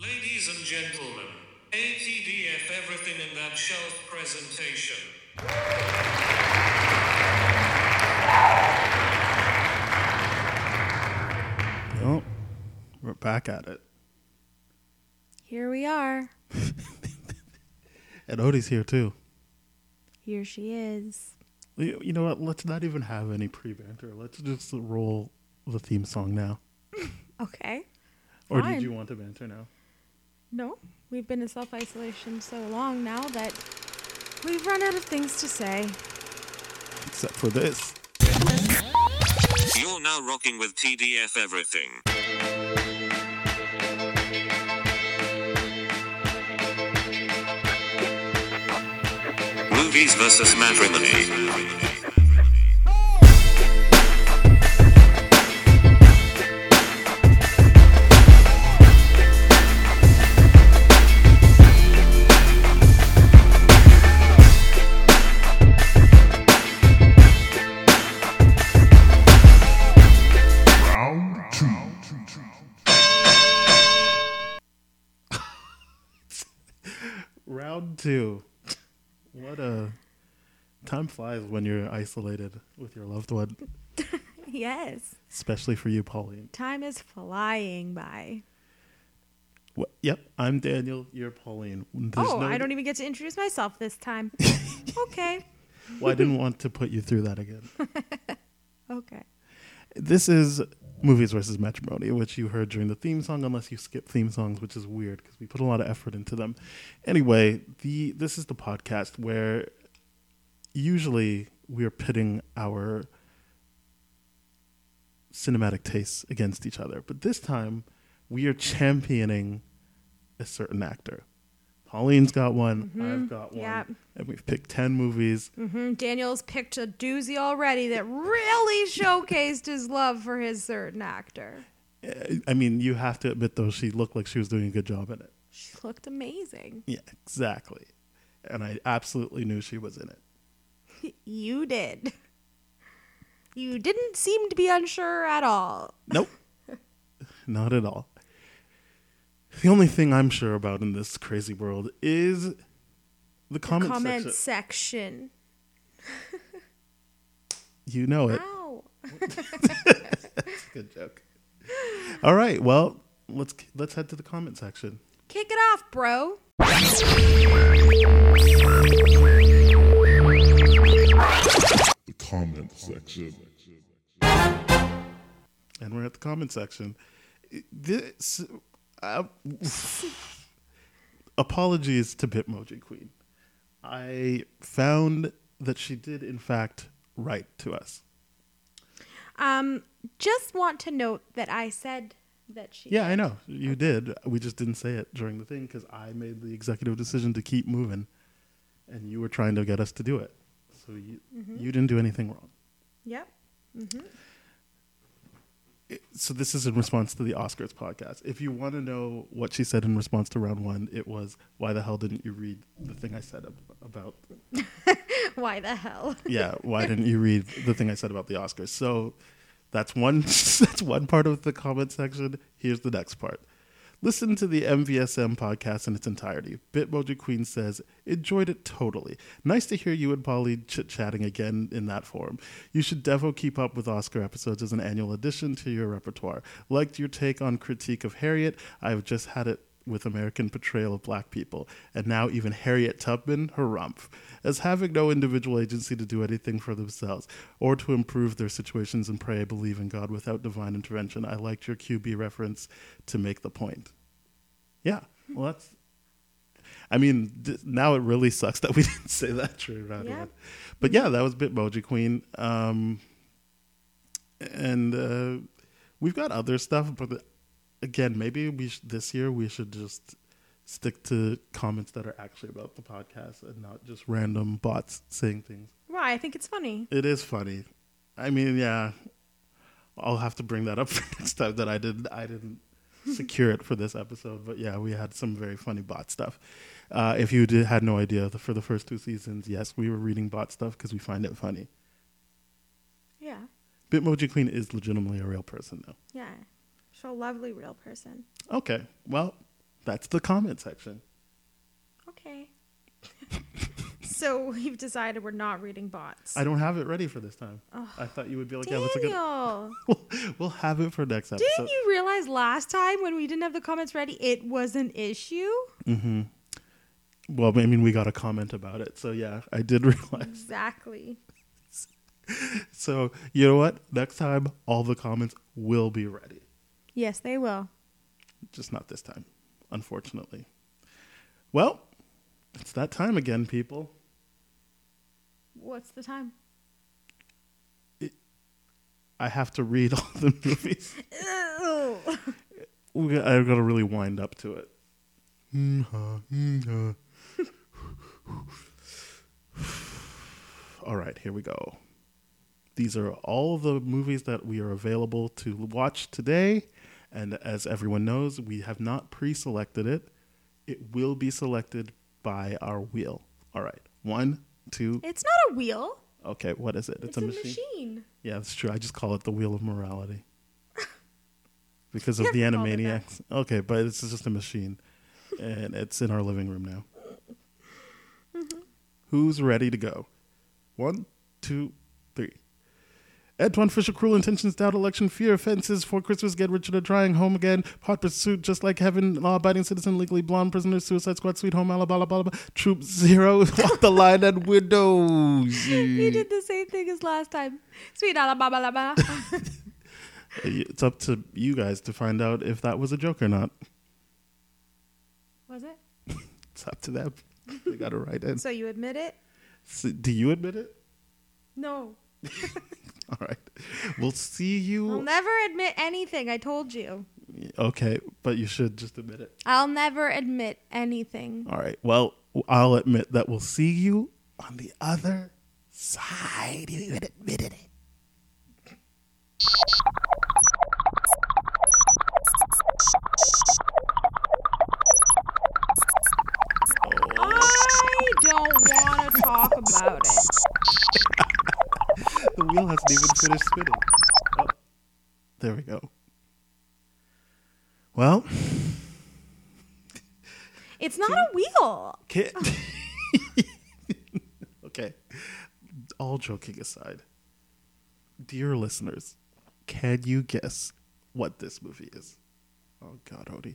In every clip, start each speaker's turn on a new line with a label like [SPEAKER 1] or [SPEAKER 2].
[SPEAKER 1] Ladies and gentlemen, ATDF Everything in That Shelf presentation.
[SPEAKER 2] Oh, we're back at it.
[SPEAKER 3] Here we are.
[SPEAKER 2] And Odie's here too.
[SPEAKER 3] Here she is.
[SPEAKER 2] You you know what? Let's not even have any pre banter. Let's just roll the theme song now.
[SPEAKER 3] Okay.
[SPEAKER 2] Or did
[SPEAKER 3] Fine.
[SPEAKER 2] you want to banter now?
[SPEAKER 3] No, we've been in self isolation so long now that we've run out of things to say.
[SPEAKER 2] Except for this.
[SPEAKER 1] You're now rocking with TDF Everything. Movies versus matrimony.
[SPEAKER 2] Round two. What a. Time flies when you're isolated with your loved one,
[SPEAKER 3] Yes.
[SPEAKER 2] especially for you, Pauline.
[SPEAKER 3] Time is flying by.
[SPEAKER 2] What? Yep, I'm Daniel. You're Pauline. There's
[SPEAKER 3] oh,
[SPEAKER 2] no-
[SPEAKER 3] I don't even get to introduce myself this time. okay.
[SPEAKER 2] Well, I didn't want to put you through that again.
[SPEAKER 3] Okay.
[SPEAKER 2] This is movies versus matrimony, which you heard during the theme song, unless you skip theme songs, which is weird because we put a lot of effort into them. Anyway, the this is the podcast where usually we are pitting our cinematic tastes against each other, but this time we are championing a certain actor. Pauline's got one. I've got one.
[SPEAKER 3] Yep.
[SPEAKER 2] And we've picked 10 movies.
[SPEAKER 3] Hmm, Daniel's picked a doozy already that really showcased his love for his certain actor.
[SPEAKER 2] I- Eh, I mean, you have to admit, though, she looked like she was doing a good job in it.
[SPEAKER 3] She looked amazing.
[SPEAKER 2] Yeah, exactly. And I absolutely knew she was in it.
[SPEAKER 3] You did. You didn't seem to be unsure at all.
[SPEAKER 2] Nope. Not at all. The only thing I'm sure about in this crazy world is the comment,
[SPEAKER 3] Comment
[SPEAKER 2] section.
[SPEAKER 3] section.
[SPEAKER 2] You know it.
[SPEAKER 3] Ow.
[SPEAKER 2] Good joke. All right. Well, let's let's head to the comment section.
[SPEAKER 3] Kick it off, bro.
[SPEAKER 4] the comment section.
[SPEAKER 2] and we're at the comment section. This, uh, apologies to Bitmoji Queen. I found that she did, in fact, write to us.
[SPEAKER 3] Um, just want to note that I said that she.
[SPEAKER 2] Yeah, I know you did. We just didn't say it during the thing because I made the executive decision to keep moving, and you were trying to get us to do it. So you you didn't do anything wrong.
[SPEAKER 3] Yep.
[SPEAKER 2] so this is in response to the Oscars podcast. If you want to know what she said in response to round one, it was, "Why the hell didn't you read the thing I said ab- about?"
[SPEAKER 3] Why the hell?
[SPEAKER 2] Yeah, why didn't you read the thing I said about the Oscars? So that's one. that's one part of the comment section. Here's the next part. Listen to the MVSM podcast in its entirety. Bitmoji Queen says, enjoyed it totally. Nice to hear you and Pauline chit chatting again in that form. You should defo keep up with Oscar episodes as an annual addition to your repertoire. Liked your take on critique of Harriet. I've just had it with American portrayal of black people, and now even Harriet Tubman, harumph, as having no individual agency to do anything for themselves or to improve their situations and pray, believe in God without divine intervention. I liked your QB reference to make the point. Yeah, well, that's. I mean, d- now it really sucks that we didn't say that true right
[SPEAKER 3] Yeah.
[SPEAKER 2] away. But yeah, that was Bitmoji Queen. Um, and uh, we've got other stuff, but again, maybe we sh- this year we should just stick to comments that are actually about the podcast and not just random bots saying things.
[SPEAKER 3] Why? I think it's funny.
[SPEAKER 2] It is funny. I mean, yeah, I'll have to bring that up for next time that I didn't I didn't secure it for this episode. But yeah, we had some very funny bot stuff. Uh, if you did, had no idea, the, for the first two seasons, yes, we were reading bot stuff because we find it funny.
[SPEAKER 3] Yeah.
[SPEAKER 2] Bitmoji Queen is legitimately a real person, though.
[SPEAKER 3] Yeah. She's a lovely real person.
[SPEAKER 2] Okay, well, That's the comment section.
[SPEAKER 3] Okay. so we've decided we're not reading bots.
[SPEAKER 2] I don't have it ready for this time. I thought you would be like, yeah,
[SPEAKER 3] Daniel,
[SPEAKER 2] let's look at. We'll, we'll have it for next episode.
[SPEAKER 3] didn't you realize last time when we didn't have the comments ready, it was an issue?
[SPEAKER 2] Mm. Well, I mean, we got a comment about it, so yeah, I did realize.
[SPEAKER 3] Exactly.
[SPEAKER 2] So you know what? Next time, all the comments will be ready.
[SPEAKER 3] Yes, they will.
[SPEAKER 2] just not this time, unfortunately. Well, it's that time again, people.
[SPEAKER 3] What's the time?
[SPEAKER 2] I have to read all the movies.
[SPEAKER 3] Ew.
[SPEAKER 2] We- I've got to really wind up to it. Mhm, mhm. all right, here we go. These are all the movies that we are available to watch today. And as everyone knows, we have not pre selected it. It will be selected by our wheel. All right. One, two,
[SPEAKER 3] It's not a wheel.
[SPEAKER 2] Okay, what is it?
[SPEAKER 3] It's, a, machine.
[SPEAKER 2] Yeah, that's true. I just call it the wheel of morality because of
[SPEAKER 3] You
[SPEAKER 2] the
[SPEAKER 3] have to call it that.
[SPEAKER 2] Animaniacs. Okay, but it's just a machine, and it's in our living room now. Who's ready to go? One, two, three. Antoine Fisher, Cruel Intentions, Doubt, Election, Fear, Offenses, For Christmas, Get Richard or Trying, Home Again, Hot Pursuit, Just Like Heaven, Law Abiding Citizen, Legally Blonde, Prisoner, Suicide Squad, Sweet Home, Alabama, Alabama, Troop Zero, Walk the Line and Windows.
[SPEAKER 3] He did the same thing as last time. Sweet alabama.
[SPEAKER 2] Uh, It's up to you guys to find out if that was a joke or not.
[SPEAKER 3] was it?
[SPEAKER 2] It's up to them. They got to write in.
[SPEAKER 3] So you admit it?
[SPEAKER 2] S- do you admit it?
[SPEAKER 3] No.
[SPEAKER 2] All right. We'll see
[SPEAKER 3] I'll
[SPEAKER 2] you.
[SPEAKER 3] never admit anything. I told you.
[SPEAKER 2] Okay, but you should just admit it.
[SPEAKER 3] I'll never admit anything.
[SPEAKER 2] All right. Well, I'll admit that we'll see you on the other side. You even admitted it.
[SPEAKER 3] I don't want to talk about it.
[SPEAKER 2] The wheel hasn't even finished spinning. Oh, there we go. Well,
[SPEAKER 3] It's not a wheel.
[SPEAKER 2] Kit. okay. All joking aside, dear listeners, can you guess what this movie is? Oh, God, Odie.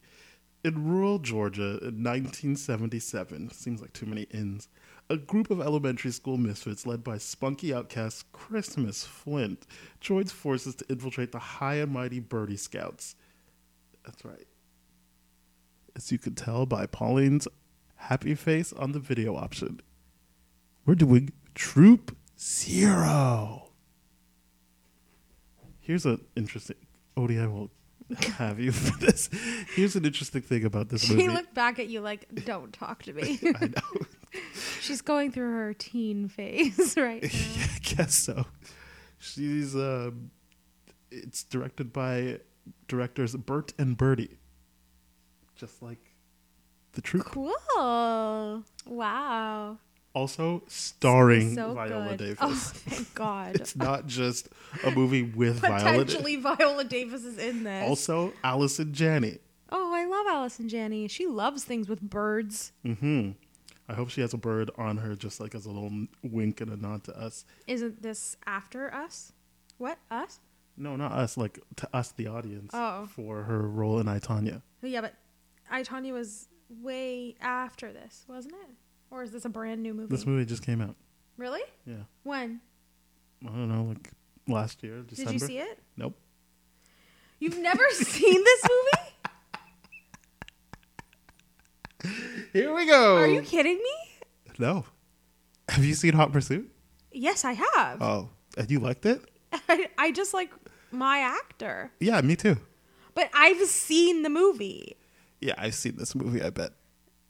[SPEAKER 2] In rural Georgia in 1977, seems like too many ins, a group of elementary school misfits led by spunky outcast Christmas Flint joins forces to infiltrate the high and mighty Birdie Scouts. That's right as you could tell by Pauline's happy face on the video option. We're doing Troop Zero. Here's an interesting. Odie, I will have you for this. Here's an interesting thing about this movie.
[SPEAKER 3] She looked back at you like, don't talk to me.
[SPEAKER 2] I know.
[SPEAKER 3] She's going through her teen phase right now.
[SPEAKER 2] yeah, I guess so. She's. um it's directed by directors Bert and Birdie. Just like the troop.
[SPEAKER 3] Cool. Wow.
[SPEAKER 2] Also starring
[SPEAKER 3] So
[SPEAKER 2] Viola
[SPEAKER 3] good.
[SPEAKER 2] Davis.
[SPEAKER 3] Oh, thank God.
[SPEAKER 2] It's not just a movie with Viola. Davis.
[SPEAKER 3] Potentially Viola Davis is in this.
[SPEAKER 2] Also, Allison Janney.
[SPEAKER 3] oh, I love Allison Janney. She loves things with birds.
[SPEAKER 2] Mm-hmm. I hope she has a bird on her, just like as a little wink and a nod to us.
[SPEAKER 3] Isn't this after us? What? Us?
[SPEAKER 2] No, not us. Like to us, the audience,
[SPEAKER 3] Oh.
[SPEAKER 2] for her role in I Tanya.
[SPEAKER 3] Yeah, but I, Tanya was way after this, wasn't it? Or is this a brand new movie?
[SPEAKER 2] This movie just came out.
[SPEAKER 3] Really?
[SPEAKER 2] Yeah,
[SPEAKER 3] When?
[SPEAKER 2] I don't know, like last year, December.
[SPEAKER 3] Did you see it?
[SPEAKER 2] Nope.
[SPEAKER 3] You've never seen this movie?
[SPEAKER 2] Here we go.
[SPEAKER 3] Are you kidding me?
[SPEAKER 2] No. Have you seen Hot Pursuit?
[SPEAKER 3] Yes, I have.
[SPEAKER 2] Oh, and you liked it?
[SPEAKER 3] I, I just like my actor.
[SPEAKER 2] Yeah, me too.
[SPEAKER 3] But I've seen the movie.
[SPEAKER 2] Yeah, I've seen this movie. I bet.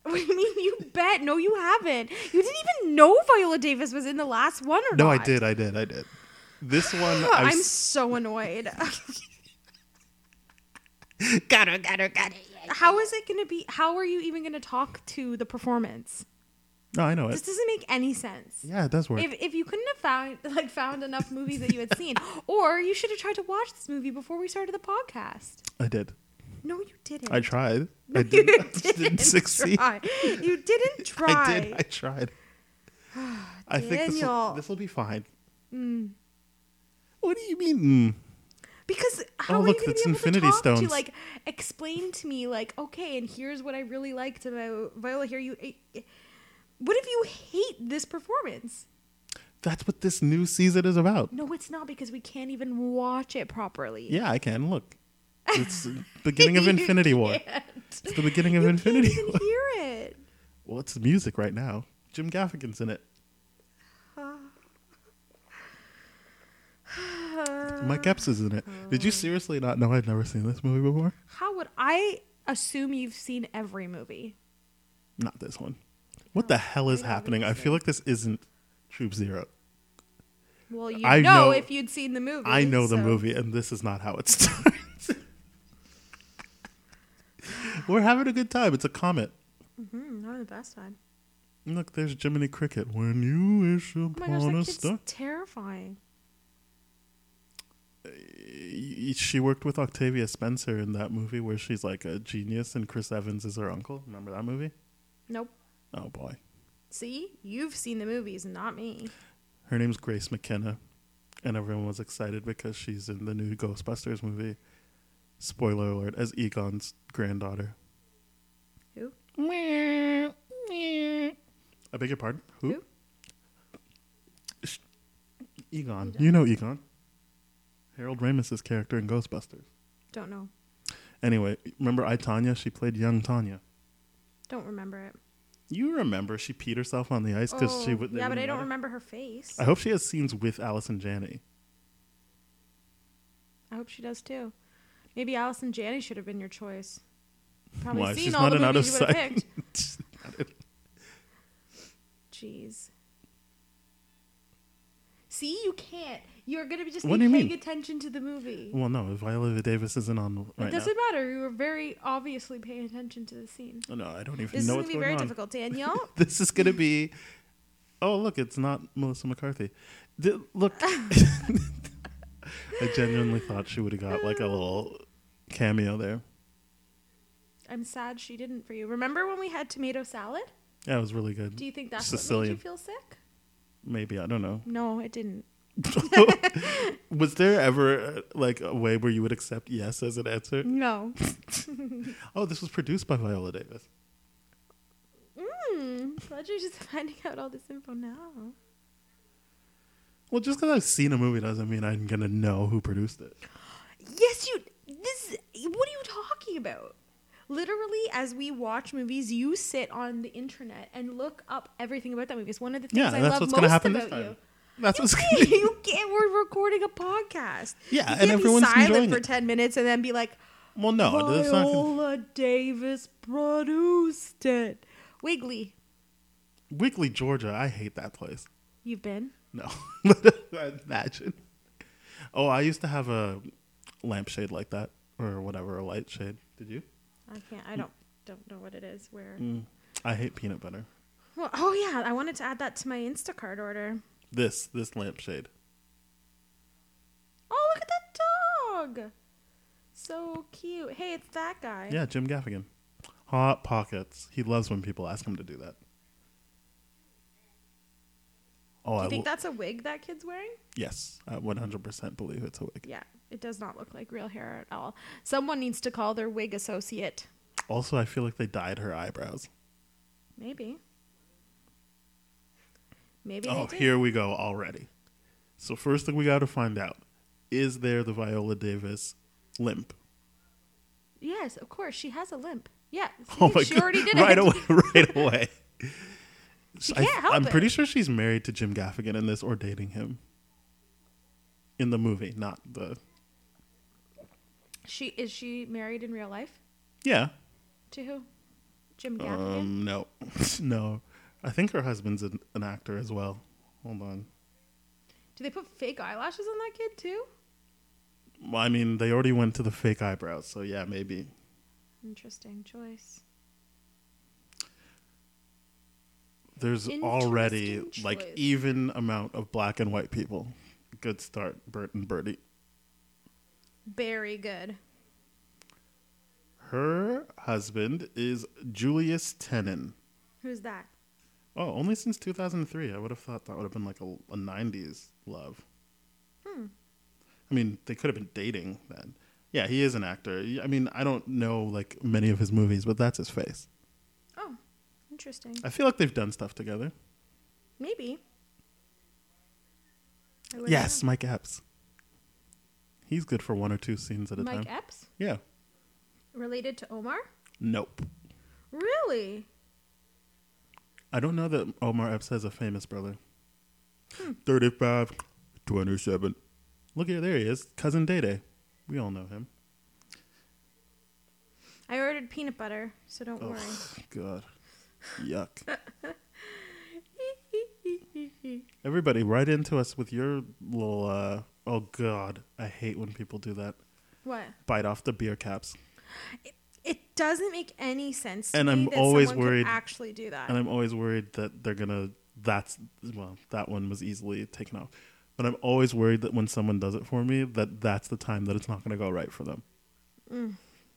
[SPEAKER 3] What do you mean you bet? No, you haven't. You didn't even know Viola Davis was in the last one or
[SPEAKER 2] No,
[SPEAKER 3] not.
[SPEAKER 2] I did. I did. I did. This one, I've
[SPEAKER 3] I'm
[SPEAKER 2] s-
[SPEAKER 3] so annoyed. got her, got her, got her. How is it going to be? How are you even going to talk to the performance?
[SPEAKER 2] No, I know it.
[SPEAKER 3] This doesn't make any sense.
[SPEAKER 2] Yeah, it does work.
[SPEAKER 3] If, if you couldn't have found like found enough movies that you had seen, or you should have tried to watch this movie before we started the podcast.
[SPEAKER 2] I did.
[SPEAKER 3] No, you didn't.
[SPEAKER 2] I tried. I didn't, I just didn't succeed.
[SPEAKER 3] Try. You didn't try.
[SPEAKER 2] I did. I tried. I think this will,
[SPEAKER 3] Daniel. Mm.
[SPEAKER 2] this will be fine. What do you mean? Mm.
[SPEAKER 3] Because how
[SPEAKER 2] Oh,
[SPEAKER 3] are
[SPEAKER 2] look,
[SPEAKER 3] you going
[SPEAKER 2] that's
[SPEAKER 3] to be able
[SPEAKER 2] Infinity
[SPEAKER 3] to talk to
[SPEAKER 2] Stones.
[SPEAKER 3] like explain to me like okay, and here's what I really liked about Viola. Here you, eh, what if you hate this performance?
[SPEAKER 2] That's what this new season is about.
[SPEAKER 3] No, it's not because we can't even watch it properly.
[SPEAKER 2] Yeah, I can look. It's the beginning of Infinity War. It's the beginning of
[SPEAKER 3] you
[SPEAKER 2] Infinity
[SPEAKER 3] can't even
[SPEAKER 2] War.
[SPEAKER 3] hear it.
[SPEAKER 2] Well, it's music right now. Jim Gaffigan's in it. Mike Epps is in it. Did you seriously not know I'd never seen this movie before?
[SPEAKER 3] How would I assume you've seen every movie?
[SPEAKER 2] Not this one. What the hell is happening? I feel like this isn't Troop Zero.
[SPEAKER 3] Well, you
[SPEAKER 2] I
[SPEAKER 3] know,
[SPEAKER 2] know-
[SPEAKER 3] if you'd seen the movie.
[SPEAKER 2] I know the
[SPEAKER 3] so-
[SPEAKER 2] movie, and this is not how it starts. We're having a good time. It's a comet.
[SPEAKER 3] Mm, not the best time.
[SPEAKER 2] Look, there's Jiminy Cricket. When you wish
[SPEAKER 3] Oh my
[SPEAKER 2] upon
[SPEAKER 3] gosh, that
[SPEAKER 2] a
[SPEAKER 3] kid's
[SPEAKER 2] star.
[SPEAKER 3] terrifying.
[SPEAKER 2] Y- She worked with Octavia Spencer in that movie where she's like a genius and Chris Evans is her uncle. Remember that movie?
[SPEAKER 3] Nope.
[SPEAKER 2] Oh boy.
[SPEAKER 3] See, you've seen the movies, not me.
[SPEAKER 2] Her name's Grace McKenna, and everyone was excited because she's in the new Ghostbusters movie. Spoiler alert: as Egon's granddaughter.
[SPEAKER 3] Who?
[SPEAKER 2] I beg your pardon. Who?
[SPEAKER 3] Who?
[SPEAKER 2] Sh- Egon. You know Egon. Harold Ramis's character in Ghostbusters.
[SPEAKER 3] Don't know.
[SPEAKER 2] Anyway, remember I Tanya? She played young Tanya.
[SPEAKER 3] Don't remember it.
[SPEAKER 2] You remember she peed herself on the ice because she would. they
[SPEAKER 3] Oh, yeah, but
[SPEAKER 2] wouldn't
[SPEAKER 3] I
[SPEAKER 2] let
[SPEAKER 3] don't
[SPEAKER 2] her.
[SPEAKER 3] remember her face.
[SPEAKER 2] I hope she has scenes with Allison Janney.
[SPEAKER 3] I hope she does too. Maybe Alice and Janney should have been your choice. Probably
[SPEAKER 2] Why?
[SPEAKER 3] seen
[SPEAKER 2] She's
[SPEAKER 3] all
[SPEAKER 2] not
[SPEAKER 3] the
[SPEAKER 2] an out of
[SPEAKER 3] movies you would have
[SPEAKER 2] sight.
[SPEAKER 3] picked. Jeez. See, you can't. You're gonna be just
[SPEAKER 2] What
[SPEAKER 3] be
[SPEAKER 2] do you
[SPEAKER 3] paying
[SPEAKER 2] mean?
[SPEAKER 3] attention to the movie.
[SPEAKER 2] well, no, Viola Davis isn't on right
[SPEAKER 3] it doesn't matter. You were very obviously paying attention to the scene.
[SPEAKER 2] now. Oh, No, I don't even
[SPEAKER 3] This
[SPEAKER 2] know
[SPEAKER 3] is gonna
[SPEAKER 2] what's
[SPEAKER 3] be
[SPEAKER 2] going
[SPEAKER 3] very
[SPEAKER 2] on.
[SPEAKER 3] difficult, Danielle.
[SPEAKER 2] This is gonna be. Oh look, it's not Melissa McCarthy. Th- look, I genuinely thought she would have got like a little cameo there.
[SPEAKER 3] I'm sad she didn't for you. Remember when we had tomato salad?
[SPEAKER 2] That was really good.
[SPEAKER 3] Do you think that's
[SPEAKER 2] Sicilian.
[SPEAKER 3] what made you feel sick?
[SPEAKER 2] Maybe I don't know.
[SPEAKER 3] No, it didn't.
[SPEAKER 2] Was there ever uh, like a way where you would accept yes as an answer?
[SPEAKER 3] No.
[SPEAKER 2] Oh, this was produced by Viola Davis.
[SPEAKER 3] Mm, glad you're just finding out all this info now.
[SPEAKER 2] Well, just because I've seen a movie doesn't mean I'm gonna know who produced it.
[SPEAKER 3] Yes, you. This. What are you talking about? Literally, as we watch movies, you sit on the internet and look up everything about that movie. It's one of the things
[SPEAKER 2] Yeah,
[SPEAKER 3] I
[SPEAKER 2] that's
[SPEAKER 3] love
[SPEAKER 2] what's
[SPEAKER 3] most
[SPEAKER 2] gonna happen
[SPEAKER 3] about
[SPEAKER 2] this time.
[SPEAKER 3] you.
[SPEAKER 2] That's what's
[SPEAKER 3] Hey,
[SPEAKER 2] gonna
[SPEAKER 3] you can't. We're recording a podcast.
[SPEAKER 2] Yeah,
[SPEAKER 3] you
[SPEAKER 2] and
[SPEAKER 3] can't
[SPEAKER 2] everyone's
[SPEAKER 3] be silent
[SPEAKER 2] enjoying
[SPEAKER 3] for
[SPEAKER 2] it.
[SPEAKER 3] ten minutes and then be like,
[SPEAKER 2] Well, no, that's not gonna-
[SPEAKER 3] Viola Davis produced it. Wiggly,
[SPEAKER 2] Wickley, Georgia. I hate that place.
[SPEAKER 3] you've been.
[SPEAKER 2] No, imagine. Oh, I used to have a lampshade like that, or whatever, a light shade. Did you?
[SPEAKER 3] I can't. I don't. Don't know what it is. Where?
[SPEAKER 2] I hate peanut butter.
[SPEAKER 3] Well, oh yeah, I wanted to add that to my Instacart order.
[SPEAKER 2] This this lampshade.
[SPEAKER 3] Oh, look at that dog. So cute. Hey, it's that guy.
[SPEAKER 2] Yeah, Jim Gaffigan. Hot pockets. He loves when people ask him to do that. Oh,
[SPEAKER 3] Do
[SPEAKER 2] I
[SPEAKER 3] you think
[SPEAKER 2] will-
[SPEAKER 3] that's a wig that kid's wearing?
[SPEAKER 2] yes, I 100% believe it's a wig.
[SPEAKER 3] Yeah, it does not look like real hair at all. Someone needs to call their wig associate.
[SPEAKER 2] Also, I feel like they dyed her eyebrows.
[SPEAKER 3] Maybe. Maybe.
[SPEAKER 2] oh,
[SPEAKER 3] they did.
[SPEAKER 2] here we go already. So first thing we got to find out is there the Viola Davis limp?
[SPEAKER 3] Yes, of course. She has a limp. Yeah.
[SPEAKER 2] Oh
[SPEAKER 3] see,
[SPEAKER 2] my
[SPEAKER 3] she
[SPEAKER 2] god!
[SPEAKER 3] already did
[SPEAKER 2] right
[SPEAKER 3] it.
[SPEAKER 2] away! Right away!
[SPEAKER 3] She
[SPEAKER 2] I,
[SPEAKER 3] can't help
[SPEAKER 2] am
[SPEAKER 3] it.
[SPEAKER 2] pretty sure she's married to Jim Gaffigan in this or dating him. In the movie, not the
[SPEAKER 3] She is she married in real life
[SPEAKER 2] yeah.
[SPEAKER 3] to who? Jim Gaffigan.
[SPEAKER 2] Um, no, no. I think her husband's an, an actor as well. Hold on.
[SPEAKER 3] Do they put fake eyelashes on that kid too?
[SPEAKER 2] Well, I mean, they already went to the fake eyebrows, so yeah, maybe.
[SPEAKER 3] Interesting choice.
[SPEAKER 2] There's already
[SPEAKER 3] Interesting
[SPEAKER 2] like
[SPEAKER 3] choice.
[SPEAKER 2] even amount of black and white people. Good start, Bert and Birdie.
[SPEAKER 3] Very good.
[SPEAKER 2] Her husband is Julius Tenon.
[SPEAKER 3] Who's that?
[SPEAKER 2] Oh, only since 2003. I would have thought that would have been like a, a 90s love.
[SPEAKER 3] Hmm.
[SPEAKER 2] I mean, they could have been dating then. Yeah, he is an actor. I mean, I don't know like many of his movies, but that's his face.
[SPEAKER 3] Oh, interesting.
[SPEAKER 2] I feel like they've done stuff together.
[SPEAKER 3] Maybe. I wouldn't
[SPEAKER 2] Yes, Mike Epps. He's good for one or two scenes at
[SPEAKER 3] know.
[SPEAKER 2] a
[SPEAKER 3] Mike
[SPEAKER 2] time.
[SPEAKER 3] Epps
[SPEAKER 2] Yeah.
[SPEAKER 3] related to Omar?
[SPEAKER 2] Nope.
[SPEAKER 3] Really?
[SPEAKER 2] I don't know that Omar Epps has a famous brother. 35, 27. Look here, there he is. Cousin Day Day. We all know him.
[SPEAKER 3] I ordered peanut butter, so don't
[SPEAKER 2] Oh, God. Yuck.
[SPEAKER 3] worry.
[SPEAKER 2] Everybody, write into us with your little. Uh, oh God, I hate when people do that.
[SPEAKER 3] what?
[SPEAKER 2] Bite off the beer caps,
[SPEAKER 3] It doesn't make any sense. To
[SPEAKER 2] And
[SPEAKER 3] me
[SPEAKER 2] I'm
[SPEAKER 3] that
[SPEAKER 2] always
[SPEAKER 3] someone could
[SPEAKER 2] worried-
[SPEAKER 3] Actually, do that.
[SPEAKER 2] and I'm always worried that they're gonna. That's well, that one was easily taken off, but I'm always worried that when someone does it for me, that that's the time that it's not gonna go right for them.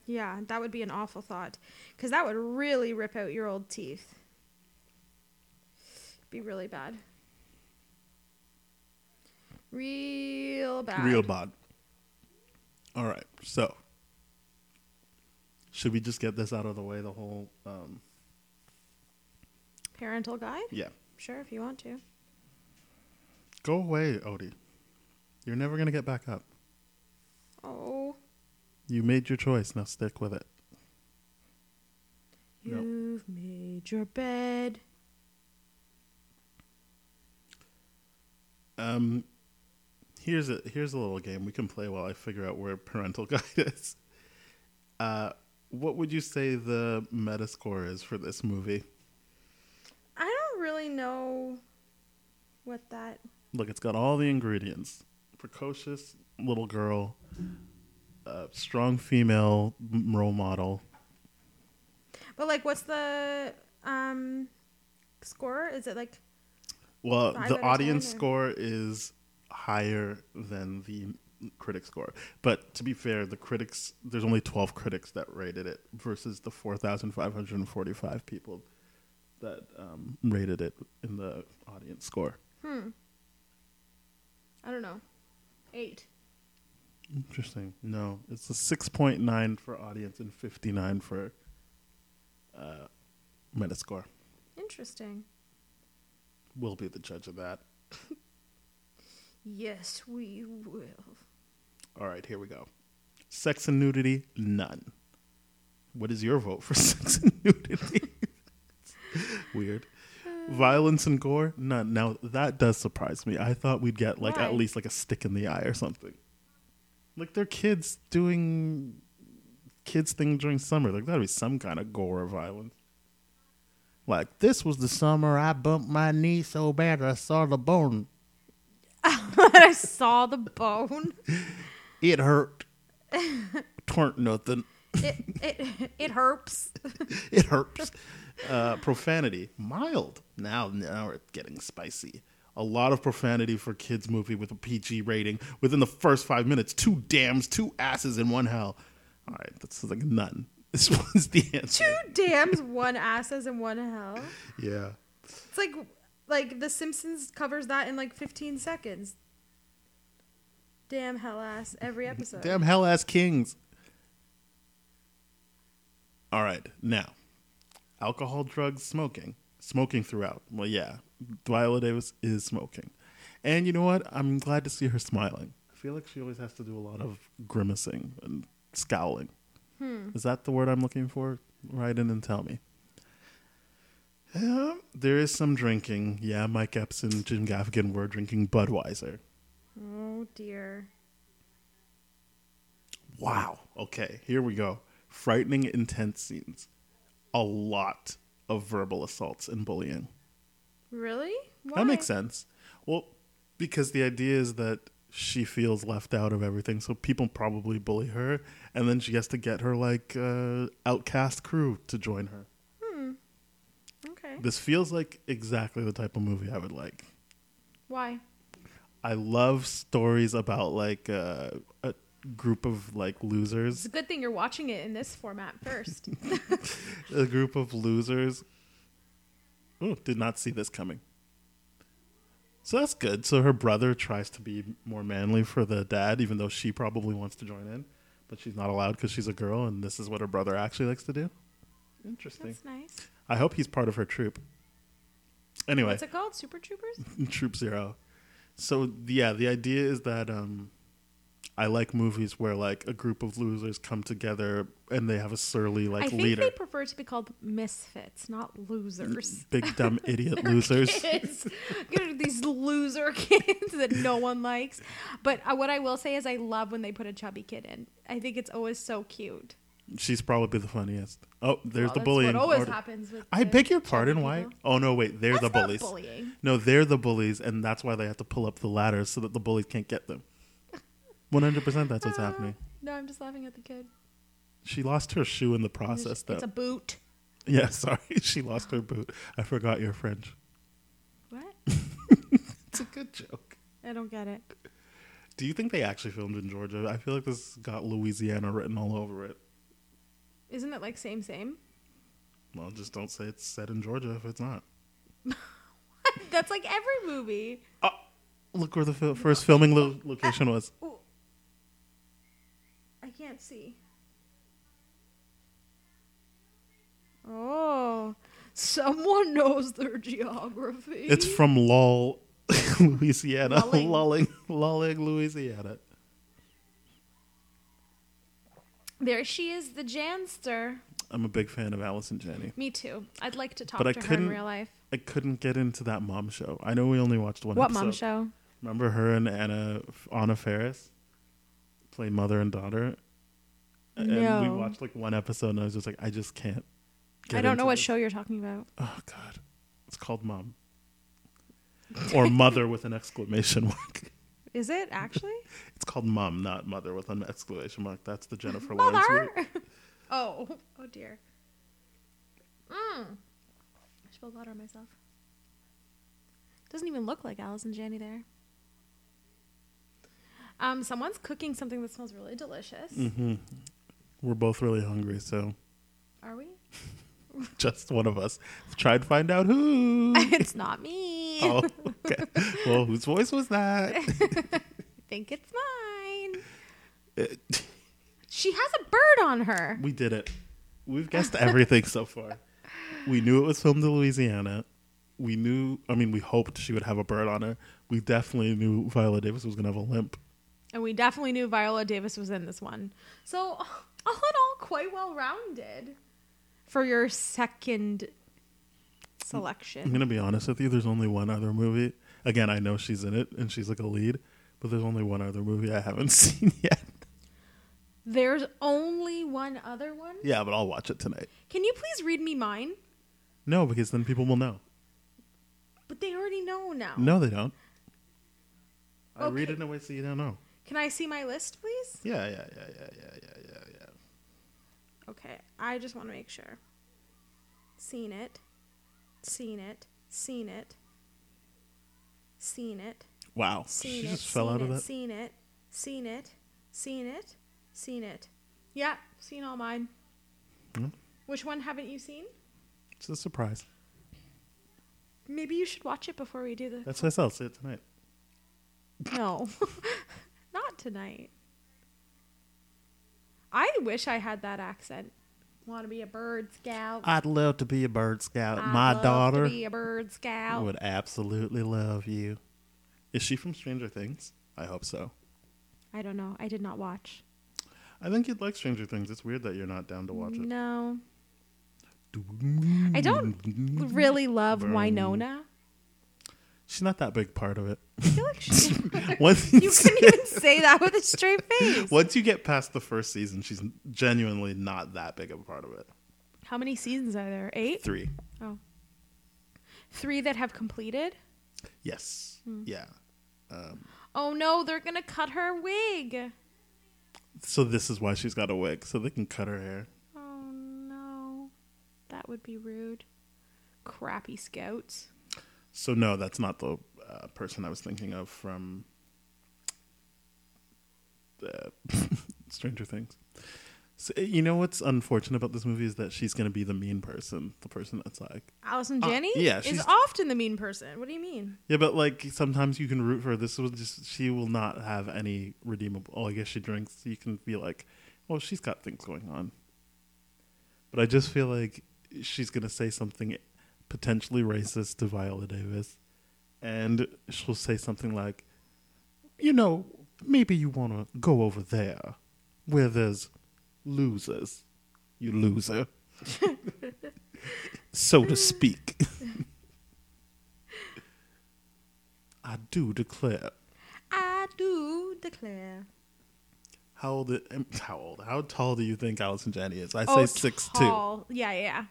[SPEAKER 3] yeah, that would be an awful thought, because that would really rip out your old teeth. Be really bad. Real bad.
[SPEAKER 2] Real bod. All right, so should we just get this out of the way? The whole, um,
[SPEAKER 3] Parental guide.
[SPEAKER 2] yeah.
[SPEAKER 3] Sure, if you want to.
[SPEAKER 2] Go away, Odie. You're never gonna get back up.
[SPEAKER 3] Oh,
[SPEAKER 2] You made your choice. Now stick with it. Yep.
[SPEAKER 3] you've made your bed.
[SPEAKER 2] Um, here's a here's a little game we can play while I figure out where parental guide is. Uh, what would you say the Metascore is for this movie?
[SPEAKER 3] I don't really know what that.
[SPEAKER 2] Look, it's got all the ingredients: precocious little girl, uh, strong female m- role model.
[SPEAKER 3] But like, what's the um score? Is it like
[SPEAKER 2] Well,
[SPEAKER 3] Five out
[SPEAKER 2] the
[SPEAKER 3] of ten,
[SPEAKER 2] audience
[SPEAKER 3] or-
[SPEAKER 2] score is higher than the critic score. But to be fair, the critics there's only 12 critics that rated it versus the 4,545 people that um, rated it in the audience score.
[SPEAKER 3] I don't know, eight?
[SPEAKER 2] Interesting. No, it's a 6.9 for audience and 59 for uh, Metascore.
[SPEAKER 3] Interesting.
[SPEAKER 2] We'll be the judge of that.
[SPEAKER 3] Yes, we will.
[SPEAKER 2] All right, here we go. Sex and nudity, none. What is your vote for sex and nudity? Weird. Violence and gore, none. Now that does surprise me. I thought we'd get like
[SPEAKER 3] Why?
[SPEAKER 2] at least like a stick in the eye or something. Like they're kids doing kids thing during summer. There gotta be some kind of gore or violence. Like this was the summer I bumped my knee so bad I saw the bone.
[SPEAKER 3] I saw the bone.
[SPEAKER 2] It hurt. Torn't nothing.
[SPEAKER 3] It it it herps.
[SPEAKER 2] it hurts. Uh, profanity, mild. Now, now we're getting spicy. A lot of profanity for kids' movie with a PG rating within the first five minutes. Two dams, two asses, and one hell. All right, that's like none. This was the answer.
[SPEAKER 3] Two dams, one asses, and one hell.
[SPEAKER 2] Yeah.
[SPEAKER 3] It's like like The Simpsons covers that in like 15 seconds. Damn hell ass every episode.
[SPEAKER 2] Damn hell ass kings. All right, now alcohol, drugs, smoking. Smoking throughout. Well, yeah, Viola Davis is smoking. And you know what? I'm glad to see her smiling. I feel like she always has to do a lot of grimacing and scowling. Is that the word I'm looking for? Write in and tell me. Yeah, there is some drinking. Yeah, Mike Epps and Jim Gaffigan were drinking Budweiser.
[SPEAKER 3] Oh dear.
[SPEAKER 2] Wow. Okay, here we go. Frightening, intense scenes. A lot of verbal assaults and bullying.
[SPEAKER 3] Really? Why?
[SPEAKER 2] That makes sense. Well, because the idea is that she feels left out of everything, so people probably bully her, and then she has to get her like uh, outcast crew to join her.
[SPEAKER 3] Okay.
[SPEAKER 2] This feels like exactly the type of movie I would like.
[SPEAKER 3] Why?
[SPEAKER 2] I love stories about like uh, uh, group of like
[SPEAKER 3] It's
[SPEAKER 2] losers,
[SPEAKER 3] a good thing you're watching it in this format first.
[SPEAKER 2] a group of losers. Ooh, did not see this coming. So that's good. So her brother tries to be more manly for the dad, even though she probably wants to join in, but she's not allowed because she's a girl, and this is what her brother actually likes to do. Interesting.
[SPEAKER 3] That's nice.
[SPEAKER 2] I hope he's part of her troop. Anyway,
[SPEAKER 3] What's it called? Super Troopers?
[SPEAKER 2] Troop Zero. So yeah, the idea is that um, I like movies where like a group of losers come together and they have a surly
[SPEAKER 3] I
[SPEAKER 2] like
[SPEAKER 3] think
[SPEAKER 2] leader,
[SPEAKER 3] they prefer to be called misfits, not losers.
[SPEAKER 2] big dumb idiot losers.
[SPEAKER 3] Kids. You know, these loser kids that no one likes. But uh, what I will say is, I love when they put a chubby kid in. I think it's always so cute.
[SPEAKER 2] She's probably the funniest. Oh, there's
[SPEAKER 3] Well,
[SPEAKER 2] the
[SPEAKER 3] that's
[SPEAKER 2] bullying.
[SPEAKER 3] What always
[SPEAKER 2] order.
[SPEAKER 3] happens with
[SPEAKER 2] I
[SPEAKER 3] the
[SPEAKER 2] beg your
[SPEAKER 3] chubby
[SPEAKER 2] pardon. Why?
[SPEAKER 3] people.
[SPEAKER 2] Oh no, wait, they're the
[SPEAKER 3] That's not
[SPEAKER 2] bullies.
[SPEAKER 3] bullying.
[SPEAKER 2] No, they're the bullies, and that's why they have to pull up the ladders so that the bullies can't get them. One hundred percent. That's what's
[SPEAKER 3] Ah,
[SPEAKER 2] happening.
[SPEAKER 3] No, I'm just laughing at the kid.
[SPEAKER 2] She lost her shoe in the process,
[SPEAKER 3] It's,
[SPEAKER 2] though.
[SPEAKER 3] a boot.
[SPEAKER 2] Yeah, sorry. She lost her boot. I forgot your French.
[SPEAKER 3] What?
[SPEAKER 2] It's a good joke.
[SPEAKER 3] I don't get it.
[SPEAKER 2] Do you think they actually filmed in Georgia? I feel like this got Louisiana written all over it.
[SPEAKER 3] Isn't it like same same?
[SPEAKER 2] Well, just don't say it's set in Georgia if it's not.
[SPEAKER 3] That's like every movie.
[SPEAKER 2] Uh, Look where the fil- first filming lo- location was.
[SPEAKER 3] Ooh. I can't see. Oh, someone knows their geography.
[SPEAKER 2] It's from Lol, Louisiana.
[SPEAKER 3] Lulling.
[SPEAKER 2] Lulling. Lulling, Louisiana.
[SPEAKER 3] there she is, the Janster.
[SPEAKER 2] I'm a big fan of Allison Janney.
[SPEAKER 3] Me too. I'd like to talk
[SPEAKER 2] But I
[SPEAKER 3] to her in
[SPEAKER 2] couldn't-
[SPEAKER 3] real life.
[SPEAKER 2] I couldn't get into that mom show. I know we only watched one
[SPEAKER 3] What
[SPEAKER 2] episode.
[SPEAKER 3] mom show?
[SPEAKER 2] Remember her and Anna Anna Ferris play mother and daughter? And we
[SPEAKER 3] No.
[SPEAKER 2] watched like one episode and I was just like, I just can't
[SPEAKER 3] I don't
[SPEAKER 2] into
[SPEAKER 3] know what
[SPEAKER 2] this.
[SPEAKER 3] show you're talking about.
[SPEAKER 2] Oh god. It's called Mom. or Mother with an exclamation mark.
[SPEAKER 3] Is it actually?
[SPEAKER 2] It's called Mom, not Mother with an exclamation mark. That's the Jennifer Lawrence.
[SPEAKER 3] Mother.
[SPEAKER 2] movie.
[SPEAKER 3] oh, oh dear. Mm. I spilled water on myself. Doesn't even look like Alice and Janney there. Um, someone's cooking something that smells really delicious.
[SPEAKER 2] We're both really hungry, so
[SPEAKER 3] Are we?
[SPEAKER 2] just one of us. Try and find out who.
[SPEAKER 3] it's not me.
[SPEAKER 2] oh, okay. Well, whose voice was that?
[SPEAKER 3] I think it's mine.
[SPEAKER 2] It-
[SPEAKER 3] She has a bird on her.
[SPEAKER 2] We did it. We've guessed everything so far. We knew it was filmed in Louisiana. We knew, I mean, we hoped she would have a bird on her. We definitely knew Viola Davis was going to have a limp.
[SPEAKER 3] And we definitely knew Viola Davis was in this one. So, all in all, quite well rounded for your second
[SPEAKER 2] I'm
[SPEAKER 3] selection.
[SPEAKER 2] going to be honest with you. There's only one other movie. Again, I know she's in it and she's like a lead, but there's only one other movie I haven't seen yet.
[SPEAKER 3] There's only one other one.
[SPEAKER 2] Yeah, but I'll watch it tonight.
[SPEAKER 3] Can you please read me mine?
[SPEAKER 2] No, because then people will know.
[SPEAKER 3] But they already know now.
[SPEAKER 2] No, they don't. I read
[SPEAKER 3] Okay.
[SPEAKER 2] it in a way so you don't know.
[SPEAKER 3] Can I see my list, please?
[SPEAKER 2] Yeah, yeah, yeah, yeah, yeah, yeah, yeah, yeah.
[SPEAKER 3] Okay, I just want to make sure. Seen it. Seen it. Seen it. Seen it.
[SPEAKER 2] Wow.
[SPEAKER 3] Seen
[SPEAKER 2] she
[SPEAKER 3] it.
[SPEAKER 2] just fell
[SPEAKER 3] seen
[SPEAKER 2] out
[SPEAKER 3] it,
[SPEAKER 2] of that.
[SPEAKER 3] Seen it. Seen it. Seen it. Seen it. Yeah, seen all mine.
[SPEAKER 2] Hmm.
[SPEAKER 3] Which one haven't you seen?
[SPEAKER 2] It's a surprise.
[SPEAKER 3] Maybe you should watch it before we do the.
[SPEAKER 2] That's what I said. I'll see it tonight.
[SPEAKER 3] No, not tonight. I wish I had that accent. Want to be a bird scout?
[SPEAKER 2] I'd love to be a bird scout.
[SPEAKER 3] I'd
[SPEAKER 2] Uh, My
[SPEAKER 3] love to
[SPEAKER 2] daughter
[SPEAKER 3] be a bird scout.
[SPEAKER 2] would absolutely love you. Is she from Stranger Things? I hope so.
[SPEAKER 3] I don't know. I did not watch.
[SPEAKER 2] I think you'd like Stranger Things. It's weird that you're not down to watch it.
[SPEAKER 3] No, I don't really love Winona.
[SPEAKER 2] She's not that big part of it.
[SPEAKER 3] I feel like she,
[SPEAKER 2] Once
[SPEAKER 3] you couldn't even say that with a straight face.
[SPEAKER 2] once you get past the first season, she's genuinely not that big of a part of it.
[SPEAKER 3] How many seasons are there? Eight.
[SPEAKER 2] Three.
[SPEAKER 3] Oh. Three that have completed.
[SPEAKER 2] Yes. Yeah.
[SPEAKER 3] Oh no, they're gonna cut her wig.
[SPEAKER 2] So this is why she's got a wig, so they can cut her hair.
[SPEAKER 3] Oh no, that would be rude. Crappy scouts.
[SPEAKER 2] So no, that's not the uh, person I was thinking of from uh, Stranger Things. So, you know what's unfortunate about this movie is that she's going to be the mean person, the person that's like,
[SPEAKER 3] Allison
[SPEAKER 2] Uh,
[SPEAKER 3] Jenny
[SPEAKER 2] yeah,
[SPEAKER 3] is
[SPEAKER 2] she's-
[SPEAKER 3] often the mean person. What do you mean?
[SPEAKER 2] yeah, but like sometimes you can root for her. This was just she will not have any redeemable. Oh, I guess she drinks. You can be like, well, she's got things going on. But I just feel like she's going to say something potentially racist to Viola Davis, and she'll say something like, you know, maybe you want to go over there where there's losers, you loser, so to speak. I do declare.
[SPEAKER 3] I do declare.
[SPEAKER 2] How old? i- um, How old? How tall do you think Allison Janney is? I say
[SPEAKER 3] Oh,
[SPEAKER 2] six two.
[SPEAKER 3] tall. Yeah, yeah, yeah.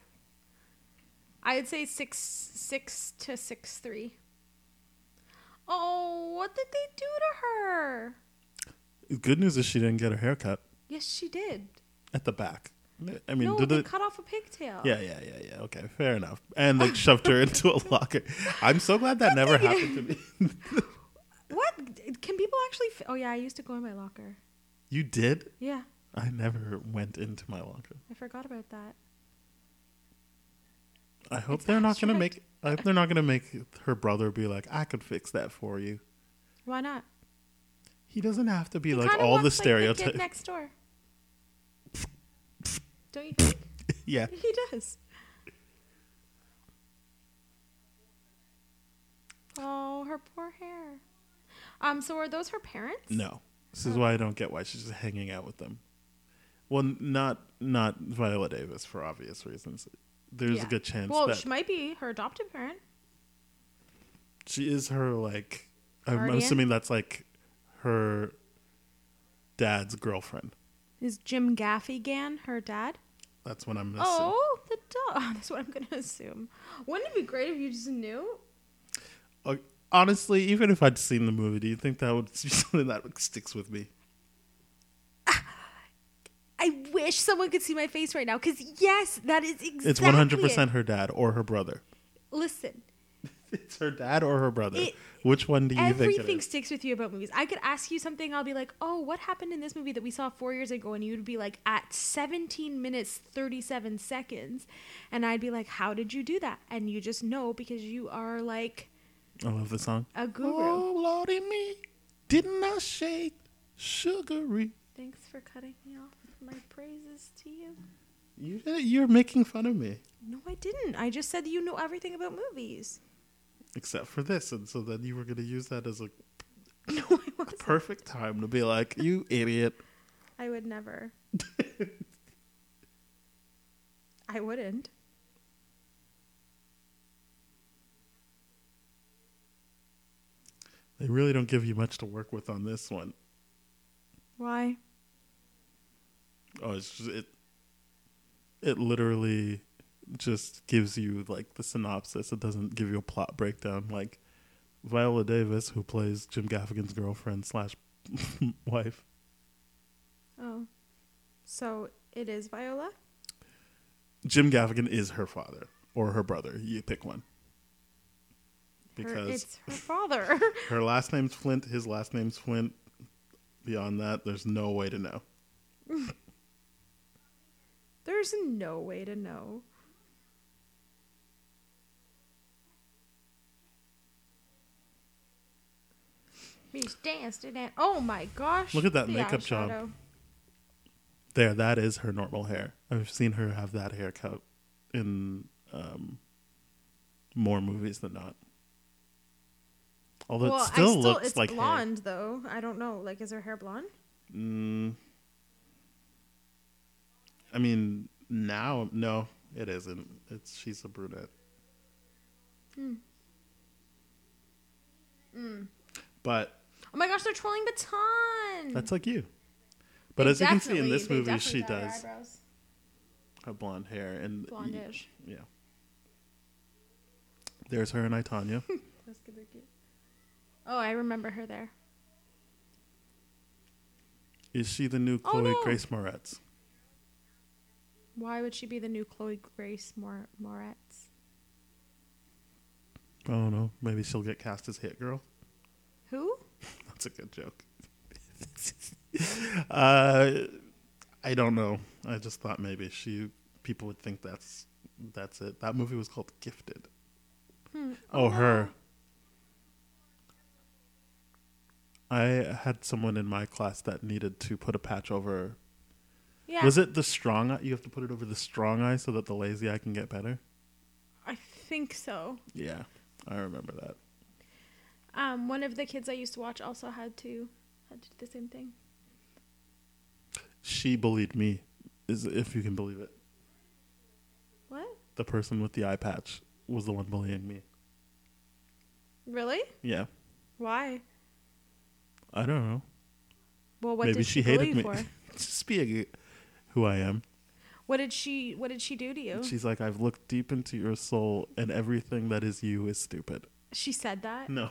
[SPEAKER 3] I'd say six, six to six three. Oh, what did they do to her?
[SPEAKER 2] The Good news is she didn't get her hair cut
[SPEAKER 3] Yes, she did.
[SPEAKER 2] at the back. I mean,
[SPEAKER 3] no,
[SPEAKER 2] did
[SPEAKER 3] they
[SPEAKER 2] it?
[SPEAKER 3] cut off a pigtail.
[SPEAKER 2] Yeah, yeah, yeah, yeah. Okay, fair enough. And they shoved her into a locker. I'm so glad that never happened to me.
[SPEAKER 3] What can people actually? Fi- oh yeah, I used to go in my locker.
[SPEAKER 2] you did?
[SPEAKER 3] Yeah,
[SPEAKER 2] I never went into my locker.
[SPEAKER 3] I forgot about that.
[SPEAKER 2] I hope
[SPEAKER 3] It's
[SPEAKER 2] they're not going to
[SPEAKER 3] abstract.
[SPEAKER 2] make. I hope they're not going to make her brother be like, "I could fix that for you."
[SPEAKER 3] Why not?
[SPEAKER 2] He doesn't have to be
[SPEAKER 3] He
[SPEAKER 2] like
[SPEAKER 3] kinda
[SPEAKER 2] all the
[SPEAKER 3] looks like
[SPEAKER 2] stereotypes.
[SPEAKER 3] the kid next door. Don't you think?
[SPEAKER 2] yeah.
[SPEAKER 3] He does. Oh, her poor hair. Um, so are those her parents?
[SPEAKER 2] No. This is why I don't get why she's just hanging out with them. Well, n- not not Viola Davis for obvious reasons. There's
[SPEAKER 3] Yeah.
[SPEAKER 2] a good chance
[SPEAKER 3] Well,
[SPEAKER 2] that
[SPEAKER 3] she
[SPEAKER 2] she,
[SPEAKER 3] might be her adopted parent.
[SPEAKER 2] is her like. I'm, I'm
[SPEAKER 3] Guardian?
[SPEAKER 2] assuming that's like her dad's girlfriend.
[SPEAKER 3] Is Jim Gaffigan her dad?
[SPEAKER 2] That's what I'm. Assuming.
[SPEAKER 3] Oh, the dog. That's what I'm gonna assume. Wouldn't it be great if you just knew?
[SPEAKER 2] Oh. Honestly, even if I'd seen the movie, do you think that would be something that sticks with me?
[SPEAKER 3] I wish someone could see my face right now, because yes, that is exactly.
[SPEAKER 2] It's 100
[SPEAKER 3] it.
[SPEAKER 2] percent her dad or her brother.
[SPEAKER 3] Listen,
[SPEAKER 2] It's her dad or her brother.
[SPEAKER 3] It-
[SPEAKER 2] Which one do you think?
[SPEAKER 3] everything
[SPEAKER 2] It is?
[SPEAKER 3] sticks with you about movies. I could ask you something, I'll be like, oh, what happened in this movie that we saw four years ago? And you'd be like, at 17 minutes, 37 seconds. And I'd be like, how did you do that? And you just know because you are like
[SPEAKER 2] I love the song.
[SPEAKER 3] a guru.
[SPEAKER 2] Oh lordy me, didn't I shake sugary?
[SPEAKER 3] Thanks for cutting me off with my praises to you.
[SPEAKER 2] You, you're making fun of me,
[SPEAKER 3] No, I didn't. I just said you know everything about movies.
[SPEAKER 2] except for this, and so then you were going to use that as a
[SPEAKER 3] No, I wasn't.
[SPEAKER 2] perfect time to be like, "You idiot."
[SPEAKER 3] I would never. I wouldn't.
[SPEAKER 2] They really don't give you much to work with on this one.
[SPEAKER 3] Why?
[SPEAKER 2] Oh, it's just, it. It literally just gives you like the synopsis. It doesn't give you a plot breakdown. Like Viola Davis, who plays Jim Gaffigan's girlfriend slash wife,
[SPEAKER 3] Oh. So it is Viola?
[SPEAKER 2] Jim Gaffigan is her father or her brother. You pick one.
[SPEAKER 3] her,
[SPEAKER 2] Because
[SPEAKER 3] it's her father.
[SPEAKER 2] her, last name's Flint, his last name's Flint. Beyond that, there's no way to know.
[SPEAKER 3] There's no way to know. He's danced it out. Oh my gosh!
[SPEAKER 2] Look at that
[SPEAKER 3] the
[SPEAKER 2] makeup job.
[SPEAKER 3] eyeshadow.
[SPEAKER 2] There, that is her normal hair. I've seen her have that haircut in um, more movies than not. Although
[SPEAKER 3] Well,
[SPEAKER 2] it
[SPEAKER 3] I
[SPEAKER 2] still,
[SPEAKER 3] still
[SPEAKER 2] looks
[SPEAKER 3] it's
[SPEAKER 2] like hair.
[SPEAKER 3] blonde though. I don't know. Like, is her hair blonde?
[SPEAKER 2] Mm. I mean, now no, it isn't. It's she's a brunette.
[SPEAKER 3] Hmm.
[SPEAKER 2] But
[SPEAKER 3] Oh my gosh! They're twirling baton.
[SPEAKER 2] that's like you. But
[SPEAKER 3] Hmm. They
[SPEAKER 2] as you can see in
[SPEAKER 3] definitely-
[SPEAKER 2] this
[SPEAKER 3] they
[SPEAKER 2] movie, she
[SPEAKER 3] definitely got her
[SPEAKER 2] does
[SPEAKER 3] eyebrows
[SPEAKER 2] have blonde hair and
[SPEAKER 3] blondish.
[SPEAKER 2] Yeah. There's her and I Tanya.
[SPEAKER 3] That's gonna be cute. Oh, I remember her there.
[SPEAKER 2] Is she the new
[SPEAKER 3] Oh,
[SPEAKER 2] Chloe
[SPEAKER 3] no.
[SPEAKER 2] Grace Moretz?
[SPEAKER 3] Why would she be the new Chloe Grace Mor- Moretz?
[SPEAKER 2] I don't know. Maybe she'll get cast as Hit Girl.
[SPEAKER 3] Who?
[SPEAKER 2] That's a good joke. Uh, I don't know. I just thought maybe she people would think that's that's it. That movie was called Gifted. Oh, her. I had someone in my class that needed to put a patch over.
[SPEAKER 3] Yeah.
[SPEAKER 2] Was it the strong eye? You have to put it over the strong eye so that the lazy eye can get better.
[SPEAKER 3] I think so.
[SPEAKER 2] Yeah, I remember that.
[SPEAKER 3] Um, one of the kids I used to watch also had to had to do the same thing.
[SPEAKER 2] She bullied me, is if you can believe it.
[SPEAKER 3] What?
[SPEAKER 2] The person with the eye patch was the one bullying me.
[SPEAKER 3] Really?
[SPEAKER 2] Yeah,
[SPEAKER 3] Why?
[SPEAKER 2] I don't know.
[SPEAKER 3] Well, what
[SPEAKER 2] Maybe
[SPEAKER 3] did
[SPEAKER 2] she
[SPEAKER 3] she,
[SPEAKER 2] hated me.
[SPEAKER 3] bully you for?
[SPEAKER 2] Just being who I am.
[SPEAKER 3] What did she What did she do to you? She,
[SPEAKER 2] She's like, I've looked deep into your soul, and everything that is you is stupid.
[SPEAKER 3] said that.
[SPEAKER 2] No.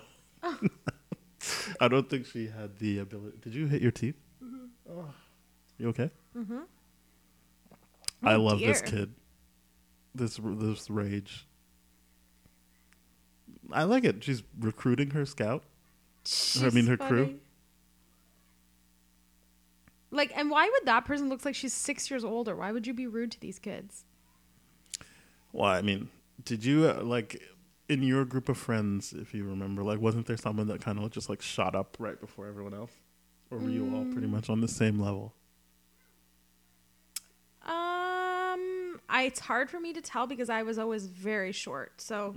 [SPEAKER 2] I don't think she had the ability. Did you hit your teeth?
[SPEAKER 3] Mm-hmm.
[SPEAKER 2] Oh. You okay? Mm-hmm. I
[SPEAKER 3] Oh,
[SPEAKER 2] love this
[SPEAKER 3] dear.
[SPEAKER 2] kid. This r- this rage. I like it. She's recruiting her scout. I mean,
[SPEAKER 3] She's
[SPEAKER 2] her crew.
[SPEAKER 3] Like, and why would that person looks like she's six years older? Why would you be rude to these kids?
[SPEAKER 2] Well, I mean, did you uh, like in your group of friends, if you remember, like wasn't there someone that kind of just like shot up right before everyone else, or were you all
[SPEAKER 3] Mm.
[SPEAKER 2] pretty much on the same level?
[SPEAKER 3] Um, I, it's hard for me to tell because I was always very short. So,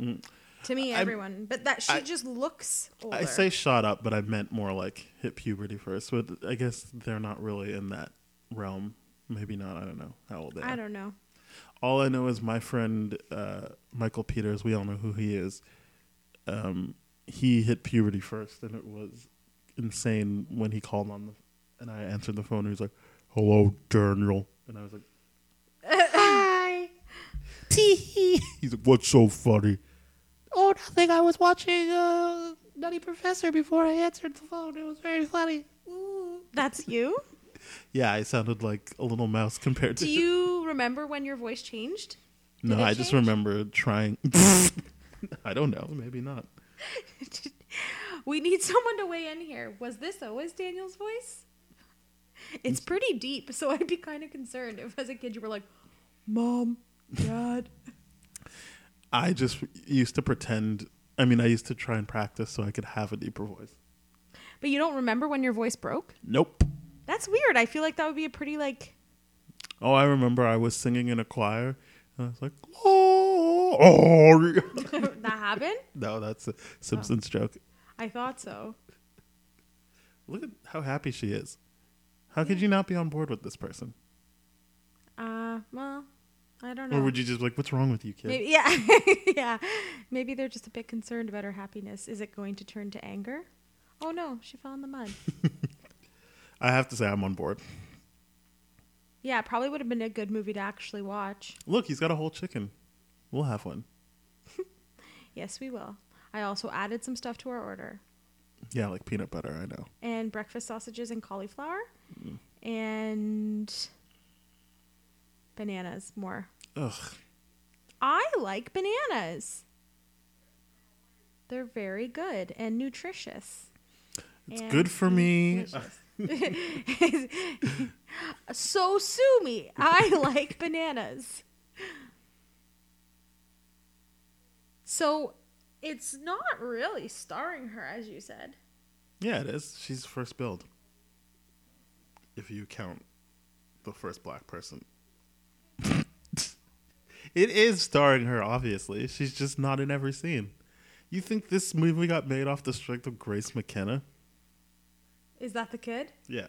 [SPEAKER 3] to me,
[SPEAKER 2] I'm-
[SPEAKER 3] everyone, but that she
[SPEAKER 2] Mm. I-
[SPEAKER 3] just looks older.
[SPEAKER 2] I say shot up, but I meant more like hit puberty first. But I guess they're not really in that realm. Maybe not. I don't know how old they are.
[SPEAKER 3] I don't know.
[SPEAKER 2] all I know is my friend uh, Michael Peters. We all know who he is. Um, he hit puberty first, and it was insane when he called on the, and I answered the phone. and He was like, "Hello, Daniel," and I was like,
[SPEAKER 3] Hi.
[SPEAKER 2] "He's like, what's so funny?"
[SPEAKER 5] Oh, nothing. I was watching uh, Nutty Professor before I answered the phone. It was very funny.
[SPEAKER 3] That's you?
[SPEAKER 2] Yeah, I sounded like a little mouse compared to.
[SPEAKER 3] Do you remember when your voice changed?
[SPEAKER 2] no,
[SPEAKER 3] did it
[SPEAKER 2] I just
[SPEAKER 3] change?
[SPEAKER 2] remember trying. I don't know. Maybe not.
[SPEAKER 3] We need someone to weigh in here. Was this always Daniel's voice? It's pretty deep, so I'd be kind of concerned if, as a kid, you were like, "Mom, Dad."
[SPEAKER 2] I just used to pretend. I mean, I used to try and practice so I could have a deeper voice.
[SPEAKER 3] but you don't remember when your voice broke.
[SPEAKER 2] Nope.
[SPEAKER 3] That's weird. I feel like that would be a pretty like.
[SPEAKER 2] Oh, I remember I was singing in a choir, and I was like, "Oh, oh."
[SPEAKER 3] that happened.
[SPEAKER 2] no, that's a Simpsons joke.
[SPEAKER 3] I thought so.
[SPEAKER 2] Look at how happy she is. How could you not be on board with this person?
[SPEAKER 3] Uh, well, I don't know.
[SPEAKER 2] Or would you just be like, "What's wrong with you, kid?"
[SPEAKER 3] Maybe, yeah, yeah. Maybe they're just a bit concerned about her happiness. Is it going to turn to anger? Oh no, she fell in the mud.
[SPEAKER 2] I have to say, I'm on board.
[SPEAKER 3] Yeah, it probably would have been a good movie to actually watch.
[SPEAKER 2] Look, he's got a whole chicken. We'll have one.
[SPEAKER 3] Yes, we will. I also added some stuff to our order
[SPEAKER 2] Yeah, like peanut butter. I know.
[SPEAKER 3] and breakfast sausages and cauliflower and bananas more.
[SPEAKER 2] Ugh.
[SPEAKER 3] I like bananas. They're very good and nutritious.
[SPEAKER 2] It's good for me.
[SPEAKER 3] delicious. so sue me. I like bananas. So it's not really starring her, as you said.
[SPEAKER 2] Yeah, it is. She's first build. If you count the first black person. it is starring her, obviously. She's just not in every scene. You think this movie got made off the strength of Grace McKenna?
[SPEAKER 3] Is that the kid?
[SPEAKER 2] Yeah.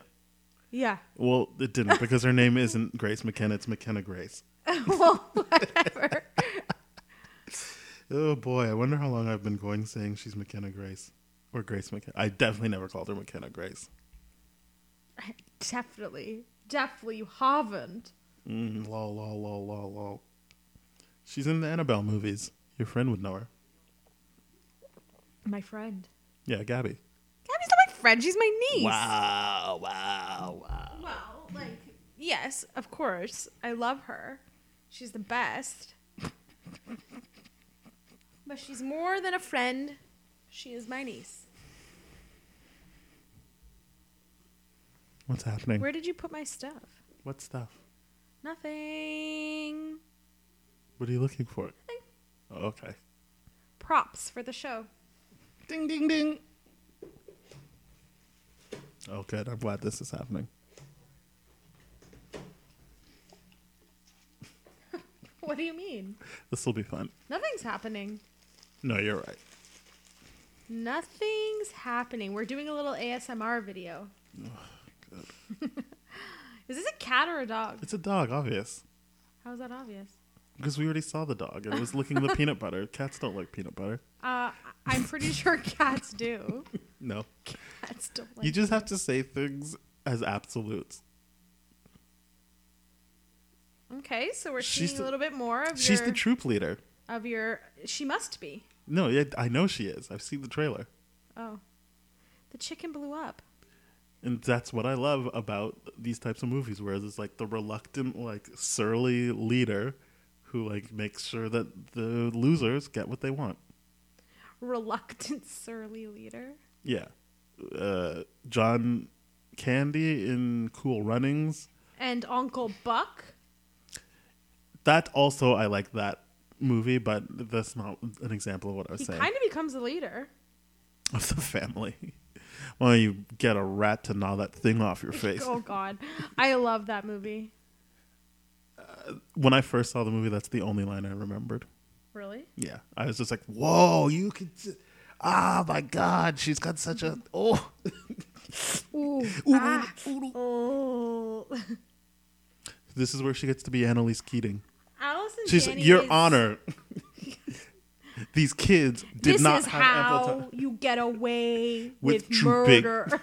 [SPEAKER 3] Yeah.
[SPEAKER 2] Well, it didn't because her name isn't Grace McKenna, it's McKenna Grace.
[SPEAKER 3] well, whatever.
[SPEAKER 2] Oh boy, I wonder how long I've been going saying she's McKenna Grace or Grace McKenna. I definitely never called her McKenna Grace.
[SPEAKER 3] definitely. Definitely you haven't.
[SPEAKER 2] Mm, lol, lol, lol, lol, lol. She's in the Annabelle movies. Your friend would know her.
[SPEAKER 3] My friend.
[SPEAKER 2] Yeah, Gabby.
[SPEAKER 3] Gabby's not my friend. She's my niece.
[SPEAKER 2] Wow, wow, wow.
[SPEAKER 3] Well, like, yes, of course. I love her. She's the best. but she's more than a friend. She is my niece.
[SPEAKER 2] What's happening?
[SPEAKER 3] Where did you put my stuff?
[SPEAKER 2] what stuff?
[SPEAKER 3] Nothing.
[SPEAKER 2] What are you looking for? Oh, okay.
[SPEAKER 3] Props for the show.
[SPEAKER 2] Ding, ding, ding. Oh, good. I'm glad this is happening.
[SPEAKER 3] What do you mean?
[SPEAKER 2] This will be fun.
[SPEAKER 3] Nothing's happening.
[SPEAKER 2] No, you're right.
[SPEAKER 3] Nothing's happening. We're doing a little ASMR video. Is this a cat or a dog?
[SPEAKER 2] It's a dog, obvious.
[SPEAKER 3] How is that obvious?
[SPEAKER 2] Because we already saw the dog. It was licking the peanut butter. Cats don't like peanut butter.
[SPEAKER 3] Uh, I- I'm pretty sure cats do.
[SPEAKER 2] No.
[SPEAKER 3] Cats don't like.
[SPEAKER 2] You just have to say things as absolutes.
[SPEAKER 3] okay, so we're
[SPEAKER 2] She's
[SPEAKER 3] seeing
[SPEAKER 2] the-
[SPEAKER 3] a little bit more of
[SPEAKER 2] She's
[SPEAKER 3] your
[SPEAKER 2] the troop leader.
[SPEAKER 3] of your. She must be.
[SPEAKER 2] No, yeah, I know she is. I've seen the trailer.
[SPEAKER 3] Oh, the chicken blew up.
[SPEAKER 2] And that's what I love about these types of movies, whereas it's like the reluctant, like surly leader who like makes sure that the losers get what they want.
[SPEAKER 3] Reluctant surly leader.
[SPEAKER 2] Yeah. Uh, John Candy in Cool Runnings.
[SPEAKER 3] And Uncle Buck.
[SPEAKER 2] That also I like that movie, but that's not an example of what I was
[SPEAKER 3] He
[SPEAKER 2] saying.
[SPEAKER 3] kind of becomes the leader.
[SPEAKER 2] of the family. Why don't you get a rat to gnaw that thing off your face?
[SPEAKER 3] Oh God, I love that movie.
[SPEAKER 2] When I first saw the movie, that's the only line I remembered.
[SPEAKER 3] Really?
[SPEAKER 2] Yeah, I was just like, "Whoa, you could." Ah, my God, she's got such a oh.
[SPEAKER 3] Ooh. ah. Oh.
[SPEAKER 2] This is where she gets to be Annalise Keating.
[SPEAKER 3] Allison.
[SPEAKER 2] She's
[SPEAKER 3] Janney
[SPEAKER 2] Your
[SPEAKER 3] is-
[SPEAKER 2] Honor. These kids did
[SPEAKER 3] this
[SPEAKER 2] not
[SPEAKER 3] is
[SPEAKER 2] have ample
[SPEAKER 3] how
[SPEAKER 2] time.
[SPEAKER 3] you get away
[SPEAKER 2] With
[SPEAKER 3] with,
[SPEAKER 2] true big-
[SPEAKER 3] murder.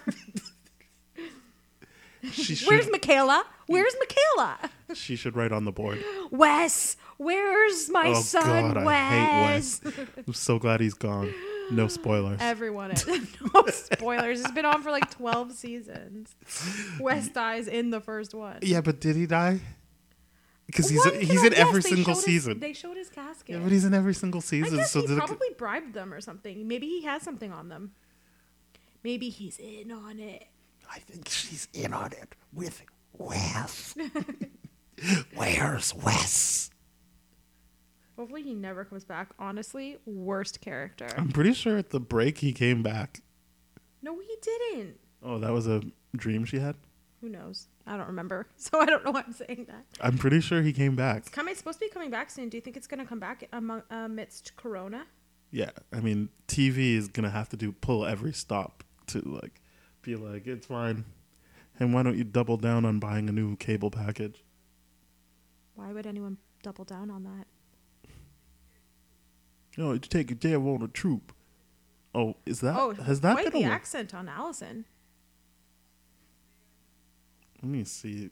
[SPEAKER 2] She should,
[SPEAKER 3] Where's Michaela? Where's Michaela?
[SPEAKER 2] she should write on the board.
[SPEAKER 3] Wes, where's my
[SPEAKER 2] Oh
[SPEAKER 3] son
[SPEAKER 2] God,
[SPEAKER 3] Wes?
[SPEAKER 2] I hate Wes. I'm so glad he's gone. No spoilers.
[SPEAKER 3] Everyone is. no spoilers. It's been on for like 12 seasons. Wes dies in the first one.
[SPEAKER 2] yeah, but did he die? Because he's
[SPEAKER 3] One
[SPEAKER 2] he's
[SPEAKER 3] cannot-
[SPEAKER 2] in every
[SPEAKER 3] yes, they
[SPEAKER 2] single
[SPEAKER 3] showed his-
[SPEAKER 2] season.
[SPEAKER 3] they showed his casket.
[SPEAKER 2] Yeah, but he's in every single
[SPEAKER 3] I
[SPEAKER 2] season.
[SPEAKER 3] guess
[SPEAKER 2] So
[SPEAKER 3] he
[SPEAKER 2] the,
[SPEAKER 3] probably bribed them or something. Maybe he has something on them. Maybe he's in on it.
[SPEAKER 2] I think she's in on it with Wes. Where's Wes?
[SPEAKER 3] Hopefully he never comes back. Honestly, worst character.
[SPEAKER 2] I'm pretty sure at the break he came back.
[SPEAKER 3] No, he didn't.
[SPEAKER 2] Oh, that was a dream she had.
[SPEAKER 3] Who knows? I don't remember. So I don't know why I'm saying that.
[SPEAKER 2] I'm pretty sure he came back.
[SPEAKER 3] Come, it's supposed to be coming back soon. Do you think it's going to come back among, amidst Corona?
[SPEAKER 2] Yeah, I mean TV is gonna have to do pull every stop to like be like it's fine. And why don't you double down on buying a new cable package?
[SPEAKER 3] Why would anyone double down on that?
[SPEAKER 2] No, you take a day on a troop. Oh, is that
[SPEAKER 3] oh,
[SPEAKER 2] has that
[SPEAKER 3] quite
[SPEAKER 2] been
[SPEAKER 3] the
[SPEAKER 2] a,
[SPEAKER 3] accent on Allison.
[SPEAKER 2] Let me see.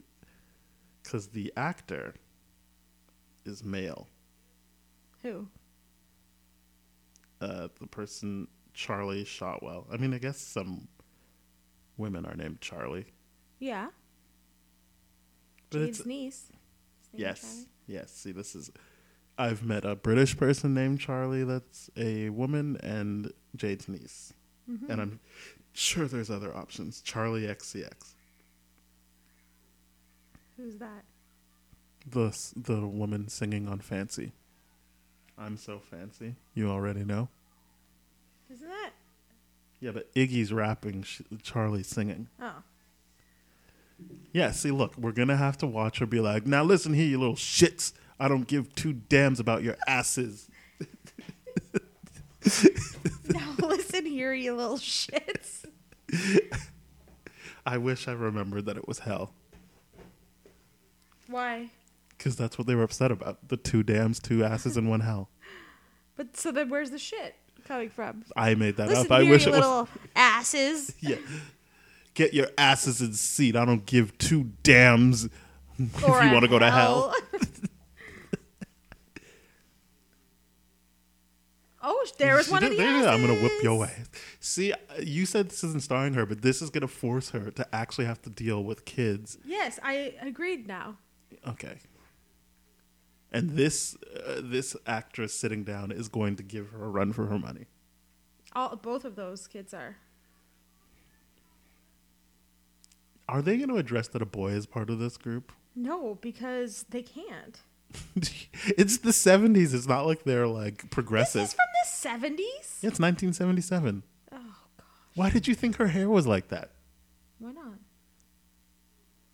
[SPEAKER 2] Because the actor is male.
[SPEAKER 3] Who?
[SPEAKER 2] Uh, the person, Charlie Shotwell. I mean, I guess some women are named Charlie.
[SPEAKER 3] Yeah,
[SPEAKER 2] But
[SPEAKER 3] Jade's
[SPEAKER 2] it's,
[SPEAKER 3] niece. His name is
[SPEAKER 2] yes.
[SPEAKER 3] Charlie.
[SPEAKER 2] Yes. See, this is. I've met a British person named Charlie that's a woman and Jade's niece.
[SPEAKER 3] Mm-hmm.
[SPEAKER 2] And I'm sure there's other options. Charlie XCX.
[SPEAKER 3] Who's that?
[SPEAKER 2] The, s- the woman singing on Fancy. I'm so fancy. You already know.
[SPEAKER 3] Isn't that?
[SPEAKER 2] Yeah, but Iggy's rapping, sh- Charlie's singing.
[SPEAKER 3] Oh,
[SPEAKER 2] Yeah, see, look, we're gonna have to watch her be like, "Now listen here, you little shits. I don't give two dams about your asses."
[SPEAKER 3] now listen here, you little shits.
[SPEAKER 2] I wish I remembered that it was hell,
[SPEAKER 3] Why?
[SPEAKER 2] because that's what they were upset about: the two dams, two asses, and one hell.
[SPEAKER 3] But so then, where's the shit coming from?
[SPEAKER 2] I made that
[SPEAKER 3] Listen
[SPEAKER 2] up. I
[SPEAKER 3] here,
[SPEAKER 2] wish
[SPEAKER 3] you
[SPEAKER 2] it
[SPEAKER 3] little
[SPEAKER 2] was.
[SPEAKER 3] asses.
[SPEAKER 2] Yeah, get your asses in seat. I don't give two dams. if you
[SPEAKER 3] Or
[SPEAKER 2] want to
[SPEAKER 3] a
[SPEAKER 2] go to hell,
[SPEAKER 3] oh, there was
[SPEAKER 2] She
[SPEAKER 3] one of
[SPEAKER 2] did-
[SPEAKER 3] the.
[SPEAKER 2] there you go. I'm gonna whip your
[SPEAKER 3] asses.
[SPEAKER 2] ass. See, uh, you said this isn't starring her, but this is gonna force her to actually have to deal with kids
[SPEAKER 3] Yes, I agreed. Now
[SPEAKER 2] Okay. And this uh, this actress sitting down is going to give her a run for her money.
[SPEAKER 3] all both of those kids are.
[SPEAKER 2] Are they going to address that a boy is part of this group?
[SPEAKER 3] No, because they can't.
[SPEAKER 2] it's the 70s. It's not like they're like progressive.
[SPEAKER 3] This is from the 70s?
[SPEAKER 2] Yeah, it's 1977.
[SPEAKER 3] Oh, God.
[SPEAKER 2] Why did you think her hair was like that?
[SPEAKER 3] Why not?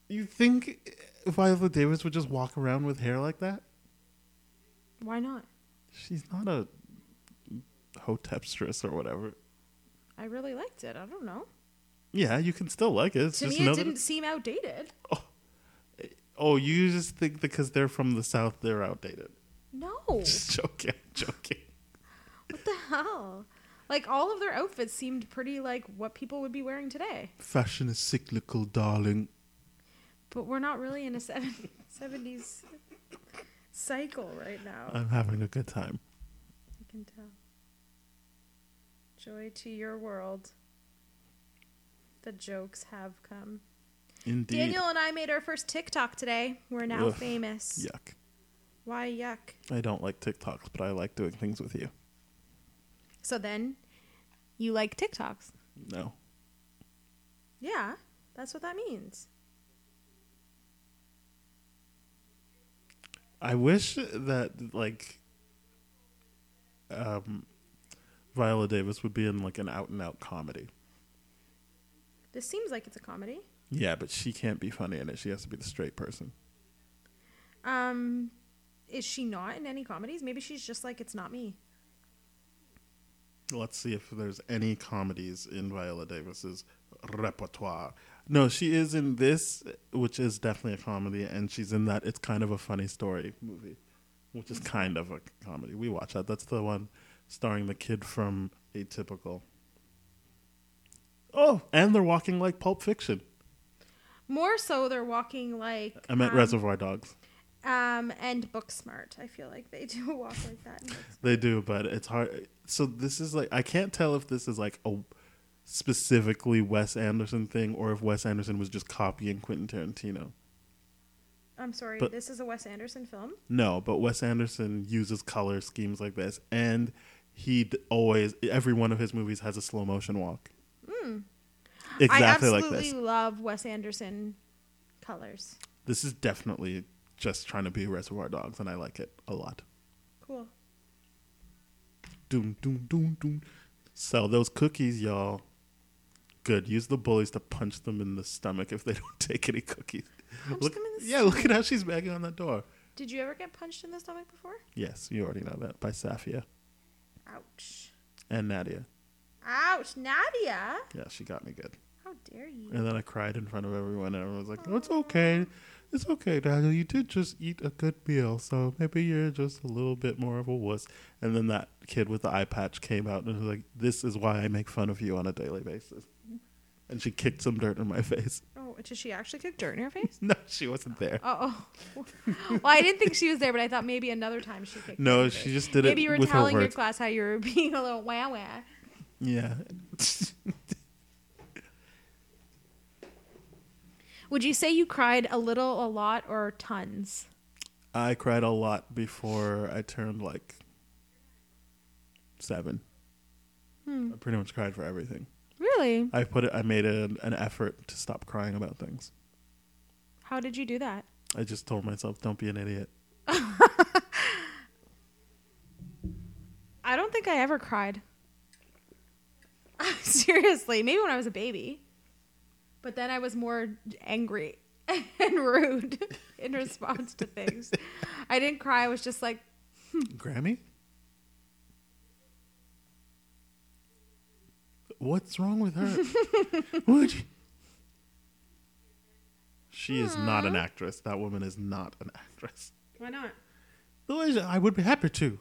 [SPEAKER 2] You think Viola Davis would just walk around with hair like that?
[SPEAKER 3] Why not?
[SPEAKER 2] She's not a hotepstress or whatever.
[SPEAKER 3] I really liked it. I don't know.
[SPEAKER 2] Yeah, you can still like it. It's
[SPEAKER 3] To
[SPEAKER 2] just
[SPEAKER 3] me,
[SPEAKER 2] know
[SPEAKER 3] it
[SPEAKER 2] that
[SPEAKER 3] didn't seem outdated.
[SPEAKER 2] oh, you just think because they're from the South, they're outdated.
[SPEAKER 3] No. what
[SPEAKER 2] Just joking, joking.
[SPEAKER 3] the hell? Like, all of their outfits seemed pretty like what people would be wearing today.
[SPEAKER 2] Fashion is cyclical, darling.
[SPEAKER 3] But we're not really in a 70, 70s cycle right now.
[SPEAKER 2] I'm having a good time.
[SPEAKER 3] I can tell. Joy to your world. The jokes have come.
[SPEAKER 2] Indeed.
[SPEAKER 3] Daniel and I made our first TikTok today. We're now
[SPEAKER 2] Ugh.
[SPEAKER 3] famous.
[SPEAKER 2] Yuck.
[SPEAKER 3] Why yuck?
[SPEAKER 2] I don't like TikToks, but I like doing things with you.
[SPEAKER 3] So then you like TikToks.
[SPEAKER 2] No.
[SPEAKER 3] Yeah, that's what that means.
[SPEAKER 2] I wish that like um Viola Davis would be in like an out and out comedy.
[SPEAKER 3] This seems like it's a comedy.
[SPEAKER 2] Yeah, but she can't be funny in it. She has to be the straight person.
[SPEAKER 3] Um is she not in any comedies? Maybe she's just like it's not me.
[SPEAKER 2] Let's see if there's any comedies in Viola Davis's repertoire. No, she is in this, which is definitely a comedy, and she's in that It's Kind of a Funny Story movie, which is kind of a comedy. We watch that. That's the one starring the kid from Atypical. Oh, and they're walking like Pulp Fiction.
[SPEAKER 3] More so they're walking like
[SPEAKER 2] I meant
[SPEAKER 3] um,
[SPEAKER 2] Reservoir Dogs.
[SPEAKER 3] um and book smart. I feel like they do walk like that. in Booksmart.
[SPEAKER 2] They do, but it's hard. So this is like I can't tell if this is like a specifically Wes Anderson thing or if Wes Anderson was just copying Quentin Tarantino.
[SPEAKER 3] I'm sorry,
[SPEAKER 2] But-
[SPEAKER 3] this is a Wes Anderson film.
[SPEAKER 2] No, but Wes Anderson uses color schemes like this, and he d- always every one of his movies has a slow motion walk.
[SPEAKER 3] Hmm. I
[SPEAKER 2] Exactly like this.
[SPEAKER 3] absolutely love Wes Anderson colors.
[SPEAKER 2] This is definitely just trying to be Reservoir Dogs, and I like it a lot.
[SPEAKER 3] Cool.
[SPEAKER 2] Doom, doom, doom, doom. Sell those cookies, y'all. Good. Use the bullies to punch them in the stomach if they don't take any cookies.
[SPEAKER 3] Punch
[SPEAKER 2] Look-
[SPEAKER 3] them in the
[SPEAKER 2] yeah, look at how she's banging on that door.
[SPEAKER 3] Did you ever get punched in the stomach before?
[SPEAKER 2] Yes, you already know that by Safia
[SPEAKER 3] Ouch.
[SPEAKER 2] and Nadia.
[SPEAKER 3] Ouch, Nadia.
[SPEAKER 2] Yeah, she got me good.
[SPEAKER 3] How dare you?
[SPEAKER 2] And then I cried in front of everyone, and everyone was like, "No, it's okay. It's okay, Daniel. You did just eat a good meal, so maybe you're just a little bit more of a wuss." And then that kid with the eye patch came out and was like, "This is why I make fun of you on a daily basis." And she kicked some dirt in my face.
[SPEAKER 3] Oh, did she actually kick dirt in her face?
[SPEAKER 2] No, she wasn't there.
[SPEAKER 3] Oh, oh. well, I didn't think she was there, but I thought maybe another time she kicked. dirt in
[SPEAKER 2] No,
[SPEAKER 3] her
[SPEAKER 2] she
[SPEAKER 3] face.
[SPEAKER 2] just did
[SPEAKER 3] Maybe you
[SPEAKER 2] it
[SPEAKER 3] were
[SPEAKER 2] with her
[SPEAKER 3] telling your
[SPEAKER 2] words.
[SPEAKER 3] class how you were being a little wah wah.
[SPEAKER 2] yeah.
[SPEAKER 3] Would you say you cried a little, a lot, or tons?
[SPEAKER 2] I cried a lot before I turned like seven. I pretty much cried for everything.
[SPEAKER 3] Really?
[SPEAKER 2] I put it. I made an, an effort to stop crying about things.
[SPEAKER 3] How did you do that?
[SPEAKER 2] I just told myself, "Don't be an idiot."
[SPEAKER 3] I don't think I ever cried. Seriously, maybe when I was a baby. But then I was more angry and rude in response to things. I didn't cry. I was just like,
[SPEAKER 2] Grammy. What's wrong with her? Would you- She is not an actress. That woman is not an actress.
[SPEAKER 3] why not?
[SPEAKER 2] Louise, I would be happy to.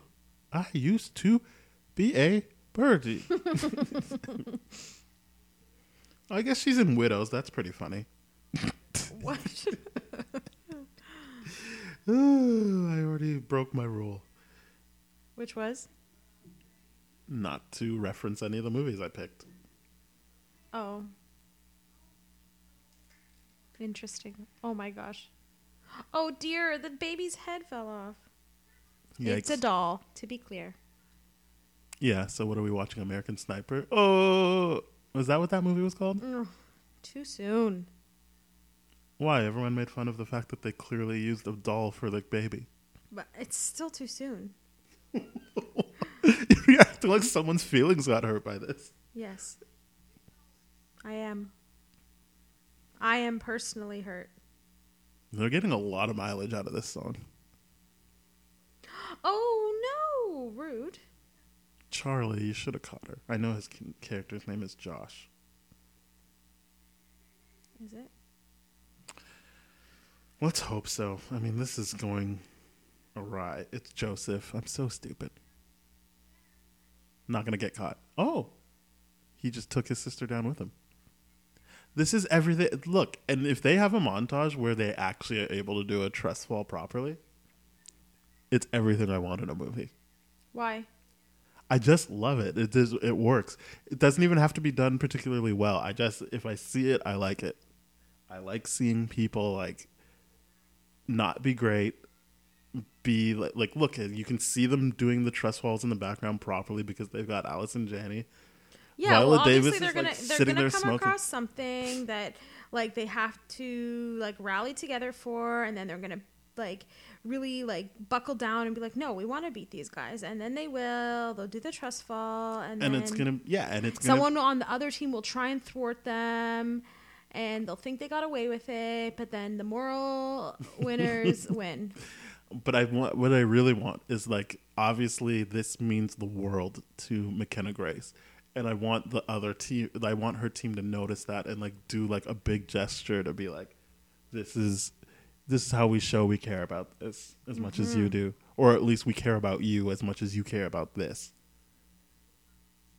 [SPEAKER 2] I used to be a birdie. I guess she's in Widows. That's pretty funny.
[SPEAKER 3] What?
[SPEAKER 2] Ooh, I already broke my rule
[SPEAKER 3] Which was?
[SPEAKER 2] not to reference any of the movies I picked.
[SPEAKER 3] Oh. Interesting. Oh my gosh. Oh dear, the baby's head fell off. It's a
[SPEAKER 2] Yikes.
[SPEAKER 3] doll, to be clear.
[SPEAKER 2] Yeah, so what are we watching? American Sniper? Oh, was that what that movie was called?
[SPEAKER 3] Too soon.
[SPEAKER 2] Why? Everyone made fun of the fact that they clearly used a doll for the baby.
[SPEAKER 3] But it's still too soon.
[SPEAKER 2] you act like someone's feelings got hurt by this.
[SPEAKER 3] Yes. I am. I am personally hurt.
[SPEAKER 2] They're getting a lot of mileage out of this song.
[SPEAKER 3] Oh no! Rude.
[SPEAKER 2] Charlie, you should have caught her. I know his c- character's name is Josh.
[SPEAKER 3] Is it?
[SPEAKER 2] Let's hope so. I mean, this is going awry. It's Joseph. I'm so stupid. Not going to get caught. Oh, he just took his sister down with him. This is everything. Look, and if they have a montage where they actually are able to do a trust fall properly, it's everything I want in a movie.
[SPEAKER 3] Why?
[SPEAKER 2] I just love it. It does. It works. It doesn't even have to be done particularly well. I just if I see it, I like it. I like seeing people like not be great, be like, like look, eh, you can see them doing the trust walls in the background properly because they've got Alice and Janney.
[SPEAKER 3] Yeah, well,
[SPEAKER 2] Viola Davis
[SPEAKER 3] obviously
[SPEAKER 2] is,
[SPEAKER 3] they're gonna
[SPEAKER 2] like,
[SPEAKER 3] they're
[SPEAKER 2] sitting
[SPEAKER 3] gonna
[SPEAKER 2] there
[SPEAKER 3] come
[SPEAKER 2] smoking.
[SPEAKER 3] across something that like they have to like rally together for, and then they're gonna like really like buckle down and be like, no, we want to beat these guys, and then they will. They'll do the trust fall, and,
[SPEAKER 2] And
[SPEAKER 3] then
[SPEAKER 2] it's gonna yeah, and it's gonna
[SPEAKER 3] someone on the other team will try and thwart them, and they'll think they got away with it, but then the moral winners win.
[SPEAKER 2] but I want what I really want is like obviously this means the world to McKenna Grace, and I want the other team. I want her team to notice that and like do like a big gesture to be like, this is this is how we show we care about this as much as you do, or at least we care about you as much as you care about this.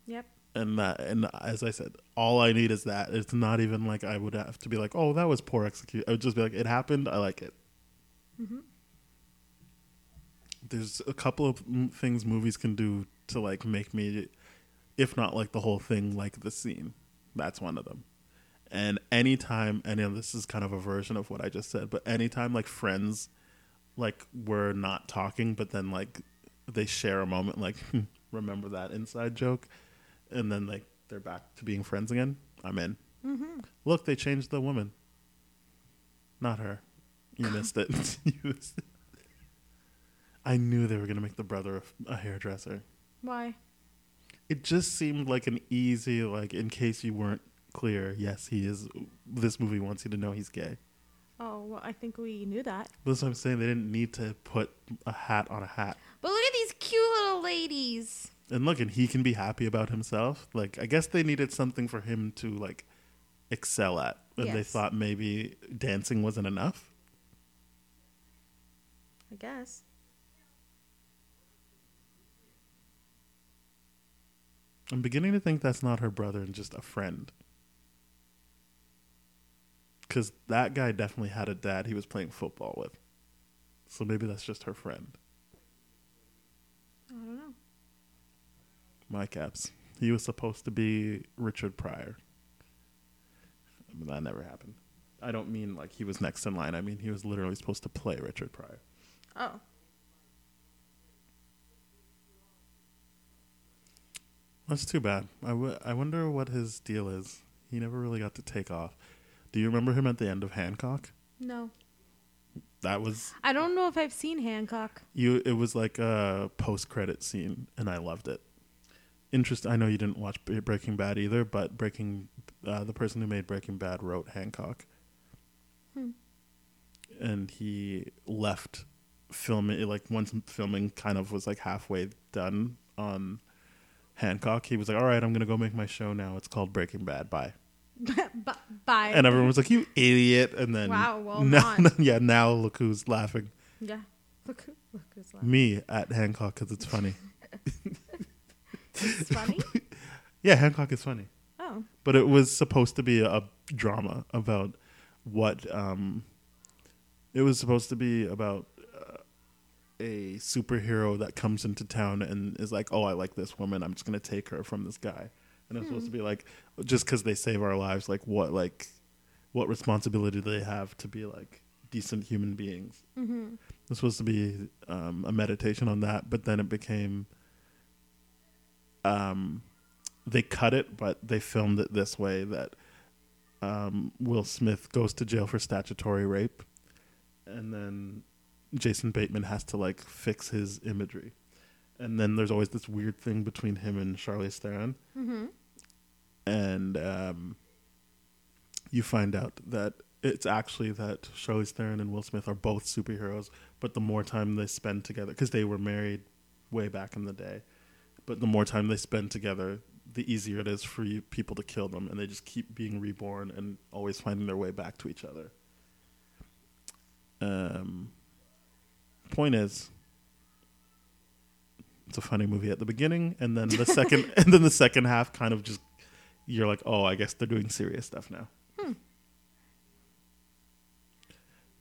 [SPEAKER 3] Yep.
[SPEAKER 2] And that, and as I said, all I need is that. It's not even like I would have to be like, oh, that was poor execution. I would just be like, it happened. I like it. there's a couple of m- things movies can do to like make me if not like the whole thing like the scene that's one of them and anytime and you know, this is kind of a version of what i just said but anytime like friends like were not talking but then like they share a moment like remember that inside joke and then like they're back to being friends again i'm in look they changed the woman not her you missed it you missed it I knew they were going to make the brother a, a hairdresser.
[SPEAKER 3] Why?
[SPEAKER 2] It just seemed like an easy, like, in case you weren't clear, yes, he is. This movie wants you to know he's gay.
[SPEAKER 3] Oh well, I think we knew that.
[SPEAKER 2] That's what I'm saying. They didn't need to put a hat on a hat.
[SPEAKER 3] But look at these cute little ladies.
[SPEAKER 2] And look, and he can be happy about himself. Like, I guess they needed something for him to, like, excel at. And they
[SPEAKER 3] Yes.
[SPEAKER 2] thought maybe dancing wasn't enough.
[SPEAKER 3] I guess.
[SPEAKER 2] I'm beginning to think that's not her brother and just a friend. Because that guy definitely had a dad he was playing football with. So maybe that's just her friend.
[SPEAKER 3] I don't know.
[SPEAKER 2] My caps. He was supposed to be Richard Pryor. But that never happened. I don't mean like he was next in line. I mean he was literally supposed to play Richard Pryor.
[SPEAKER 3] Oh.
[SPEAKER 2] That's too bad. I, w- I wonder what his deal is. He never really got to take off. Do you remember him at the end of Hancock?
[SPEAKER 3] No.
[SPEAKER 2] That was
[SPEAKER 3] I don't know if I've seen Hancock.
[SPEAKER 2] you it was like a post credit scene and i loved it interest i know you didn't watch Bre- breaking bad either but breaking uh, the person who made breaking bad wrote hancock and he left filming like once filming kind of was like halfway done on hancock he was like all right i'm gonna go make my show now it's called breaking bad bye
[SPEAKER 3] B- bye.
[SPEAKER 2] and everyone was like you idiot and then
[SPEAKER 3] Wow, well,
[SPEAKER 2] now,
[SPEAKER 3] not.
[SPEAKER 2] yeah now look who's laughing
[SPEAKER 3] yeah. Look, who- look who's laughing.
[SPEAKER 2] me at hancock because it's funny
[SPEAKER 3] It's funny.
[SPEAKER 2] Yeah, Hancock is funny,
[SPEAKER 3] Oh.
[SPEAKER 2] but it was supposed to be a drama about what um, it was supposed to be about uh, a superhero that comes into town and is like, "Oh, I like this woman. I'm just gonna take her from this guy." And it's supposed to be like, just because they save our lives, like what, like what responsibility do they have to be like decent human beings? Mm-hmm. It's supposed to be um, a meditation on that, but then it became they cut it, but they filmed it this way that um, Will Smith goes to jail for statutory rape, and then Jason Bateman has to like fix his imagery, and then there's always this weird thing between him and Charlize Theron, and um, you find out that it's actually that Charlize Theron and Will Smith are both superheroes, but the more time they spend together, because they were married way back in the day, but the more time they spend together, the easier it is for you, people to kill them, and they just keep being reborn and always finding their way back to each other. Um, point is, it's a funny movie at the beginning, and then the second, and then the second half kind of just you're like, oh, I guess they're doing serious stuff now.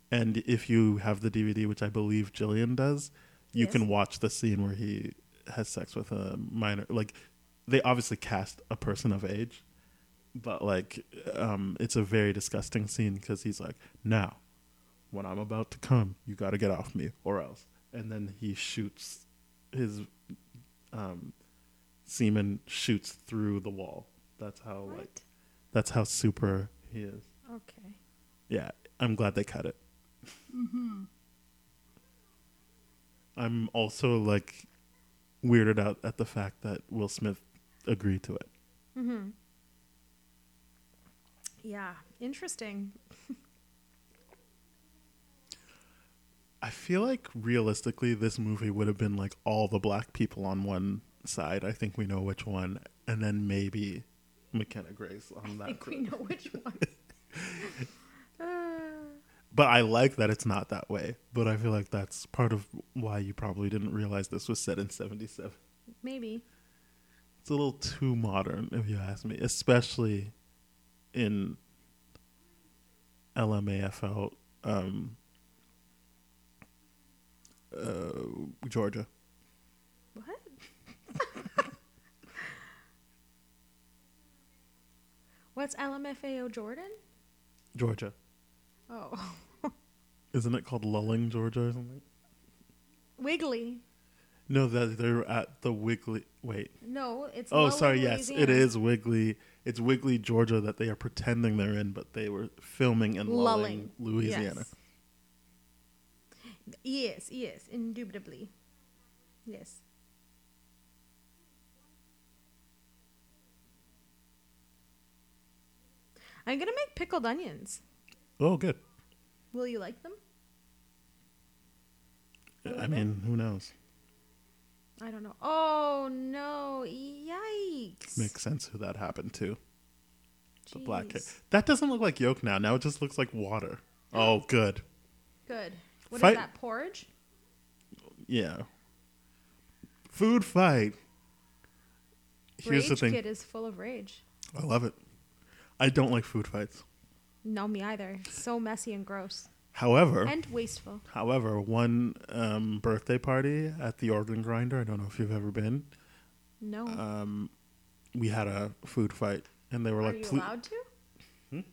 [SPEAKER 2] And if you have the DVD, which I believe Jillian does, you
[SPEAKER 3] Yes.
[SPEAKER 2] can watch the scene where he has sex with a minor. Like, they obviously cast a person of age, but like, um, it's a very disgusting scene because he's like, now, when I'm about to come, you got to get off me or else. And then he shoots his um, semen shoots through the wall. That's how like
[SPEAKER 3] What?
[SPEAKER 2] that's how super he is.
[SPEAKER 3] Okay.
[SPEAKER 2] Yeah, I'm glad they cut it. I'm also like weirded out at the fact that Will Smith agreed to it.
[SPEAKER 3] Yeah. Interesting.
[SPEAKER 2] I feel like realistically, this movie would have been like all the black people on one side. I think we know which one, and then maybe McKenna Grace on that.
[SPEAKER 3] I think
[SPEAKER 2] side.
[SPEAKER 3] we know which one. Uh,
[SPEAKER 2] But I like that it's not that way. But I feel like that's part of why you probably didn't realize this was set in 77.
[SPEAKER 3] maybe.
[SPEAKER 2] It's a little too modern, if you ask me, especially in LMAFL, um, uh, Georgia.
[SPEAKER 3] What? What's LMFAO Jordan?
[SPEAKER 2] Georgia.
[SPEAKER 3] Oh.
[SPEAKER 2] Isn't it called Lulling, Georgia or something?
[SPEAKER 3] Wiggly.
[SPEAKER 2] No, that they're at the Wiggly. Wait.
[SPEAKER 3] No, it's
[SPEAKER 2] Oh,
[SPEAKER 3] Lowell,
[SPEAKER 2] sorry. Yes, it
[SPEAKER 3] Louisiana.
[SPEAKER 2] is Wiggly. It's Wiggly, Georgia, that they are pretending they're in, but they were filming in Lulling,
[SPEAKER 3] Lulling,
[SPEAKER 2] Louisiana.
[SPEAKER 3] Yes, yes, yes indubitably. Yes. I'm gonna make pickled onions.
[SPEAKER 2] Oh, good.
[SPEAKER 3] Will you like them? Oh,
[SPEAKER 2] I mean, who knows?
[SPEAKER 3] I don't know. Oh no! Yikes!
[SPEAKER 2] Makes sense who that happened to. The black kid.
[SPEAKER 3] Jeez.
[SPEAKER 2] That doesn't look like yolk now. Now it just looks like water. Oh, good.
[SPEAKER 3] Good. What is
[SPEAKER 2] Fight-
[SPEAKER 3] that porridge?
[SPEAKER 2] Yeah. Food fight. Here's
[SPEAKER 3] rage
[SPEAKER 2] the thing.
[SPEAKER 3] Kid is full of rage.
[SPEAKER 2] I love it. I don't like food fights.
[SPEAKER 3] No, me either. So messy and gross
[SPEAKER 2] However,
[SPEAKER 3] and wasteful.
[SPEAKER 2] However, one um, birthday party at the organ grinder, I don't know if you've ever been,
[SPEAKER 3] No.
[SPEAKER 2] we had a food fight and they were
[SPEAKER 3] Are
[SPEAKER 2] Uh, like,
[SPEAKER 3] you
[SPEAKER 2] "Ple-
[SPEAKER 3] allowed to?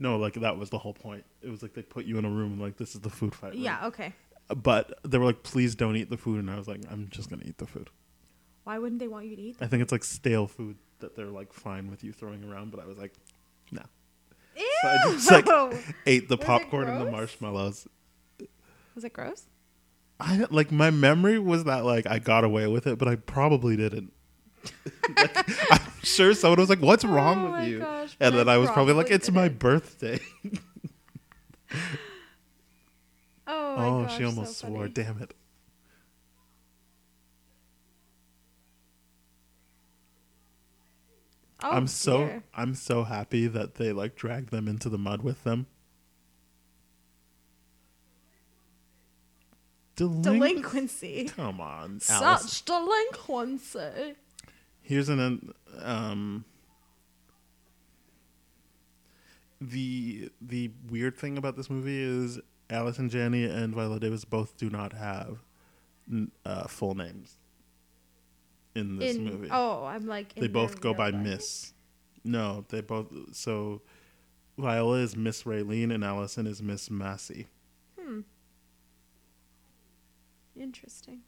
[SPEAKER 2] No, like that was the whole point. It was like they put you in a room and like, this is the food fight. room."
[SPEAKER 3] Yeah. Okay.
[SPEAKER 2] But they were like, please don't eat the food. And I was like, I'm just going to eat the food.
[SPEAKER 3] Why wouldn't they want you to eat
[SPEAKER 2] I
[SPEAKER 3] them?
[SPEAKER 2] think it's like stale food that they're like fine with you throwing around. But I was like, no.
[SPEAKER 3] Ew!
[SPEAKER 2] So I just like ate the
[SPEAKER 3] Was it
[SPEAKER 2] popcorn and the
[SPEAKER 3] gross?
[SPEAKER 2] marshmallows.
[SPEAKER 3] Was it gross?
[SPEAKER 2] I like my memory was that like I got away with it, but I probably didn't. like, I'm sure someone was like, "What's wrong
[SPEAKER 3] Oh
[SPEAKER 2] with
[SPEAKER 3] my
[SPEAKER 2] you?"
[SPEAKER 3] gosh,
[SPEAKER 2] and then
[SPEAKER 3] I
[SPEAKER 2] I was probably like,
[SPEAKER 3] probably
[SPEAKER 2] "It's my
[SPEAKER 3] didn't."
[SPEAKER 2] birthday."
[SPEAKER 3] Oh, my
[SPEAKER 2] oh,
[SPEAKER 3] gosh,
[SPEAKER 2] she almost
[SPEAKER 3] so
[SPEAKER 2] swore.
[SPEAKER 3] funny.
[SPEAKER 2] Damn it!
[SPEAKER 3] Oh,
[SPEAKER 2] I'm so
[SPEAKER 3] dear.
[SPEAKER 2] I'm so happy that they like dragged them into the mud with them. Delinqu-
[SPEAKER 3] delinquency.
[SPEAKER 2] Come on, Alice.
[SPEAKER 3] Such delinquency.
[SPEAKER 2] Here's an um the the weird thing about this movie is Alice and Janney and Viola Davis both do not have n- uh, full names in this
[SPEAKER 3] In-
[SPEAKER 2] movie.
[SPEAKER 3] Oh, I'm like.
[SPEAKER 2] they
[SPEAKER 3] in their
[SPEAKER 2] both go
[SPEAKER 3] real
[SPEAKER 2] by
[SPEAKER 3] life.
[SPEAKER 2] Miss. No, they both so Viola is Miss Raylene and Allison is Miss Massey.
[SPEAKER 3] Interesting.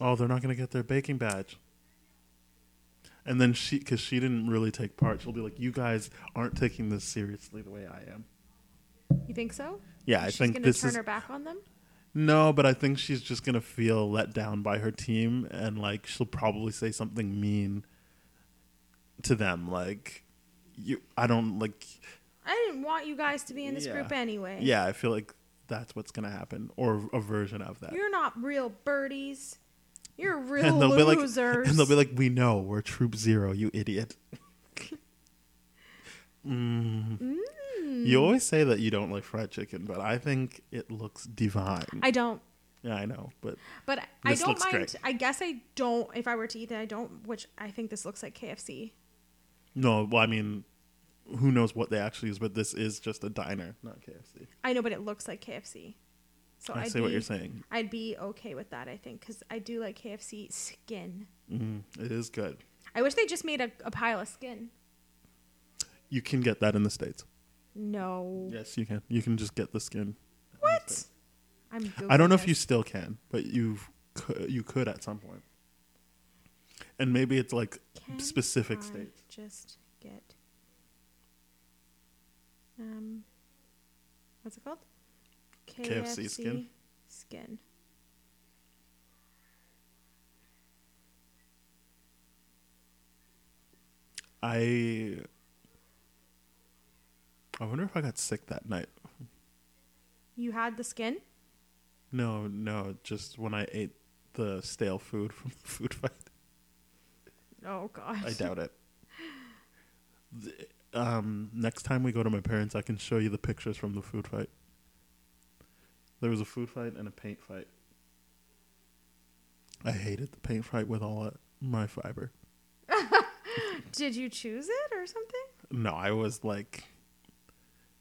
[SPEAKER 2] Oh, they're not going to get their baking badge. And then she, because she didn't really take part, she'll be like, "You guys aren't taking this seriously the way I am."
[SPEAKER 3] You think so?
[SPEAKER 2] Yeah, I
[SPEAKER 3] She's
[SPEAKER 2] think
[SPEAKER 3] gonna
[SPEAKER 2] this
[SPEAKER 3] turn
[SPEAKER 2] is-
[SPEAKER 3] her back on them.
[SPEAKER 2] No, but I think she's just gonna feel let down by her team, and like she'll probably say something mean to them, like, "You, I don't like."
[SPEAKER 3] I didn't want you guys to be in this
[SPEAKER 2] Yeah.
[SPEAKER 3] group anyway.
[SPEAKER 2] Yeah, I feel like that's what's gonna happen, or a version of that.
[SPEAKER 3] You're not real birdies. You're real
[SPEAKER 2] and they'll
[SPEAKER 3] losers.
[SPEAKER 2] be like, and they'll be like, "We know we're Troop Zero, you idiot." mm. You always say that you don't like fried chicken, but I think it looks divine.
[SPEAKER 3] I don't.
[SPEAKER 2] yeah, I know, but
[SPEAKER 3] But I
[SPEAKER 2] This
[SPEAKER 3] don't
[SPEAKER 2] looks
[SPEAKER 3] mind.
[SPEAKER 2] great.
[SPEAKER 3] I guess I don't. If I were to eat it, I don't. Which I think this looks like KFC.
[SPEAKER 2] no. Well, I mean, who knows what they actually use? But this is just a diner, not KFC.
[SPEAKER 3] I know, but it looks like KFC. So
[SPEAKER 2] I
[SPEAKER 3] would
[SPEAKER 2] see what you're
[SPEAKER 3] be-
[SPEAKER 2] saying.
[SPEAKER 3] I'd be okay with that, I think, because I do like KFC skin.
[SPEAKER 2] Mm, It is good.
[SPEAKER 3] I wish they just made a, a pile of skin.
[SPEAKER 2] You can get that in the states.
[SPEAKER 3] No.
[SPEAKER 2] Yes, you can. You can just get the skin.
[SPEAKER 3] What? I'm.
[SPEAKER 2] I don't know
[SPEAKER 3] Googling
[SPEAKER 2] if you
[SPEAKER 3] this.
[SPEAKER 2] still can, but you could, you could at some point. And maybe it's like
[SPEAKER 3] Can
[SPEAKER 2] specific
[SPEAKER 3] I
[SPEAKER 2] states.
[SPEAKER 3] Just get. Um. What's it called?
[SPEAKER 2] KFC skin?
[SPEAKER 3] Skin.
[SPEAKER 2] I I wonder if I got sick that night.
[SPEAKER 3] You had the skin.
[SPEAKER 2] No, no, just when I ate the stale food from the food fight.
[SPEAKER 3] Oh gosh.
[SPEAKER 2] I doubt it. The- um, next time we go to my parents, I can show you the pictures from the food fight. There was a food fight and a paint fight. I hated the paint fight with all my fiber.
[SPEAKER 3] Did you choose it or something?
[SPEAKER 2] No, I was like,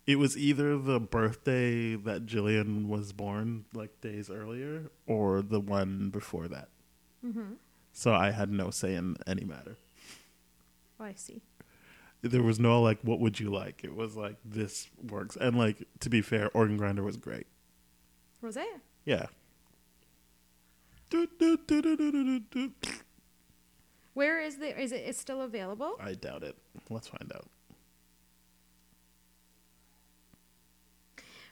[SPEAKER 2] it was either the birthday that Jillian was born, like days earlier, or the one before that. So I had no say in any matter.
[SPEAKER 3] Oh, I see.
[SPEAKER 2] There was no like, what would you like? It was like, this works. And like, to be fair, Organ Grinder was great.
[SPEAKER 3] Rosé.
[SPEAKER 2] Yeah. Doot, doot, doot, doot, doot, doot, doot.
[SPEAKER 3] Where is the? Is it? It's still available?
[SPEAKER 2] I doubt it. Let's find out.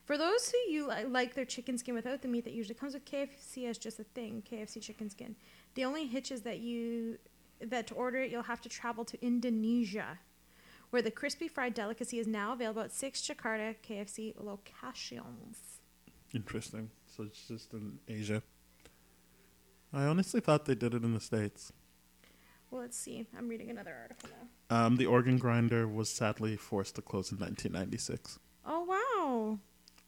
[SPEAKER 3] For those who you li- like their chicken skin without the meat that usually comes with KFC as just a thing, KFC chicken skin. The only hitch is that you that to order it you'll have to travel to Indonesia, where the crispy fried delicacy is now available at six Jakarta KFC locations.
[SPEAKER 2] Interesting. So it's just in Asia. I honestly thought they did it in the States.
[SPEAKER 3] Well, let's see. I'm reading another article now.
[SPEAKER 2] Um, the organ grinder was sadly forced to close in 1996.
[SPEAKER 3] Oh wow.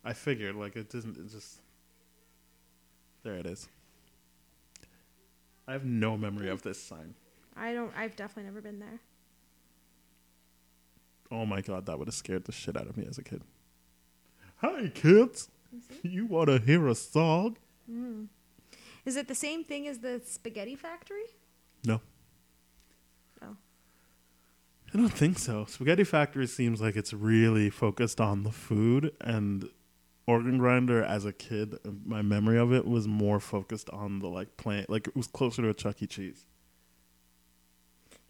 [SPEAKER 2] I figured, like, it doesn't, it just. There it is. I have no memory of this sign.
[SPEAKER 3] I don't. I've definitely never been there.
[SPEAKER 2] Oh my god, that would have scared the shit out of me as a kid. Hi, kids! You want to hear a song?
[SPEAKER 3] Is it the same thing as the spaghetti factory?
[SPEAKER 2] No.
[SPEAKER 3] Oh.
[SPEAKER 2] I don't think so. Spaghetti Factory seems like it's really focused on the food and Organ Grinder as a kid, my memory of it was more focused on the like plant like it was closer to a Chuck E. Cheese.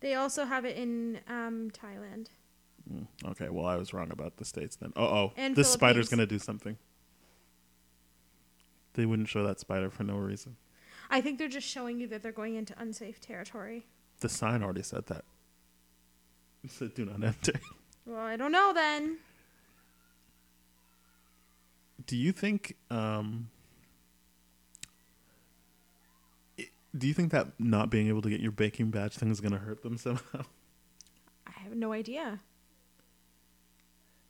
[SPEAKER 3] They also have it in um, Thailand.
[SPEAKER 2] Okay, well I was wrong about the states then. Uh oh.
[SPEAKER 3] And
[SPEAKER 2] This spider's
[SPEAKER 3] Philippines.
[SPEAKER 2] gonna do something. They wouldn't show that spider for no reason.
[SPEAKER 3] I think they're just showing you that they're going into unsafe territory.
[SPEAKER 2] The sign already said that. It said do not enter.
[SPEAKER 3] Well, I don't know then.
[SPEAKER 2] do you think um i- do you think that not being able to get your baking badge thing is going to hurt them somehow
[SPEAKER 3] I have no idea.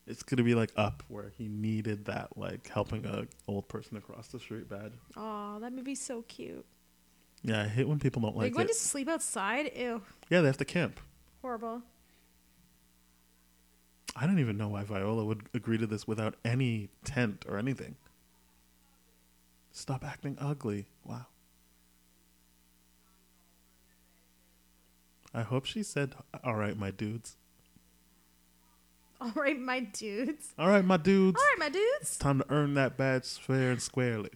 [SPEAKER 2] it's going to be like up where he needed that like helping a old person across the street badge
[SPEAKER 3] Oh, that movie's so cute.
[SPEAKER 2] yeah i hate when people don't
[SPEAKER 3] They're
[SPEAKER 2] like
[SPEAKER 3] going
[SPEAKER 2] it
[SPEAKER 3] to sleep outside? Ew,
[SPEAKER 2] yeah they have to camp
[SPEAKER 3] horrible.
[SPEAKER 2] i don't even know why viola would agree to this without any tent or anything stop acting ugly wow i hope she said all right my dudes
[SPEAKER 3] All right, my dudes.
[SPEAKER 2] all right my dudes
[SPEAKER 3] All right, my
[SPEAKER 2] It's
[SPEAKER 3] dudes.
[SPEAKER 2] time to earn that badge fair and squarely.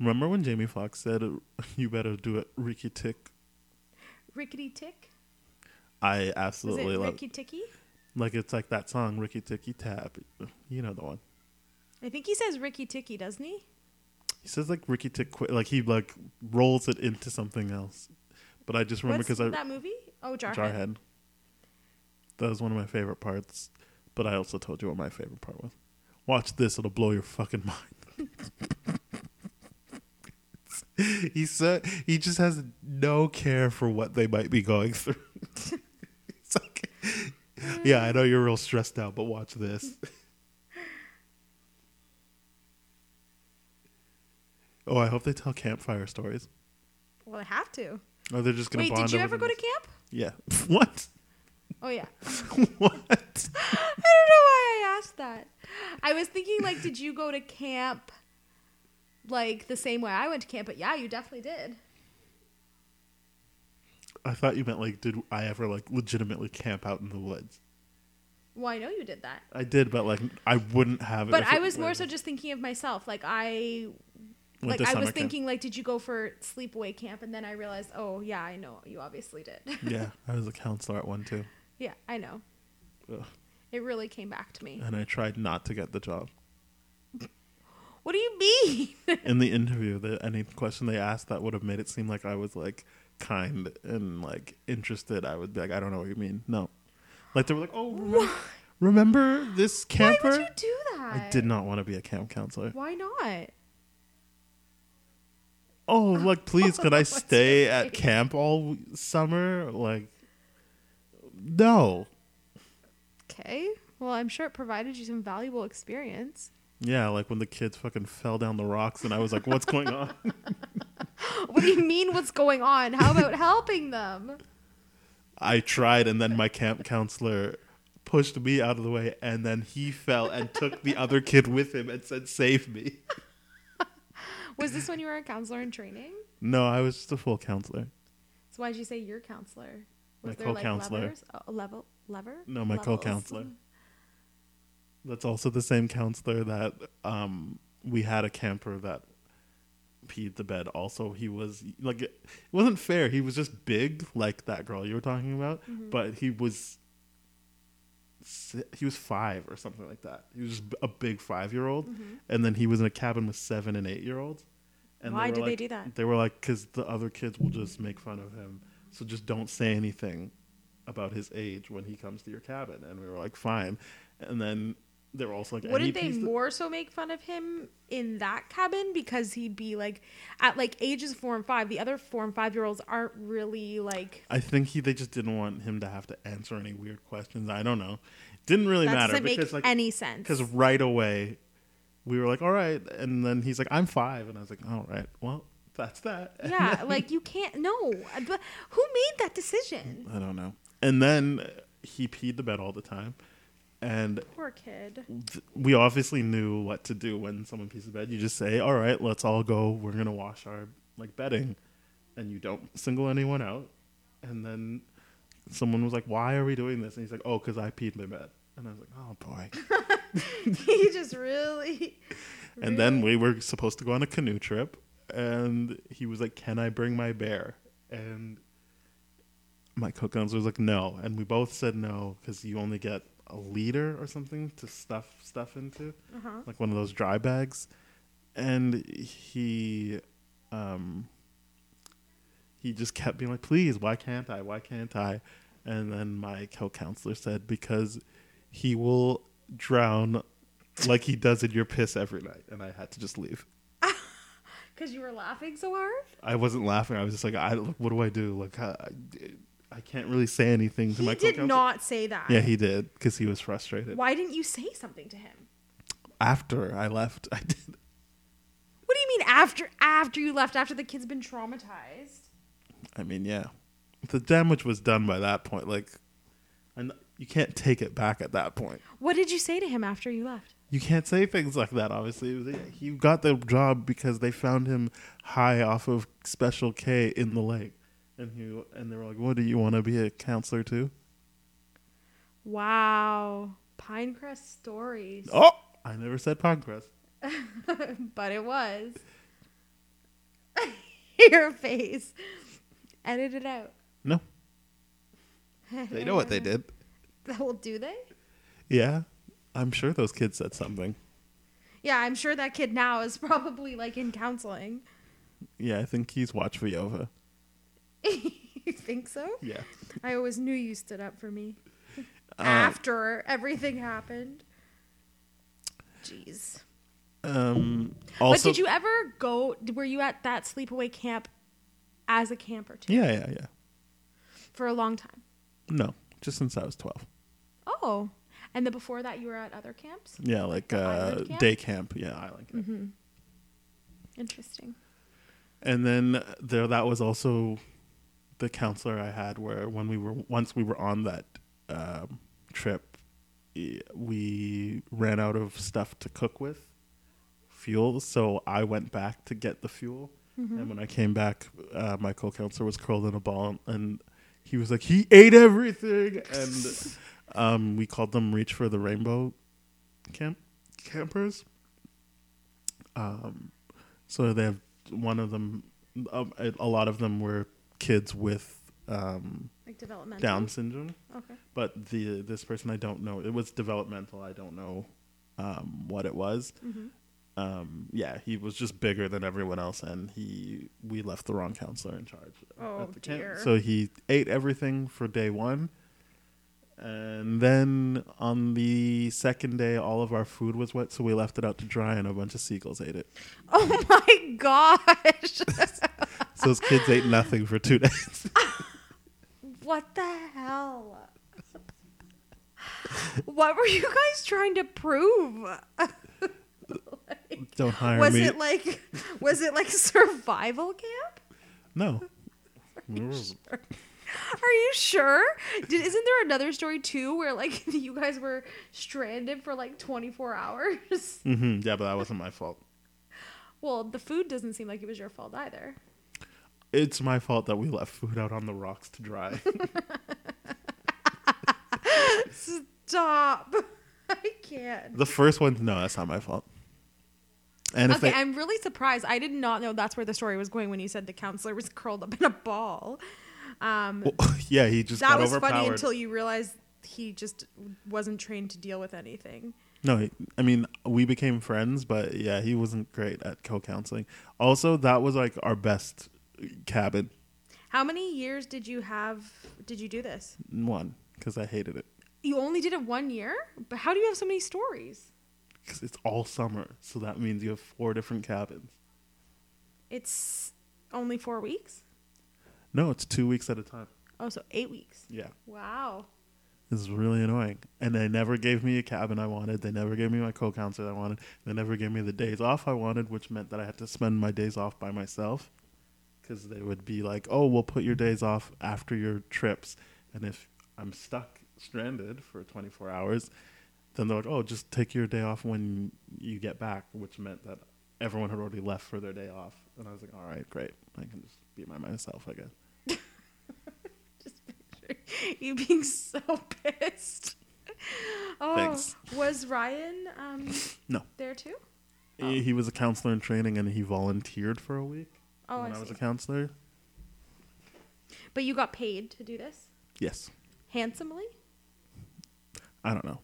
[SPEAKER 2] Remember when Jamie Foxx said, "You better do it, Ricky Tick."
[SPEAKER 3] Rickety Tick?
[SPEAKER 2] I
[SPEAKER 3] Was
[SPEAKER 2] absolutely
[SPEAKER 3] it
[SPEAKER 2] love
[SPEAKER 3] Ricky Ticky?
[SPEAKER 2] like it's like that song Ricky Ticky Tap. You know the one.
[SPEAKER 3] I think he says Ricky Ticky, doesn't he?
[SPEAKER 2] He says like Ricky Tick Quick, like he like rolls it into something else. But I just remember
[SPEAKER 3] What's
[SPEAKER 2] because I
[SPEAKER 3] that movie? Oh, Jarhead.
[SPEAKER 2] Jarhead. That was one of my favorite parts. But I also told you what my favorite part was. Watch this; it'll blow your fucking mind. he said he just has no care for what they might be going through. it's like, yeah, I know you're real stressed out, but watch this. oh, I hope they tell campfire stories.
[SPEAKER 3] Well, I have to.
[SPEAKER 2] Or they're just gonna
[SPEAKER 3] Wait,
[SPEAKER 2] bond.
[SPEAKER 3] did you
[SPEAKER 2] over
[SPEAKER 3] ever
[SPEAKER 2] the
[SPEAKER 3] go to
[SPEAKER 2] next-
[SPEAKER 3] camp?
[SPEAKER 2] Yeah. what?
[SPEAKER 3] Oh, yeah.
[SPEAKER 2] what?
[SPEAKER 3] I don't know why I asked that. I was thinking, like, did you go to camp, like, the same way I went to camp? But yeah, you definitely did.
[SPEAKER 2] I thought you meant like, did I ever like legitimately camp out in the woods?
[SPEAKER 3] Well, I know you did that.
[SPEAKER 2] I did, but like, I wouldn't have it.
[SPEAKER 3] But
[SPEAKER 2] if
[SPEAKER 3] I
[SPEAKER 2] it
[SPEAKER 3] was more
[SPEAKER 2] were-
[SPEAKER 3] so just thinking of myself. Like, I
[SPEAKER 2] went
[SPEAKER 3] like
[SPEAKER 2] to
[SPEAKER 3] I was
[SPEAKER 2] summer camp.
[SPEAKER 3] thinking like did you go for sleepaway camp and then I realized oh yeah I know you obviously did
[SPEAKER 2] Yeah, I was a counselor at one too,
[SPEAKER 3] yeah I know
[SPEAKER 2] Ugh. Uh,
[SPEAKER 3] it really came back to me
[SPEAKER 2] and I tried not to get the job.
[SPEAKER 3] what do you mean
[SPEAKER 2] In the interview, the, any question they asked that would have made it seem like I was like kind and like interested, I would be like, I don't know what you mean. No, like they were like, oh, remember, remember this
[SPEAKER 3] why
[SPEAKER 2] camper?
[SPEAKER 3] would you do that
[SPEAKER 2] I did not want to be a camp counselor.
[SPEAKER 3] why not
[SPEAKER 2] Oh, like please, could I
[SPEAKER 3] What's
[SPEAKER 2] stay
[SPEAKER 3] your
[SPEAKER 2] at
[SPEAKER 3] face?
[SPEAKER 2] camp all summer? Like, no.
[SPEAKER 3] okay well I'm sure it provided you some valuable experience
[SPEAKER 2] Yeah, like when the kids fucking fell down the rocks, and I was like, "What's going on?"
[SPEAKER 3] what do you mean what's going on how about helping them
[SPEAKER 2] I tried, and then my camp counselor pushed me out of the way, and then he fell and took the other kid with him and said, "Save me."
[SPEAKER 3] was this when you were a counselor in training
[SPEAKER 2] No, I was just a full counselor.
[SPEAKER 3] so why did you say your counselor
[SPEAKER 2] My co-counselor.
[SPEAKER 3] levers? Oh, level lever
[SPEAKER 2] No, my
[SPEAKER 3] Levels?
[SPEAKER 2] co-counselor. That's also the same counselor that um, we had a camper that peed the bed. Also, he was like, it wasn't fair. He was just big, like that girl you were talking about,
[SPEAKER 3] Mm-hmm.
[SPEAKER 2] but he was si- he was five or something like that. He was a big five year old,
[SPEAKER 3] Mm-hmm.
[SPEAKER 2] and then he was in a cabin with seven and eight year olds. And
[SPEAKER 3] Why
[SPEAKER 2] were
[SPEAKER 3] did they
[SPEAKER 2] like-
[SPEAKER 3] do that?
[SPEAKER 2] They were like, because the other kids will just make fun of him, so just don't say anything about his age when he comes to your cabin. And we were like, fine. And then they were also like, and he
[SPEAKER 3] Wouldn't they
[SPEAKER 2] pees the-
[SPEAKER 3] more so make fun of him in that cabin because he'd be like at like ages four and five, the other four and five year olds aren't really like
[SPEAKER 2] I think he they just didn't want him to have to answer any weird questions. I don't know. Didn't really
[SPEAKER 3] that
[SPEAKER 2] matter
[SPEAKER 3] doesn't make
[SPEAKER 2] because like
[SPEAKER 3] any sense.
[SPEAKER 2] because right away we were like, all right, and then he's like, I'm five, and I was like, all right, well that's that. And
[SPEAKER 3] Yeah, like you can't no. But who made that decision?
[SPEAKER 2] I don't know. And then he peed the bed all the time, and
[SPEAKER 3] Poor kid.
[SPEAKER 2] th- we obviously knew what to do when someone pees the bed. You just say, "All right, let's all go. We're gonna wash our like bedding," and you don't single anyone out. And then someone was like, "Why are we doing this?" And he's like, "Oh, because I peed my bed." And I was like, "Oh boy."
[SPEAKER 3] he just really
[SPEAKER 2] and then we were supposed to go on a canoe trip, and he was like, "Can I bring my bear?" And my cook counselor was like, "No," and we both said no because you only get a liter or something to stuff stuff into, like one of those dry bags. And he, um, he just kept being like, "Please, why can't I? Why can't I?" And then my co counselor said, "Because he will drown like he does in your piss every night." And I had to just leave.
[SPEAKER 3] because you were laughing so hard.
[SPEAKER 2] I wasn't laughing. I was just like, "I what do I do? Like, I, I- I can't really say anything to
[SPEAKER 3] He
[SPEAKER 2] my
[SPEAKER 3] did
[SPEAKER 2] co-counselor."
[SPEAKER 3] not say that.
[SPEAKER 2] Yeah, he did because he was frustrated.
[SPEAKER 3] Why didn't you say something to him?
[SPEAKER 2] After I left, I did.
[SPEAKER 3] What do you mean after after you left? After the kid's been traumatized?
[SPEAKER 2] I mean, yeah, the damage was done by that point. Like, and you can't take it back at that point.
[SPEAKER 3] What did you say to him after you left?
[SPEAKER 2] You can't say things like that. Obviously, It was- he got the job because they found him high off of Special K in the lake, and he and they were like, "What do you want to be a counselor too?"
[SPEAKER 3] Wow. Pinecrest stories.
[SPEAKER 2] Oh, I never said Pinecrest.
[SPEAKER 3] But it was. Your face. Edit it out.
[SPEAKER 2] No.
[SPEAKER 3] they
[SPEAKER 2] They know what they did.
[SPEAKER 3] Well, do they?
[SPEAKER 2] Yeah. I'm sure those kids said something.
[SPEAKER 3] Yeah, I'm sure that kid now is probably like in counseling.
[SPEAKER 2] Yeah, I think he's watched Viova.
[SPEAKER 3] you think so?
[SPEAKER 2] Yeah. Uh,
[SPEAKER 3] I always knew you stood up for me after everything happened. Jeez.
[SPEAKER 2] Um also
[SPEAKER 3] but did you ever go? Were you at that sleepaway camp as a camper too
[SPEAKER 2] Yeah, yeah, yeah.
[SPEAKER 3] for a long time?
[SPEAKER 2] No. Just since I was twelve.
[SPEAKER 3] Oh, and then before that, you were at other camps.
[SPEAKER 2] Yeah, like uh
[SPEAKER 3] island camp?
[SPEAKER 2] day camp. Yeah, island camp.
[SPEAKER 3] Interesting.
[SPEAKER 2] And then there that was also the counselor I had where when we were once we were on that um, trip e- we ran out of stuff to cook with fuel so I went back to get the fuel and when I came back uh, my co-counselor was curled in a ball and he was like he ate everything and um, we called them reach for the rainbow camp campers so they have one of them. Um, a a lot of them were kids with um,
[SPEAKER 3] Like developmental.
[SPEAKER 2] Down syndrome,
[SPEAKER 3] Okay.
[SPEAKER 2] but the this person I don't know. It was developmental. I don't know um, what it was.
[SPEAKER 3] Mm-hmm.
[SPEAKER 2] Um, yeah, he was just bigger than everyone else, and he we left the wrong counselor in charge.
[SPEAKER 3] Oh, dear.
[SPEAKER 2] So he ate everything for day one. And then on the second day, all of our food was wet, so we left it out to dry, and a bunch of seagulls ate it.
[SPEAKER 3] Oh my gosh!
[SPEAKER 2] So those kids ate nothing for two days.
[SPEAKER 3] what the hell? what were you guys trying to prove?
[SPEAKER 2] Don't hire
[SPEAKER 3] was
[SPEAKER 2] me.
[SPEAKER 3] it like was it like survival camp?
[SPEAKER 2] no.
[SPEAKER 3] Are you sure? Did, isn't there another story too where like you guys were stranded for like 24 hours?
[SPEAKER 2] hmm Yeah, but that wasn't my fault.
[SPEAKER 3] Well, the food doesn't seem like it was your fault either.
[SPEAKER 2] It's my fault that we left food out on the rocks to dry.
[SPEAKER 3] Stop. I can't.
[SPEAKER 2] the first one, no, that's not my fault. And if
[SPEAKER 3] Okay,
[SPEAKER 2] they,
[SPEAKER 3] I'm really surprised. I did not know that's where the story was going when you said the counselor was curled up in a ball. Um,
[SPEAKER 2] Well, yeah, he just
[SPEAKER 3] that
[SPEAKER 2] got
[SPEAKER 3] was
[SPEAKER 2] overpowered.
[SPEAKER 3] funny until you realized he just wasn't trained to deal with anything.
[SPEAKER 2] No, he- I mean we became friends, but yeah, he wasn't great at co-counseling. Also, that was like our best cabin
[SPEAKER 3] How many years did you have? Did you do this?
[SPEAKER 2] one because I hated it
[SPEAKER 3] You only did it one year, but how do you have so many stories?
[SPEAKER 2] because it's all summer, so that means you have four different cabins.
[SPEAKER 3] It's only four weeks.
[SPEAKER 2] No, it's two weeks at a time.
[SPEAKER 3] Oh, so eight weeks.
[SPEAKER 2] Yeah.
[SPEAKER 3] Wow.
[SPEAKER 2] This is really annoying. And they never gave me a cabin I wanted. They never gave me my co counselor I wanted. They never gave me the days off I wanted, which meant that I had to spend my days off by myself. Because they would be like, oh, we'll put your days off after your trips. And if I'm stuck stranded for 24 hours, then they're like, oh, just take your day off when you get back, which meant that everyone had already left for their day off. And I was like, all right, great. I can just be by myself, I guess.
[SPEAKER 3] Just picture you being so pissed. Oh,
[SPEAKER 2] Thanks.
[SPEAKER 3] was Ryan um,
[SPEAKER 2] No.
[SPEAKER 3] there too?
[SPEAKER 2] He he was a counselor in training and he volunteered for a week
[SPEAKER 3] Oh,
[SPEAKER 2] when
[SPEAKER 3] I
[SPEAKER 2] I, was
[SPEAKER 3] see.
[SPEAKER 2] a counselor.
[SPEAKER 3] But you got paid to do this
[SPEAKER 2] Yes.
[SPEAKER 3] handsomely.
[SPEAKER 2] I don't know.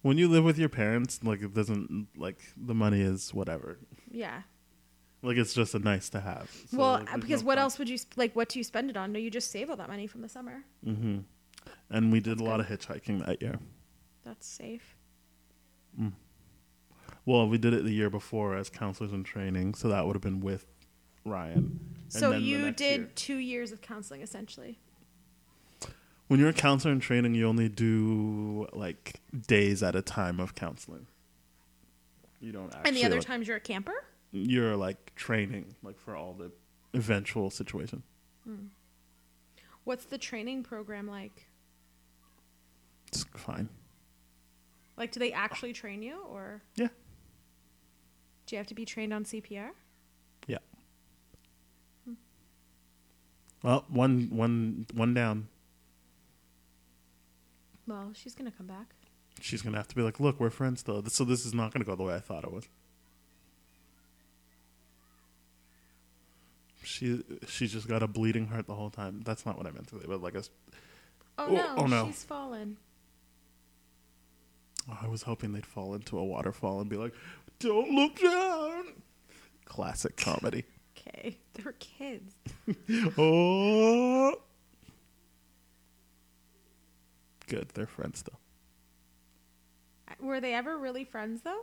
[SPEAKER 2] When you live with your parents, like it doesn't like the money is whatever.
[SPEAKER 3] Yeah.
[SPEAKER 2] Like it's just a nice to have. So,
[SPEAKER 3] well,
[SPEAKER 2] like, there's
[SPEAKER 3] because
[SPEAKER 2] no
[SPEAKER 3] what
[SPEAKER 2] cost.
[SPEAKER 3] else would you sp- like? What do you spend it on? No, you just save all that money from the summer.
[SPEAKER 2] And we did a lot of hitchhiking that year.
[SPEAKER 3] That's safe.
[SPEAKER 2] Well, we did it the year before as counselors in training, so that would have been with Ryan. And
[SPEAKER 3] So
[SPEAKER 2] then the
[SPEAKER 3] you
[SPEAKER 2] next
[SPEAKER 3] did
[SPEAKER 2] year-
[SPEAKER 3] two years of counseling essentially.
[SPEAKER 2] When you're a counselor in training, you only do like days at a time of counseling. You don't actually
[SPEAKER 3] and the other
[SPEAKER 2] like,
[SPEAKER 3] times you're a camper?
[SPEAKER 2] you're like training like for all the eventual situation.
[SPEAKER 3] What's the training program like?
[SPEAKER 2] It's fine.
[SPEAKER 3] Like do they actually train you or
[SPEAKER 2] Yeah.
[SPEAKER 3] do you have to be trained on CPR?
[SPEAKER 2] Yeah. Well, one one one down.
[SPEAKER 3] Well, she's going to come back.
[SPEAKER 2] She's gonna have to be like, look, we're friends still. So this is not gonna go the way I thought it was. she she's just got a bleeding heart the whole time. That's not what I meant to say, but like a s Oh,
[SPEAKER 3] Oh, no,
[SPEAKER 2] oh, no.
[SPEAKER 3] she's fallen.
[SPEAKER 2] oh, I was hoping they'd fall into a waterfall and be like, "Don't look down." Classic comedy.
[SPEAKER 3] Okay, they were kids.
[SPEAKER 2] oh. Good, they're friends still.
[SPEAKER 3] Were they ever really friends though?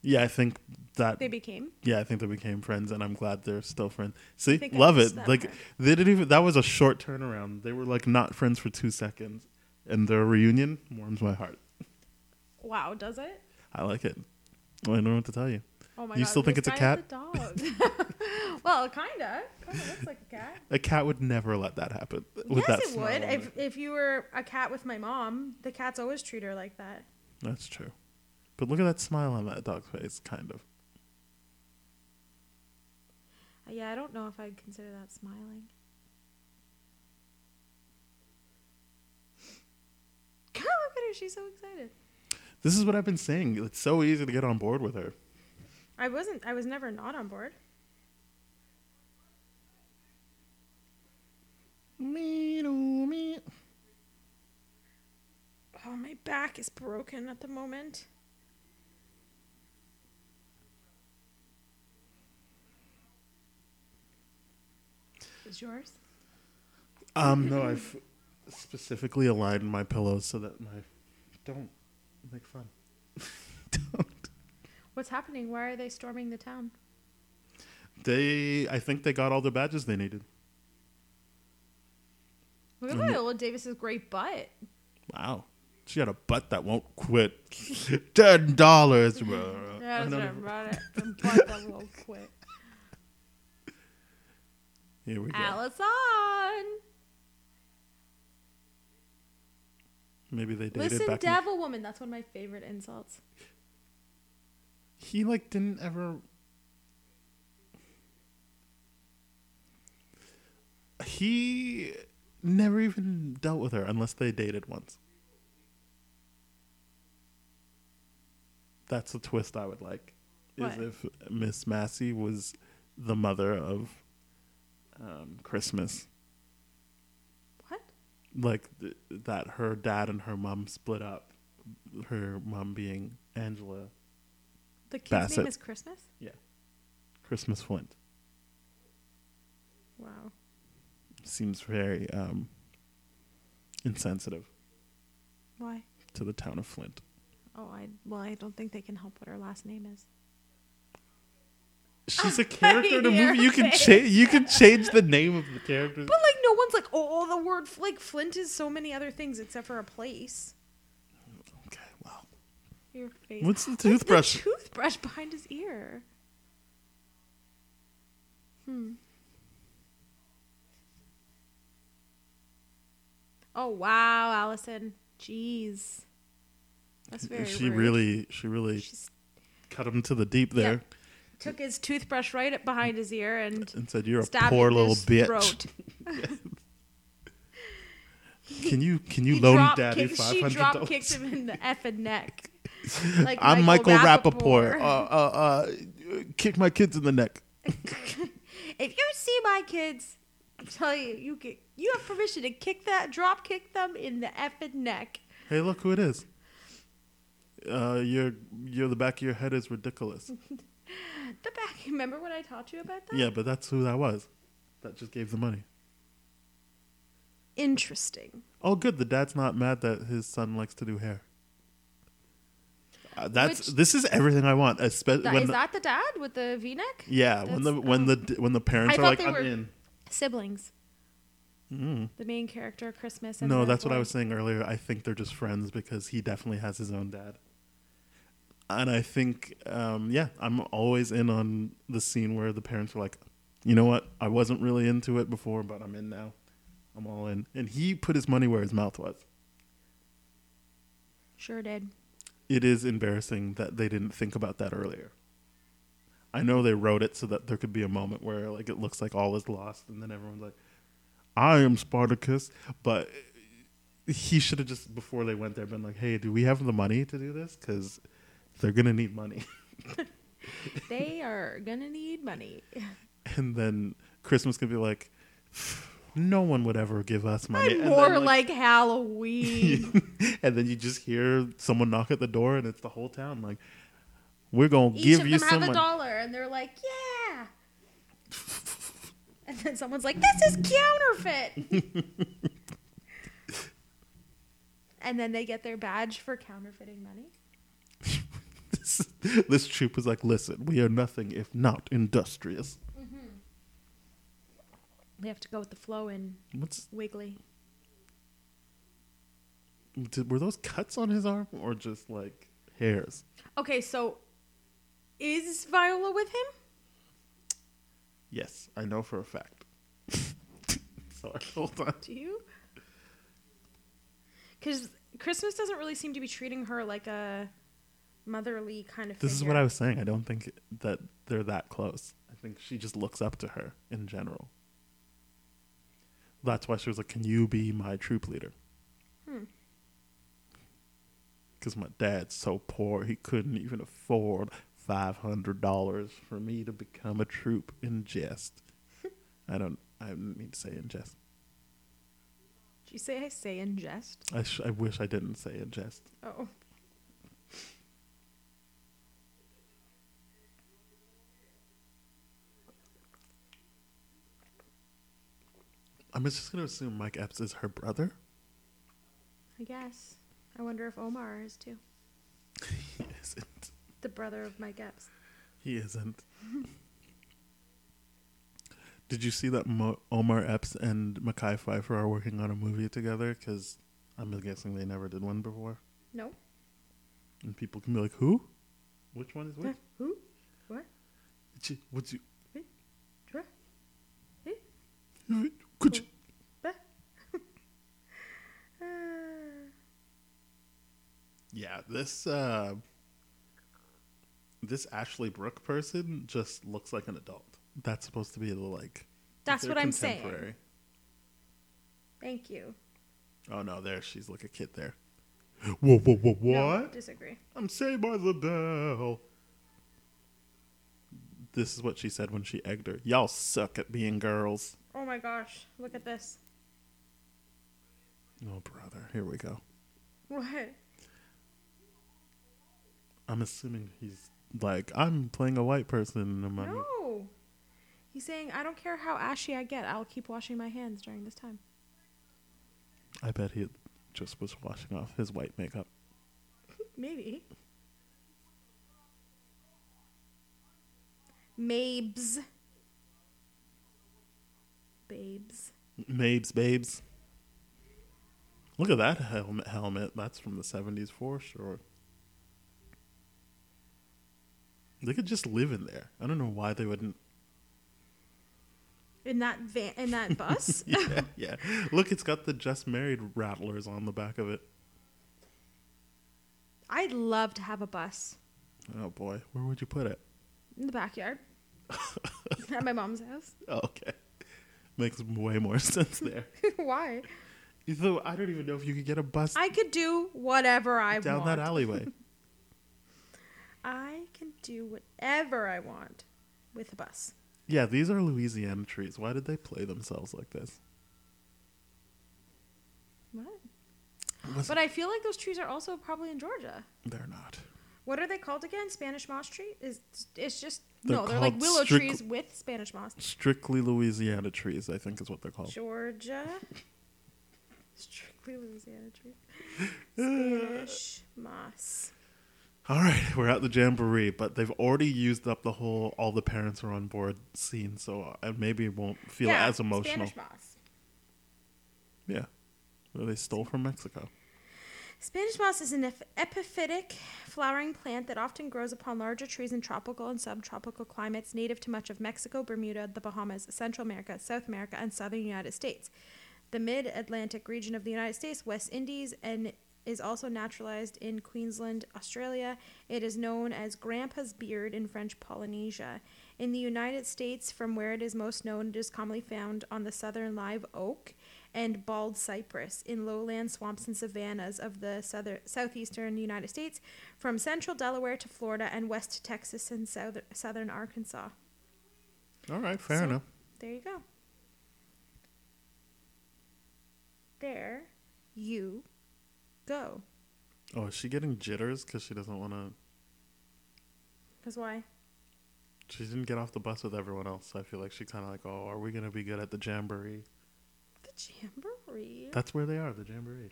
[SPEAKER 2] Yeah, I think that
[SPEAKER 3] They became.
[SPEAKER 2] Yeah, I think they became friends, and I'm glad they're still friends. See,
[SPEAKER 3] think I
[SPEAKER 2] love
[SPEAKER 3] missed
[SPEAKER 2] it.
[SPEAKER 3] that
[SPEAKER 2] Like
[SPEAKER 3] part.
[SPEAKER 2] they didn't even. That was a short turnaround. They were like not friends for two seconds, and their reunion warms my heart.
[SPEAKER 3] Wow, does it?
[SPEAKER 2] I like it. I don't know what to tell you.
[SPEAKER 3] Oh my
[SPEAKER 2] You
[SPEAKER 3] god.
[SPEAKER 2] still think
[SPEAKER 3] this
[SPEAKER 2] it's a
[SPEAKER 3] guy is dog. well, kinda. Kinda looks like a cat.
[SPEAKER 2] A cat would never let that happen. With
[SPEAKER 3] yes,
[SPEAKER 2] that
[SPEAKER 3] it
[SPEAKER 2] smile
[SPEAKER 3] would.
[SPEAKER 2] on
[SPEAKER 3] If
[SPEAKER 2] it.
[SPEAKER 3] if you were a cat with my mom, the cats always treat her like that.
[SPEAKER 2] That's true. But look at that smile on that dog's face. Kind of.
[SPEAKER 3] Uh, Yeah, I don't know if I'd consider that smiling. God, look at her. She's so excited.
[SPEAKER 2] This is what I've been saying. It's so easy to get on board with her.
[SPEAKER 3] I wasn't. I was never not on board.
[SPEAKER 2] Me, do me.
[SPEAKER 3] Oh, my back is broken at the moment. Is yours?
[SPEAKER 2] Um, no, I've specifically aligned my pillows so that my don't make fun. don't.
[SPEAKER 3] What's happening? Why are they storming the town?
[SPEAKER 2] They, I think they got all the badges they needed.
[SPEAKER 3] Look at Viola Davis's great butt.
[SPEAKER 2] Wow, she had a butt that won't quit. Ten dollars, bro.
[SPEAKER 3] Yeah,
[SPEAKER 2] I
[SPEAKER 3] that's
[SPEAKER 2] don't
[SPEAKER 3] what I
[SPEAKER 2] know.
[SPEAKER 3] brought it. The butt that will quit.
[SPEAKER 2] Here we go.
[SPEAKER 3] Allison!
[SPEAKER 2] Maybe they dated
[SPEAKER 3] Listen,
[SPEAKER 2] back. in-
[SPEAKER 3] devil woman. That's one of my favorite insults.
[SPEAKER 2] he like didn't ever. He never even dealt with her unless they dated once. That's a twist I would like. Is
[SPEAKER 3] What?
[SPEAKER 2] if Miss Massey was the mother of um, Christmas,
[SPEAKER 3] What?
[SPEAKER 2] like th- that her dad and her mom split up. Her mom being Angela
[SPEAKER 3] The kid's name
[SPEAKER 2] Bassett.
[SPEAKER 3] is Christmas?
[SPEAKER 2] Christmas Flint.
[SPEAKER 3] Wow.
[SPEAKER 2] seems very um, insensitive
[SPEAKER 3] Why?
[SPEAKER 2] to the town of Flint.
[SPEAKER 3] Oh, I well, I don't think they can help what her last name is.
[SPEAKER 2] She's a character in a
[SPEAKER 3] Your
[SPEAKER 2] movie. You can
[SPEAKER 3] face.
[SPEAKER 2] change. You can change the name of the character.
[SPEAKER 3] But like, no one's like, oh, the word f- like Flint is so many other things except for a place.
[SPEAKER 2] Okay. Wow.
[SPEAKER 3] Your face.
[SPEAKER 2] What's the
[SPEAKER 3] What's the
[SPEAKER 2] toothbrush?
[SPEAKER 3] toothbrush behind his ear. Hmm. Oh wow, Allison. Jeez. That's very.
[SPEAKER 2] she
[SPEAKER 3] rude.
[SPEAKER 2] really, she really
[SPEAKER 3] She's-
[SPEAKER 2] cut him to the deep there
[SPEAKER 3] took his toothbrush right up behind his ear and
[SPEAKER 2] and said, "You're a
[SPEAKER 3] stabbed
[SPEAKER 2] poor
[SPEAKER 3] it in
[SPEAKER 2] little
[SPEAKER 3] his
[SPEAKER 2] bitch.
[SPEAKER 3] throat.
[SPEAKER 2] Can you can you
[SPEAKER 3] He
[SPEAKER 2] loan
[SPEAKER 3] drop
[SPEAKER 2] daddy
[SPEAKER 3] kicked-
[SPEAKER 2] five
[SPEAKER 3] She
[SPEAKER 2] hundred
[SPEAKER 3] drop kicked
[SPEAKER 2] dollars?
[SPEAKER 3] him in the effing neck. Like
[SPEAKER 2] I'm Michael, Rappaport.
[SPEAKER 3] Rapaport.
[SPEAKER 2] Uh, uh, uh, kick my kids in the neck.
[SPEAKER 3] if you see my kids, I tell you, you get, you have permission to kick that, drop kick them in the effing neck.
[SPEAKER 2] Hey, look who it is. Uh, your your the back of your head is ridiculous.
[SPEAKER 3] The back. Remember what I taught you about that?
[SPEAKER 2] Yeah, but that's who that was. That just gave the money.
[SPEAKER 3] Interesting.
[SPEAKER 2] Oh, good. The dad's not mad that his son likes to do hair. Uh, that's
[SPEAKER 3] Which-
[SPEAKER 2] this is everything I want. Especially
[SPEAKER 3] That,
[SPEAKER 2] when
[SPEAKER 3] is
[SPEAKER 2] the-
[SPEAKER 3] that the dad with the V neck?
[SPEAKER 2] yeah, when the
[SPEAKER 3] That's-
[SPEAKER 2] when the d- when the parents
[SPEAKER 3] I
[SPEAKER 2] are
[SPEAKER 3] thought
[SPEAKER 2] like,
[SPEAKER 3] they
[SPEAKER 2] I'm
[SPEAKER 3] were-
[SPEAKER 2] in.
[SPEAKER 3] Siblings. Mm. The main character, Christmas. And
[SPEAKER 2] No,
[SPEAKER 3] the
[SPEAKER 2] that's what I
[SPEAKER 3] boy.
[SPEAKER 2] was saying earlier. I think they're just friends because he definitely has his own dad. And I think, um, yeah, I'm always in on the scene where the parents were like, you know what? I wasn't really into it before, but I'm in now. I'm all in. And he put his money where his mouth was.
[SPEAKER 3] Sure did.
[SPEAKER 2] it is embarrassing that they didn't think about that earlier. I know they wrote it so that there could be a moment where like it looks like all is lost and then everyone's like I am Spartacus, but he should have just before they went there been like, "Hey, do we have the money to do this cuz they're going to need money."
[SPEAKER 3] They are gonna need money.
[SPEAKER 2] and then Christmas could be like, no one would ever give us money. And
[SPEAKER 3] More
[SPEAKER 2] then,
[SPEAKER 3] like, Halloween.
[SPEAKER 2] and then you just hear someone knock at the door, and it's the whole town. Like, we're gonna
[SPEAKER 3] Each
[SPEAKER 2] give
[SPEAKER 3] of
[SPEAKER 2] you
[SPEAKER 3] them have
[SPEAKER 2] some
[SPEAKER 3] a
[SPEAKER 2] money.
[SPEAKER 3] dollar, and they're like, yeah. and then someone's like, this is counterfeit. and then they get their badge for counterfeiting money.
[SPEAKER 2] this, this troop was like, listen, we are nothing if not industrious.
[SPEAKER 3] We have to go with the flow and
[SPEAKER 2] What's
[SPEAKER 3] wiggly.
[SPEAKER 2] did, were those cuts on his arm or just like hairs?
[SPEAKER 3] Okay, so is Viola with him?
[SPEAKER 2] Yes, I know for a fact. Sorry, hold on.
[SPEAKER 3] Do you? Because Christmas doesn't really seem to be treating her like a motherly kind of.
[SPEAKER 2] This is
[SPEAKER 3] figure.
[SPEAKER 2] what I was saying. I don't think that they're that close. I think she just looks up to her in general. That's why she was like, "Can you be my troop leader?" Because my dad's so poor, he couldn't even afford five hundred dollars for me to become a troop in jest. I don't. I didn't mean to say in jest.
[SPEAKER 3] Did you say I say in jest?
[SPEAKER 2] I, sh- I wish I didn't say in jest.
[SPEAKER 3] Oh.
[SPEAKER 2] I'm just gonna assume Mike Epps is her brother.
[SPEAKER 3] I guess. I wonder if Omar is too.
[SPEAKER 2] He isn't.
[SPEAKER 3] The brother of Mike Epps.
[SPEAKER 2] He isn't. Did you see that Mo- Omar Epps and Mackay Pfeiffer are working on a movie together? Because I'm guessing they never did one before.
[SPEAKER 3] No?
[SPEAKER 2] And people can be like, who? Which one is which?
[SPEAKER 3] Who? What?
[SPEAKER 2] Chi- What's you?
[SPEAKER 3] What?
[SPEAKER 2] Could you?
[SPEAKER 3] What? Uh,
[SPEAKER 2] Yeah, this uh, this Ashley Brooke person just looks like an adult. That's supposed to be the like.
[SPEAKER 3] That's
[SPEAKER 2] they're
[SPEAKER 3] what I'm saying.
[SPEAKER 2] contemporary.
[SPEAKER 3] Thank you.
[SPEAKER 2] Oh no, there she's like a kid there. Whoa, whoa, whoa, what?
[SPEAKER 3] No, disagree.
[SPEAKER 2] I'm saved by the bell. This is what she said when she egged her. Y'all suck at being girls.
[SPEAKER 3] Oh my gosh. Look at this.
[SPEAKER 2] Oh, brother. Here we go.
[SPEAKER 3] What?
[SPEAKER 2] I'm assuming he's like, I'm playing a white person. And I'm
[SPEAKER 3] No. He's saying, I don't care how ashy I get, I'll keep washing my hands during this time.
[SPEAKER 2] I bet he just was washing off his white makeup.
[SPEAKER 3] Maybe. Mabes. Babes.
[SPEAKER 2] Mabes, babes. Look at that helmet. helmet. That's from the 70s for sure. They could just live in there. I don't know why they wouldn't
[SPEAKER 3] In that van, in that bus?
[SPEAKER 2] yeah, yeah. Look, it's got the just married rattlers on the back of it.
[SPEAKER 3] I'd love to have a bus
[SPEAKER 2] Oh boy, where would you put it?
[SPEAKER 3] in the backyard at my mom's house.
[SPEAKER 2] Oh, okay, makes way more sense there.
[SPEAKER 3] Why?
[SPEAKER 2] Though I don't even know if you could get a bus
[SPEAKER 3] I could do whatever I
[SPEAKER 2] down
[SPEAKER 3] want.
[SPEAKER 2] that alleyway.
[SPEAKER 3] I can do whatever I want with a bus.
[SPEAKER 2] yeah, these are Louisiana trees. Why did they play themselves like this?
[SPEAKER 3] What?
[SPEAKER 2] Was-
[SPEAKER 3] But I feel like those trees are also probably in Georgia.
[SPEAKER 2] They're not.
[SPEAKER 3] What are they called again? Spanish moss tree? Is it's just
[SPEAKER 2] They're
[SPEAKER 3] no? They're like
[SPEAKER 2] called
[SPEAKER 3] willow
[SPEAKER 2] stric-
[SPEAKER 3] trees with Spanish moss.
[SPEAKER 2] Strictly Louisiana trees, I think is what they're called.
[SPEAKER 3] Georgia, strictly Louisiana tree. Spanish moss.
[SPEAKER 2] All right, we're at the jamboree, but they've already used up the whole all the parents are on board scene, so I maybe won't feel as emotional.
[SPEAKER 3] Spanish moss.
[SPEAKER 2] Yeah. Well, they stole from Mexico.
[SPEAKER 3] Spanish moss is an eph- epiphytic flowering plant that often grows upon larger trees in tropical and subtropical climates, native to much of Mexico, Bermuda, the Bahamas, Central America, South America, and southern United States. The mid Atlantic region of the United States, West Indies, and is also naturalized in Queensland, Australia. It is known as Grandpa's Beard in French Polynesia. In the United States, from where it is most known, it is commonly found on the southern live oak and bald cypress in lowland swamps and savannas of the southern, southeastern United States, from central Delaware to Florida and west Texas and south, southern Arkansas.
[SPEAKER 2] All right, fair
[SPEAKER 3] So-
[SPEAKER 2] enough.
[SPEAKER 3] There you go. There you go.
[SPEAKER 2] Oh, is she getting jitters because she doesn't want to?
[SPEAKER 3] Because why?
[SPEAKER 2] She didn't get off the bus with everyone else. So I feel like she kind of like, oh, are we gonna be good at the jamboree?
[SPEAKER 3] The jamboree.
[SPEAKER 2] That's where they are, the jamboree.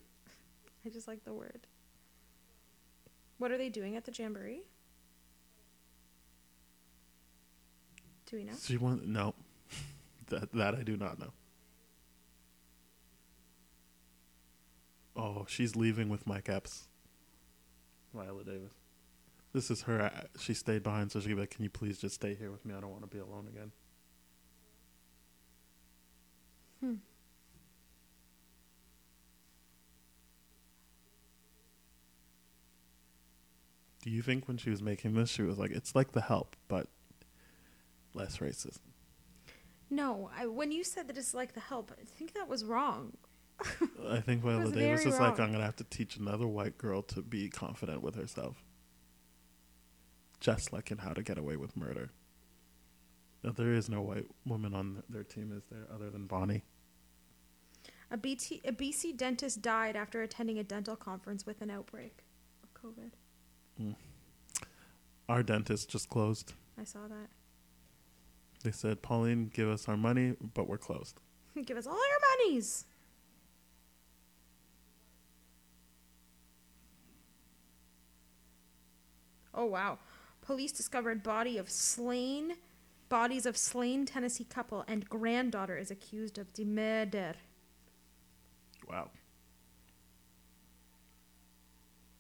[SPEAKER 3] I just like the word. What are they doing at the jamboree? Do we know?
[SPEAKER 2] She wants no. that that I do not know. Oh, she's leaving with Mike Epps. Viola Davis. This is her. uh, She stayed behind, so she'll be like, "Can you please just stay here with me? I don't want to be alone again." Do you think when she was making this, she was like, "It's like The Help, but less racist"?
[SPEAKER 3] No, I, when you said that it's like the help, I think that was wrong.
[SPEAKER 2] I think Viola
[SPEAKER 3] was
[SPEAKER 2] Davis
[SPEAKER 3] very
[SPEAKER 2] is like,
[SPEAKER 3] wrong.
[SPEAKER 2] I'm gonna have to teach another white girl to be confident with herself. Just like in How to Get Away with Murder. Now, there is no white woman on their team, is there, other than Bonnie?
[SPEAKER 3] A, BT, a BC dentist died after attending a dental conference with an outbreak of COVID.
[SPEAKER 2] Our dentist just closed.
[SPEAKER 3] I saw that.
[SPEAKER 2] They said, Pauline, give us our money, but we're closed.
[SPEAKER 3] Give us all your monies. Oh wow. Police discovered body of slain bodies of slain Tennessee couple and granddaughter is accused of the murder.
[SPEAKER 2] Wow.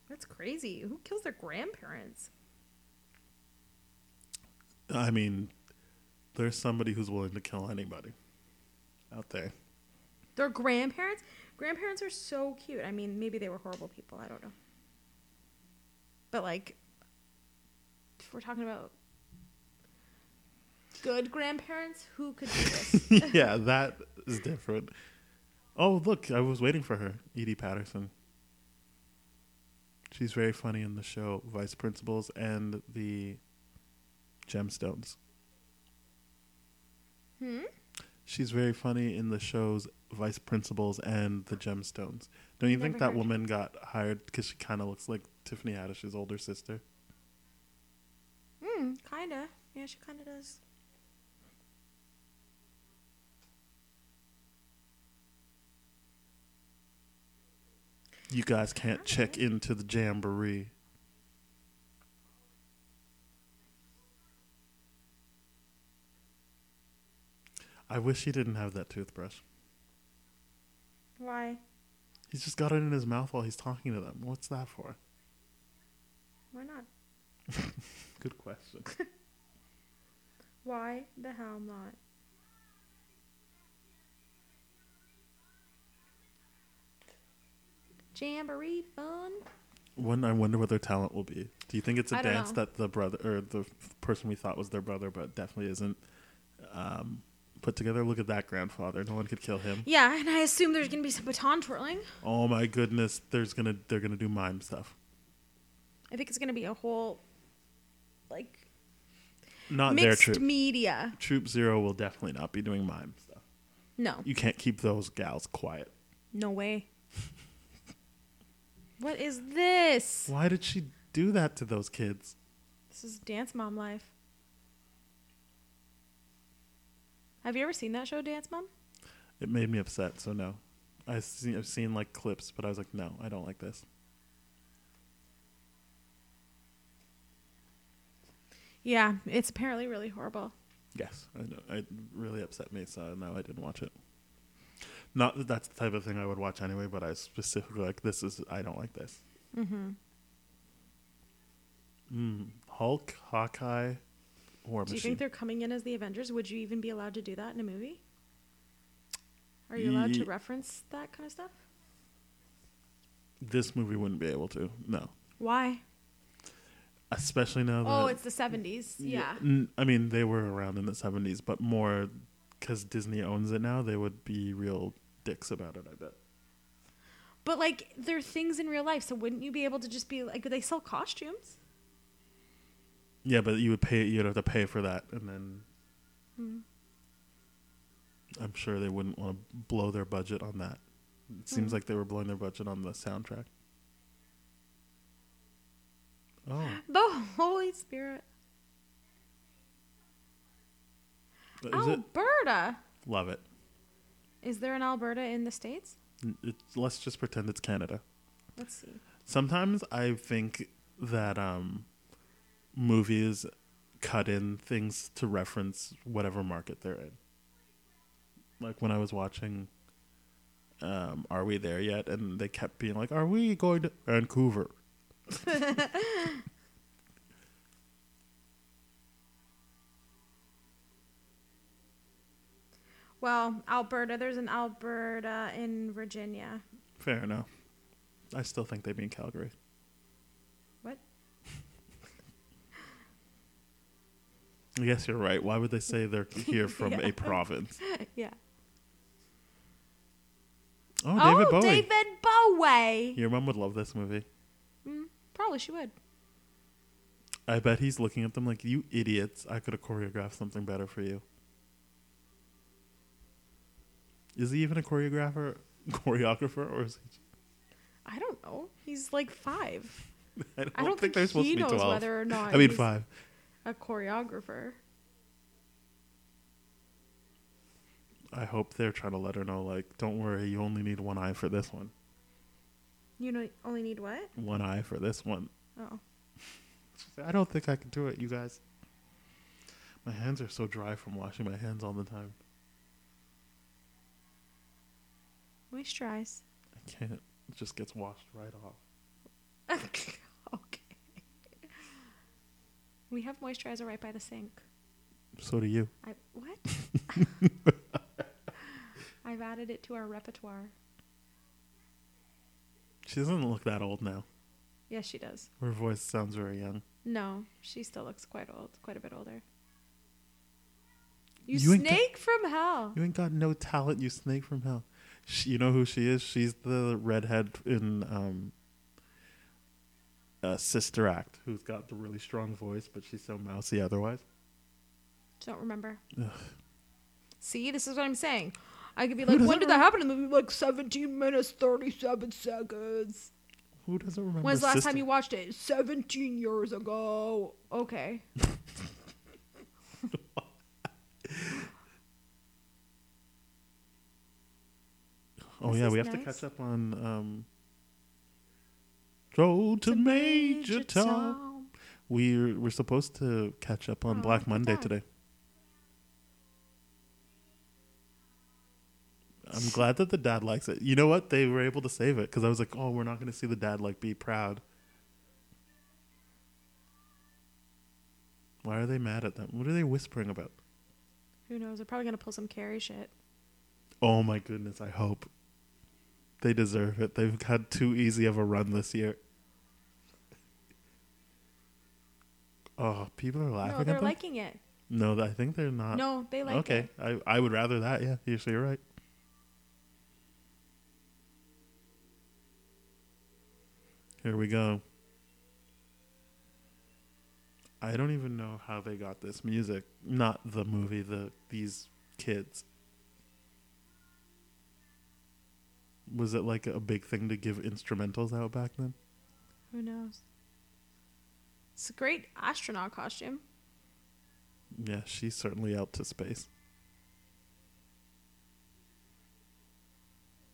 [SPEAKER 3] That's crazy. Who kills their grandparents?
[SPEAKER 2] I mean, there's somebody who's willing to kill anybody out there.
[SPEAKER 3] Their grandparents? Grandparents are so cute. I mean, maybe they were horrible people. I don't know. But like, if we're talking about good grandparents, who could do this?
[SPEAKER 2] yeah, that is different. Oh, look, I was waiting for her, Edie Patterson. She's very funny in the show Vice Principals and the Gemstones.
[SPEAKER 3] Hmm?
[SPEAKER 2] She's very funny in the shows Vice Principals and the Gemstones. Don't you think
[SPEAKER 3] Never
[SPEAKER 2] that
[SPEAKER 3] heard.
[SPEAKER 2] woman got hired because she kind of looks like Tiffany Haddish's older sister?
[SPEAKER 3] mm, kinda. Yeah, she kinda does.
[SPEAKER 2] You guys can't check into the jamboree. I wish he didn't have that toothbrush.
[SPEAKER 3] Why?
[SPEAKER 2] He's just got it in his mouth while he's talking to them. What's that for?
[SPEAKER 3] Why not?
[SPEAKER 2] Good question.
[SPEAKER 3] Why the hell not? Jamboree fun.
[SPEAKER 2] One, I wonder what their talent will be. Do you think it's a
[SPEAKER 3] I don't
[SPEAKER 2] dance
[SPEAKER 3] know.
[SPEAKER 2] that the brother or the person we thought was their brother, but definitely isn't, um, put together? Look at that grandfather. No one could kill him.
[SPEAKER 3] Yeah, and I assume there's gonna be some baton twirling.
[SPEAKER 2] Oh my goodness! There's gonna they're gonna do mime stuff.
[SPEAKER 3] I think it's gonna be a whole like
[SPEAKER 2] Not their
[SPEAKER 3] mixed
[SPEAKER 2] troop.
[SPEAKER 3] media.
[SPEAKER 2] Troop Zero will definitely not be doing mime stuff.
[SPEAKER 3] No,
[SPEAKER 2] You can't keep those gals quiet.
[SPEAKER 3] no way. what is this?
[SPEAKER 2] Why did she do that to those kids?
[SPEAKER 3] This is Dance Mom life. Have you ever seen that show, Dance Mom?
[SPEAKER 2] It made me upset. So no, I've seen, I've seen like clips, but I was like, no, I don't like this.
[SPEAKER 3] Yeah, it's apparently really horrible.
[SPEAKER 2] Yes, I know. It really upset me. So no, I didn't watch it. Not that that's the type of thing I would watch anyway, but I specifically like this is I don't like this. Mm-hmm. Mm, Hulk, Hawkeye, War
[SPEAKER 3] Do you
[SPEAKER 2] Machine.
[SPEAKER 3] think they're coming in as the Avengers? Would you even be allowed to do that in a movie? Are you allowed
[SPEAKER 2] Ye-
[SPEAKER 3] to reference that kind of stuff?
[SPEAKER 2] this movie wouldn't be able to. No,
[SPEAKER 3] Why?
[SPEAKER 2] especially now that
[SPEAKER 3] Oh, it's the 70s. Yeah.
[SPEAKER 2] N- I mean, they were around in the 70s, but more because Disney owns it now, they would be real dicks about it, I bet.
[SPEAKER 3] But like, there are things in real life, so wouldn't you be able to just be like, they sell costumes?
[SPEAKER 2] Yeah, but you would pay, you'd have to pay for that, and then I'm sure they wouldn't want to blow their budget on that. It seems like they were blowing their budget on the soundtrack. Oh,
[SPEAKER 3] The Holy Spirit.
[SPEAKER 2] is
[SPEAKER 3] Oh.
[SPEAKER 2] it?
[SPEAKER 3] Alberta.
[SPEAKER 2] Love it.
[SPEAKER 3] Is there an Alberta in the States?
[SPEAKER 2] N- it's- let's just pretend it's Canada.
[SPEAKER 3] Let's see.
[SPEAKER 2] Sometimes I think that um, movies cut in things to reference whatever market they're in. Like when I was watching um, Are We There Yet? And they kept being like, Are we going to Vancouver?
[SPEAKER 3] Well, Alberta. There's an Alberta in Virginia.
[SPEAKER 2] Fair enough. I still think they mean Calgary.
[SPEAKER 3] What?
[SPEAKER 2] I guess you're right. Why would they say they're here from
[SPEAKER 3] Yeah.
[SPEAKER 2] a province?
[SPEAKER 3] yeah.
[SPEAKER 2] Oh, David
[SPEAKER 3] oh,
[SPEAKER 2] Bowie.
[SPEAKER 3] David Bowie.
[SPEAKER 2] Your mom would love this movie.
[SPEAKER 3] Probably she would.
[SPEAKER 2] I bet he's looking at them like, you idiots, I could have choreographed something better for you. Is he even a choreographer, choreographer, or is he?
[SPEAKER 3] I don't know. He's like five.
[SPEAKER 2] I don't,
[SPEAKER 3] I don't
[SPEAKER 2] think,
[SPEAKER 3] think
[SPEAKER 2] they're supposed
[SPEAKER 3] he
[SPEAKER 2] to be
[SPEAKER 3] knows
[SPEAKER 2] twelve.
[SPEAKER 3] whether or not
[SPEAKER 2] I mean
[SPEAKER 3] he's-
[SPEAKER 2] five.
[SPEAKER 3] A choreographer.
[SPEAKER 2] I hope they're trying to let her know, like, don't worry, you only need one eye for this one,
[SPEAKER 3] You know, only need what?
[SPEAKER 2] one eye for this one.
[SPEAKER 3] Oh.
[SPEAKER 2] She's like, I don't think I can do it, you guys. My hands are so dry from washing my hands all the time.
[SPEAKER 3] Moisturize.
[SPEAKER 2] I can't. It just gets washed right off.
[SPEAKER 3] okay. We have moisturizer right by the sink.
[SPEAKER 2] So do you.
[SPEAKER 3] I what? I've added it to our repertoire.
[SPEAKER 2] She doesn't look that old now.
[SPEAKER 3] Yes, she does.
[SPEAKER 2] Her voice sounds very young.
[SPEAKER 3] No, she still looks quite old, quite a bit older. You,
[SPEAKER 2] You ain't got-
[SPEAKER 3] snake from hell.
[SPEAKER 2] You ain't got no talent, you snake from hell. She, you know who she is? She's the redhead in um, uh, Sister Act, who's got the really strong voice, but she's so mousy otherwise.
[SPEAKER 3] Don't remember.
[SPEAKER 2] Ugh.
[SPEAKER 3] See, this is what I'm saying. I could be
[SPEAKER 2] Who
[SPEAKER 3] like,
[SPEAKER 2] doesn't
[SPEAKER 3] when did that happen? And they'll be like, 17 minutes, 37 seconds.
[SPEAKER 2] Who doesn't remember?
[SPEAKER 3] When's the last time
[SPEAKER 2] Sister-
[SPEAKER 3] you watched it? 17 years ago. Okay.
[SPEAKER 2] Oh
[SPEAKER 3] Is
[SPEAKER 2] Oh, yeah,
[SPEAKER 3] this
[SPEAKER 2] we have to
[SPEAKER 3] nice?
[SPEAKER 2] catch up on um, Road to Major Tom. We're we're supposed to catch up on
[SPEAKER 3] Oh,
[SPEAKER 2] Black
[SPEAKER 3] look at
[SPEAKER 2] Monday
[SPEAKER 3] that.
[SPEAKER 2] today. I'm glad that the dad likes it. You know what? They were able to save it because I was like, "Oh, we're not going to see the dad like be proud." Why are they mad at them? What are they whispering about?
[SPEAKER 3] Who knows? They're probably going to pull some carry shit.
[SPEAKER 2] Oh my goodness! I hope they deserve it. They've had too easy of a run this year. Oh, people are laughing
[SPEAKER 3] No,
[SPEAKER 2] at
[SPEAKER 3] they're
[SPEAKER 2] them.
[SPEAKER 3] liking it.
[SPEAKER 2] No, th- I think they're not.
[SPEAKER 3] No, they like
[SPEAKER 2] okay,
[SPEAKER 3] it.
[SPEAKER 2] I I would rather that. Yeah, you're so you're right. Here we go. I don't even know how they got this music. Not the movie. The these kids. Was it like a big thing to give instrumentals out back then?
[SPEAKER 3] Who knows? It's a great astronaut costume.
[SPEAKER 2] Yeah, she's certainly out to space.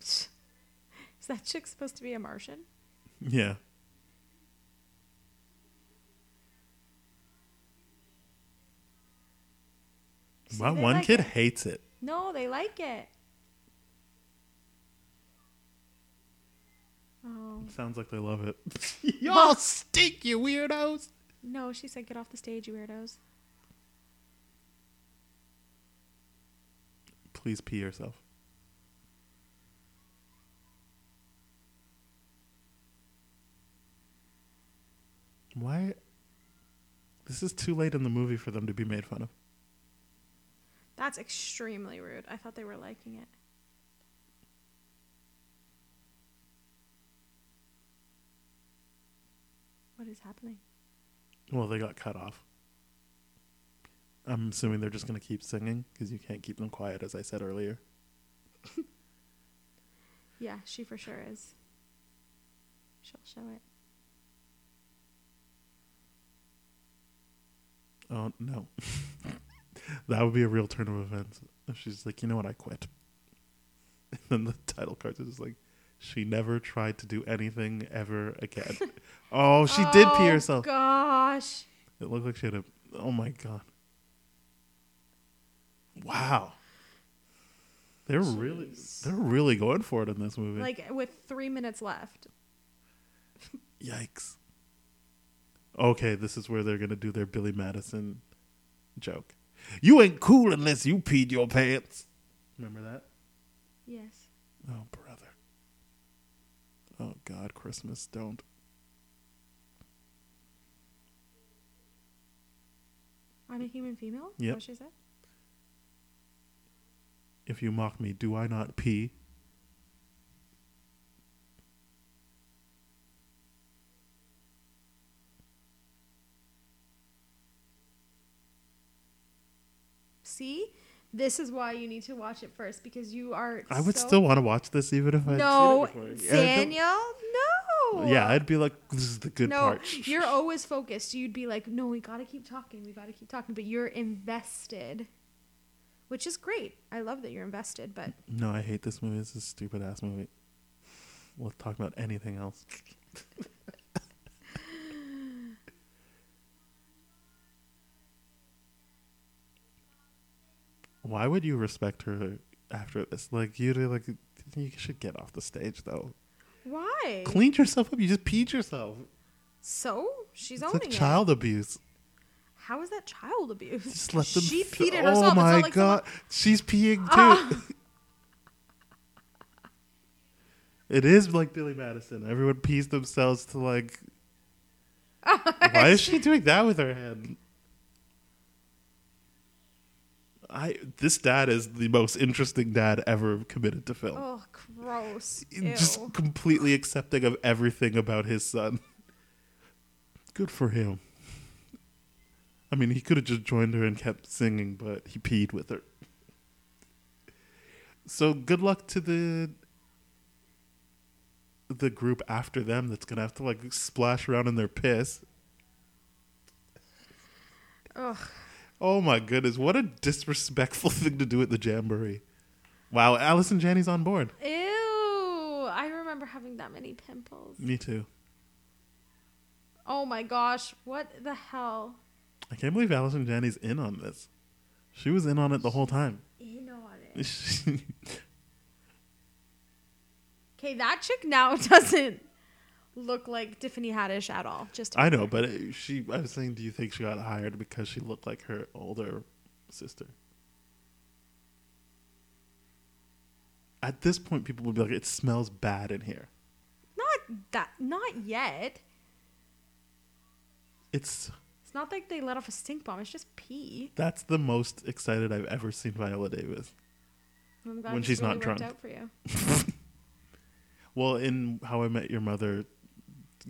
[SPEAKER 3] Is that chick supposed to be a Martian?
[SPEAKER 2] Yeah.
[SPEAKER 3] See,
[SPEAKER 2] My
[SPEAKER 3] they
[SPEAKER 2] one
[SPEAKER 3] like
[SPEAKER 2] kid
[SPEAKER 3] it.
[SPEAKER 2] hates it.
[SPEAKER 3] No, they like it. Oh
[SPEAKER 2] Sounds like they love it.
[SPEAKER 5] Y'all stink, you weirdos.
[SPEAKER 3] no, she said, "Get off the stage, you weirdos."
[SPEAKER 2] Please pee yourself. Why? This is too late in the movie for them to be made fun of.
[SPEAKER 3] That's extremely rude. I thought they were liking it. What is happening?
[SPEAKER 2] Well, they got cut off. I'm assuming they're just going to keep singing because you can't keep them quiet, as I said earlier.
[SPEAKER 3] Yeah, she for sure is. She'll show it.
[SPEAKER 2] Oh, no. that would be a real turn of events. If she's like, you know what, I quit. And then the title cards is just like, she never tried to do anything ever again. oh, she did pee
[SPEAKER 3] Oh,
[SPEAKER 2] herself.
[SPEAKER 3] Gosh.
[SPEAKER 2] It looked like she had a. Oh my god. Wow. They're really they're really going for it in this movie.
[SPEAKER 3] Like with three minutes left.
[SPEAKER 2] Yikes. Okay, this is where they're gonna do their Billy Madison joke. You ain't cool unless you peed your pants. Remember that?
[SPEAKER 3] Yes.
[SPEAKER 2] Oh brother. Oh God, Christmas don't.
[SPEAKER 3] I'm a human female?
[SPEAKER 2] Yep.
[SPEAKER 3] What she said?
[SPEAKER 2] If you mock me, do I not pee?
[SPEAKER 3] See? This is why you need to watch it first because you are.
[SPEAKER 2] I would
[SPEAKER 3] so-
[SPEAKER 2] still want to watch this even if I
[SPEAKER 3] No,
[SPEAKER 2] before. Yeah, I don't-
[SPEAKER 3] Daniel, no.
[SPEAKER 2] Yeah, I'd be like, this is the good
[SPEAKER 3] no,
[SPEAKER 2] part.
[SPEAKER 3] you're always focused. You'd be like, no, we gotta keep talking. We gotta keep talking. But you're invested, which is great. I love that you're invested. But
[SPEAKER 2] No, I hate this movie. This is a stupid ass movie. We'll talk about anything else. Why would you respect her after this? Like you like you should get off the stage though.
[SPEAKER 3] why?
[SPEAKER 2] Clean yourself up. You just peed yourself.
[SPEAKER 3] So
[SPEAKER 2] It's
[SPEAKER 3] she's owning
[SPEAKER 2] like
[SPEAKER 3] it.
[SPEAKER 2] child abuse.
[SPEAKER 3] How is that child abuse?
[SPEAKER 2] Just let them.
[SPEAKER 3] She
[SPEAKER 2] f-
[SPEAKER 3] peed it
[SPEAKER 2] Oh
[SPEAKER 3] herself.
[SPEAKER 2] my
[SPEAKER 3] it's not like
[SPEAKER 2] god, she's peeing too.
[SPEAKER 3] Ah.
[SPEAKER 2] it is like Billy Madison. Everyone pees themselves to like. why is she doing that with her hand? I this dad is the most interesting dad ever committed to film.
[SPEAKER 3] Someone, oh, gross. Ew.
[SPEAKER 2] Just completely accepting of everything about his son. Good for him. I mean, he could have just joined her and kept singing, but he peed with her. So good luck to the the group after them that's gonna have to like splash around in their piss.
[SPEAKER 3] Ugh.
[SPEAKER 2] Oh my goodness, what a disrespectful thing to do at the jamboree. Wow, Alice and Janney's on board.
[SPEAKER 3] Ew. I remember having that many pimples.
[SPEAKER 2] Me too.
[SPEAKER 3] Oh my gosh. What the hell?
[SPEAKER 2] I can't believe Allison Janney's in on this. She was in on it the whole time.
[SPEAKER 3] In on it.
[SPEAKER 2] She-
[SPEAKER 3] Okay, that chick now doesn't look like Tiffany Haddish at all. Just to
[SPEAKER 2] I
[SPEAKER 3] be
[SPEAKER 2] know,
[SPEAKER 3] clear.
[SPEAKER 2] but it- she. I was saying, do you think she got hired because she looked like her older sister? At this point, people would be like, "It smells bad in here."
[SPEAKER 3] not that not yet.
[SPEAKER 2] It's
[SPEAKER 3] It's not like they let off a stink bomb. It's just pee.
[SPEAKER 2] that's the most excited I've ever seen Viola Davis.
[SPEAKER 3] I'm glad
[SPEAKER 2] When
[SPEAKER 3] this
[SPEAKER 2] she's not
[SPEAKER 3] really worked
[SPEAKER 2] drunk.
[SPEAKER 3] out for you.
[SPEAKER 2] Well, in How I Met Your Mother,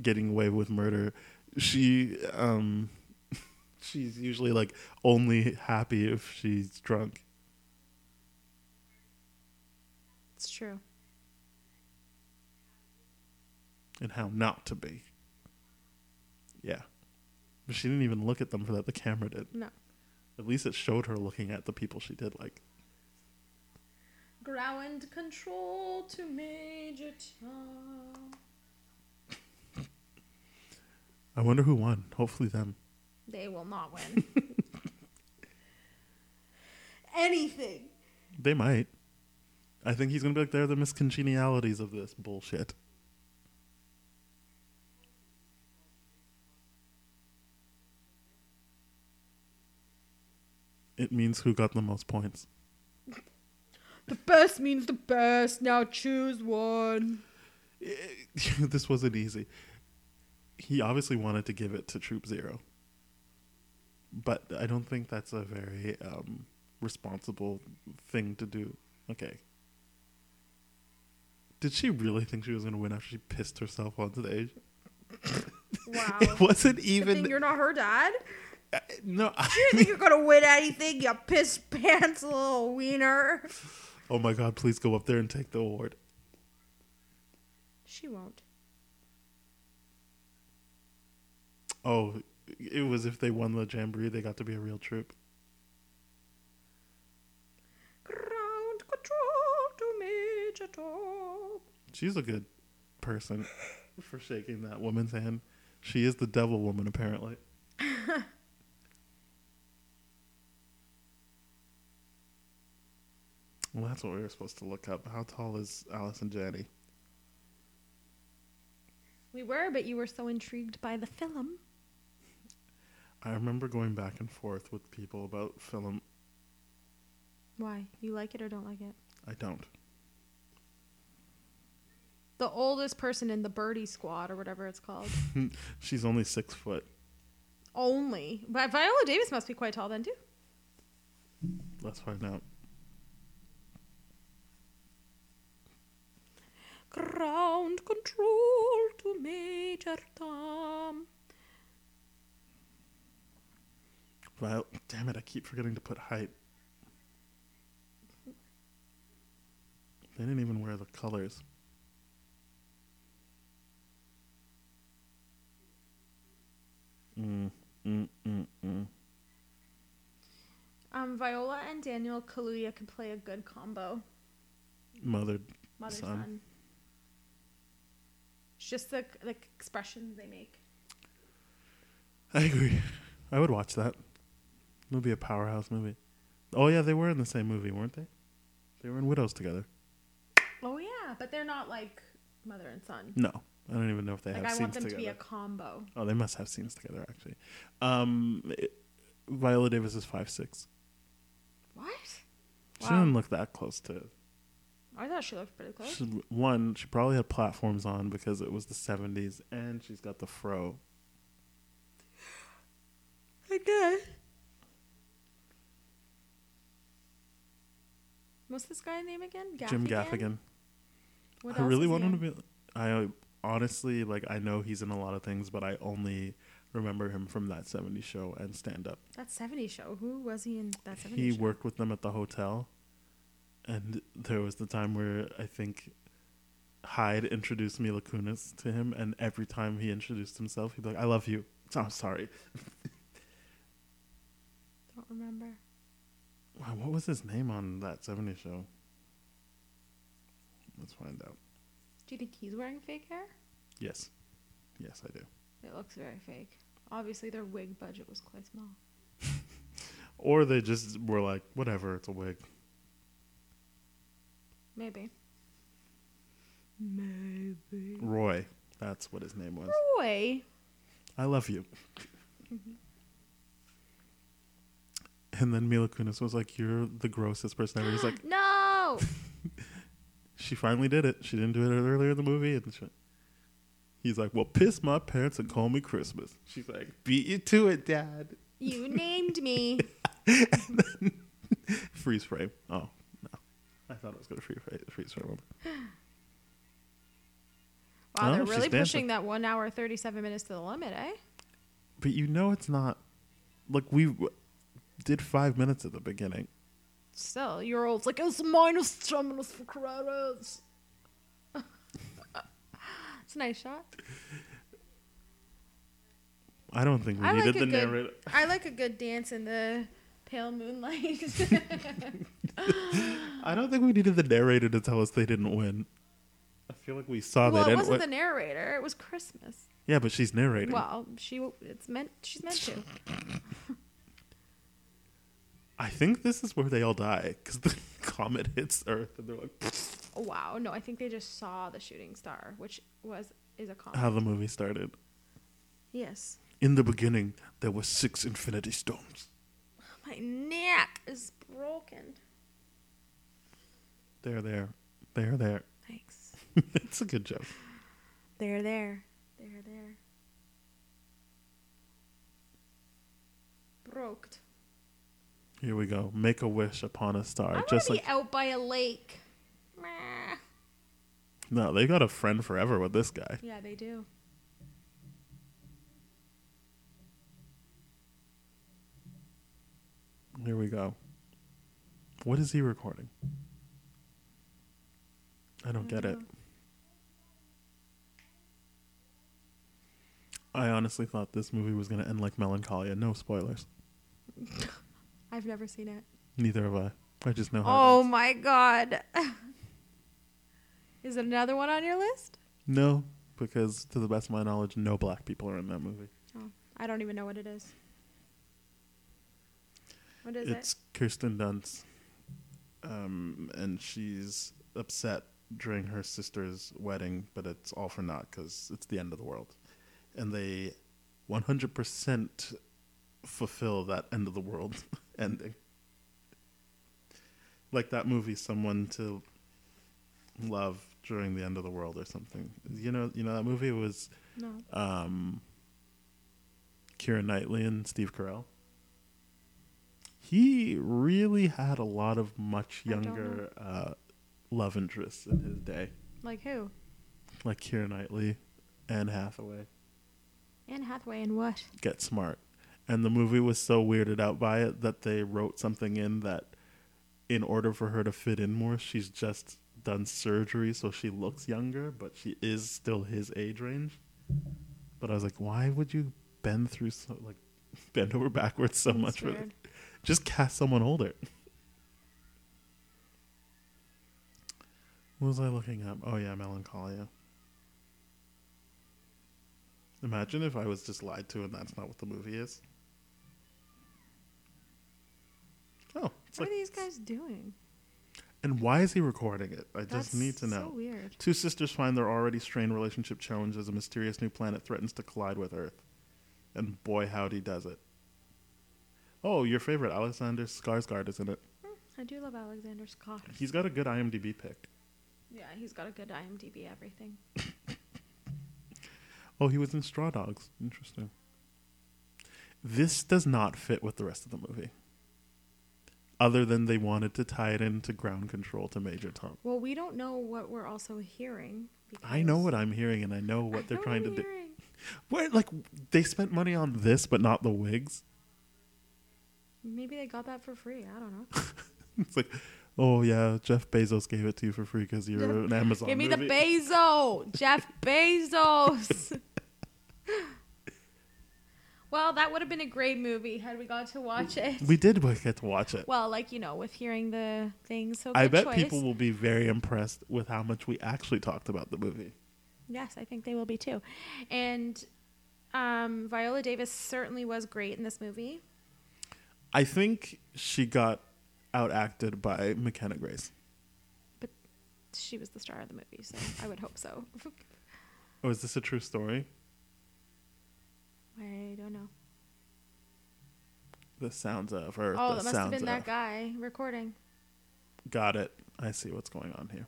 [SPEAKER 2] getting away with murder, she um, she's usually like only happy if she's drunk.
[SPEAKER 3] It's true.
[SPEAKER 2] and how not to be. Yeah. But she didn't even look at them for that. The camera did.
[SPEAKER 3] No.
[SPEAKER 2] At least it showed her looking at the people she did like.
[SPEAKER 3] Ground control to Major Tom.
[SPEAKER 2] I wonder who won. Hopefully them.
[SPEAKER 3] They will not win. Anything.
[SPEAKER 2] They might. I think he's going to be like, they're the miscongenialities of this bullshit. It means who got the most points.
[SPEAKER 3] The best means the best. Now choose one.
[SPEAKER 2] this wasn't easy. He obviously wanted to give it to Troop Zero, but I don't think that's a very um, responsible thing to do. Okay. Did she really think she was going to win after she pissed herself on stage?
[SPEAKER 3] Wow.
[SPEAKER 2] It wasn't
[SPEAKER 3] Good thing
[SPEAKER 2] even.
[SPEAKER 3] you're not her dad.
[SPEAKER 2] I- no. I-
[SPEAKER 6] You think you're gonna win anything, you piss pants little wiener?
[SPEAKER 2] oh my god! Please go up there and take the award.
[SPEAKER 3] She won't.
[SPEAKER 2] Oh, it was if they won the jamboree, they got to be a real troop.
[SPEAKER 6] Ground control to Major Tom.
[SPEAKER 2] She's a good person for shaking that woman's hand. She is the devil woman, apparently. well, that's what we were supposed to look up. How tall is Alice and Janney?
[SPEAKER 3] We were, but you were so intrigued by the film.
[SPEAKER 2] I remember going back and forth with people about film.
[SPEAKER 3] Why? You like it or don't like it?
[SPEAKER 2] I don't.
[SPEAKER 3] The oldest person in the birdie squad or whatever it's called.
[SPEAKER 2] She's only six foot.
[SPEAKER 3] Only. But Viola Davis must be quite tall then too.
[SPEAKER 2] Let's find out.
[SPEAKER 3] Ground control to Major Tom.
[SPEAKER 2] Viol- Damn it! I keep forgetting to put height. They didn't even wear the colors. Mm, mm, mm, mm.
[SPEAKER 3] Um, Viola and Daniel Kaluuya could play a good combo.
[SPEAKER 2] Mother,
[SPEAKER 3] Mother son.
[SPEAKER 2] Son.
[SPEAKER 3] It's just the the expressions they make.
[SPEAKER 2] I agree. I would watch that. It'll be a powerhouse movie. Oh yeah, they were in the same movie, weren't they? They were in Widows together.
[SPEAKER 3] Oh yeah, but they're not like mother and son.
[SPEAKER 2] No, I don't even know if they
[SPEAKER 3] Like
[SPEAKER 2] have
[SPEAKER 3] I
[SPEAKER 2] scenes
[SPEAKER 3] want them
[SPEAKER 2] together.
[SPEAKER 3] to be a combo.
[SPEAKER 2] Oh, they must have scenes together actually. Um, it- Viola Davis is five six.
[SPEAKER 3] What?
[SPEAKER 2] She didn't look that close to.
[SPEAKER 3] I thought she looked pretty close.
[SPEAKER 2] She, one, she probably had platforms on because it was the '70s, and she's got the fro.
[SPEAKER 6] Again.
[SPEAKER 3] What's this guy's name again? Gaffigan?
[SPEAKER 2] Jim Gaffigan. I
[SPEAKER 3] What else
[SPEAKER 2] really
[SPEAKER 3] is he
[SPEAKER 2] want him to
[SPEAKER 3] in?
[SPEAKER 2] be. I honestly like. I know he's in a lot of things, but I only remember him from that '70s show and stand up.
[SPEAKER 3] That 70s show. Who was he in that 70s
[SPEAKER 2] He
[SPEAKER 3] show?
[SPEAKER 2] worked with them at the hotel, and there was the time where I think Hyde introduced Mila Kunis to him, and every time he introduced himself, he'd be like, "I love you." I'm sorry.
[SPEAKER 3] Don't remember.
[SPEAKER 2] Wow, what was his name on that 70s show? Let's find out.
[SPEAKER 3] Do you think he's wearing fake hair?
[SPEAKER 2] Yes. Yes, I do.
[SPEAKER 3] It looks very fake. Obviously, their wig budget was quite small.
[SPEAKER 2] Or they just were like, whatever, it's a wig.
[SPEAKER 3] Maybe.
[SPEAKER 2] Roy. That's what his name was.
[SPEAKER 3] Boy.
[SPEAKER 2] I love you.
[SPEAKER 3] Mm-hmm.
[SPEAKER 2] and then Mila Kunis was like, You're the grossest person ever. He's like,
[SPEAKER 3] No!
[SPEAKER 2] She finally did it. She didn't do it earlier in the movie. And she, he's like, Well, piss my pants and call me Christmas. She's like, Beat you to it, Dad.
[SPEAKER 3] you named me.
[SPEAKER 2] Freeze frame. Oh no, I thought it was gonna freeze frame. Freeze frame.
[SPEAKER 3] Wow,
[SPEAKER 2] Oh,
[SPEAKER 3] they're
[SPEAKER 2] she's
[SPEAKER 3] really
[SPEAKER 2] dancing.
[SPEAKER 3] pushing that one hour, 37 minutes to the limit, eh?
[SPEAKER 2] But you know it's not. Like we w- did five minutes at the beginning.
[SPEAKER 3] Still, you're all like, it's minus 10 minutes for credits. it's a nice shot.
[SPEAKER 2] I don't think we
[SPEAKER 3] I like
[SPEAKER 2] needed
[SPEAKER 3] a
[SPEAKER 2] the
[SPEAKER 3] good-
[SPEAKER 2] narrator.
[SPEAKER 3] I like a good dance in the pale moonlight.
[SPEAKER 2] Oh, I don't think we needed the narrator to tell us they didn't win. I feel like we saw
[SPEAKER 3] well,
[SPEAKER 2] they
[SPEAKER 3] it
[SPEAKER 2] didn't
[SPEAKER 3] wasn't
[SPEAKER 2] win.
[SPEAKER 3] the narrator. It was Christmas.
[SPEAKER 2] yeah, but she's narrating.
[SPEAKER 3] Well, she it's meant she's meant to.
[SPEAKER 2] I think this is where they all die because the comet hits Earth and they're like,
[SPEAKER 3] Oh, wow, no, I think they just saw the shooting star, which was is a comet.
[SPEAKER 2] how the movie started.
[SPEAKER 3] yes,
[SPEAKER 2] In the beginning, there were six infinity stones.
[SPEAKER 3] my neck is broken.
[SPEAKER 2] They're there. They're there.
[SPEAKER 3] Thanks.
[SPEAKER 2] it's a good joke.
[SPEAKER 3] They're there. They're there. Broke.
[SPEAKER 2] Here we go. Make a wish upon a
[SPEAKER 3] I
[SPEAKER 2] star.
[SPEAKER 3] want
[SPEAKER 2] Just
[SPEAKER 3] to be
[SPEAKER 2] like
[SPEAKER 3] out by a lake. Meh.
[SPEAKER 2] no, they got a friend forever with this guy.
[SPEAKER 3] Yeah, they do.
[SPEAKER 2] Here we go. What is he recording? I don't get it. I honestly thought this movie was going to end like Melancholia. No spoilers.
[SPEAKER 3] I've never seen it.
[SPEAKER 2] Neither have I. I just know how.
[SPEAKER 3] Oh
[SPEAKER 2] it ends.
[SPEAKER 3] my god. Is it another one on your list?
[SPEAKER 2] No, because to the best of my knowledge, no black people are in that movie.
[SPEAKER 3] Oh, I don't even know what it is. What is
[SPEAKER 2] it's Kirsten Dunst, um, and she's upset during her sister's wedding, but it's all for naught because it's the end of the world, and they 100% fulfill that end of the world ending. Like that movie, someone to love during the end of the world or something. You know, you know that movie was
[SPEAKER 3] it? No.
[SPEAKER 2] um, Kira Knightley and Steve Carell. He really had a lot of much
[SPEAKER 3] I don't
[SPEAKER 2] younger uh, love interests in his day,
[SPEAKER 3] Like who?
[SPEAKER 2] like Kira Knightley, Anne Hathaway.
[SPEAKER 3] Anne Hathaway and what?
[SPEAKER 2] Get Smart. And the movie was so weirded out by it that they wrote something in that in order for her to fit in more, she's just done surgery so she looks younger, but she is still his age range. But I was like, why would you bend through so like bend over backwards so
[SPEAKER 3] That's
[SPEAKER 2] much for
[SPEAKER 3] weird.
[SPEAKER 2] this? Just cast someone older. What was I looking up? Oh yeah, melancholia. Imagine if I was just lied to and that's not what the movie is. Oh, it's
[SPEAKER 3] What
[SPEAKER 2] like,
[SPEAKER 3] are these guys doing?
[SPEAKER 2] and why is he recording it? I
[SPEAKER 3] That's
[SPEAKER 2] just need to know.
[SPEAKER 3] So weird.
[SPEAKER 2] Two sisters find their already strained relationship challenged as a mysterious new planet threatens to collide with Earth. And boy, howdy does it. Oh, your favorite, Alexander Skarsgård, is in it.
[SPEAKER 3] I do love Alexander Scott.
[SPEAKER 2] He's got a good IMDb pick.
[SPEAKER 3] Yeah, he's got a good IMDb everything.
[SPEAKER 2] Oh, he was in Straw Dogs. Interesting. This does not fit with the rest of the movie. Other than they wanted to tie it into ground control to Major Tom.
[SPEAKER 3] Well, we don't know what we're also hearing.
[SPEAKER 2] I know what I'm hearing and I know what they're trying to do.
[SPEAKER 3] do.
[SPEAKER 2] Where like they spent money on this but not the wigs.
[SPEAKER 3] Maybe they got that for free. I don't know.
[SPEAKER 2] It's like, oh yeah, Jeff Bezos gave it to you for free because you're an Amazon.
[SPEAKER 3] Give me the
[SPEAKER 2] movie.
[SPEAKER 3] Bezos, Jeff Bezos. well, that would have been a great movie had we got to watch it.
[SPEAKER 2] We did get to watch it.
[SPEAKER 3] Well, like you know, with hearing the things. So
[SPEAKER 2] I
[SPEAKER 3] good
[SPEAKER 2] bet
[SPEAKER 3] choice.
[SPEAKER 2] people will be very impressed with how much we actually talked about the movie.
[SPEAKER 3] Yes, I think they will be too. And um, Viola Davis certainly was great in this movie.
[SPEAKER 2] I think she got out acted by McKenna Grace.
[SPEAKER 3] She was the star of the movie, so I would hope so.
[SPEAKER 2] Oh, is this a true story?
[SPEAKER 3] I don't know.
[SPEAKER 2] The sounds of her.
[SPEAKER 3] oh,
[SPEAKER 2] the
[SPEAKER 3] that must have
[SPEAKER 2] sounds
[SPEAKER 3] been that
[SPEAKER 2] of.
[SPEAKER 3] guy recording.
[SPEAKER 2] Got it. I see what's going on here.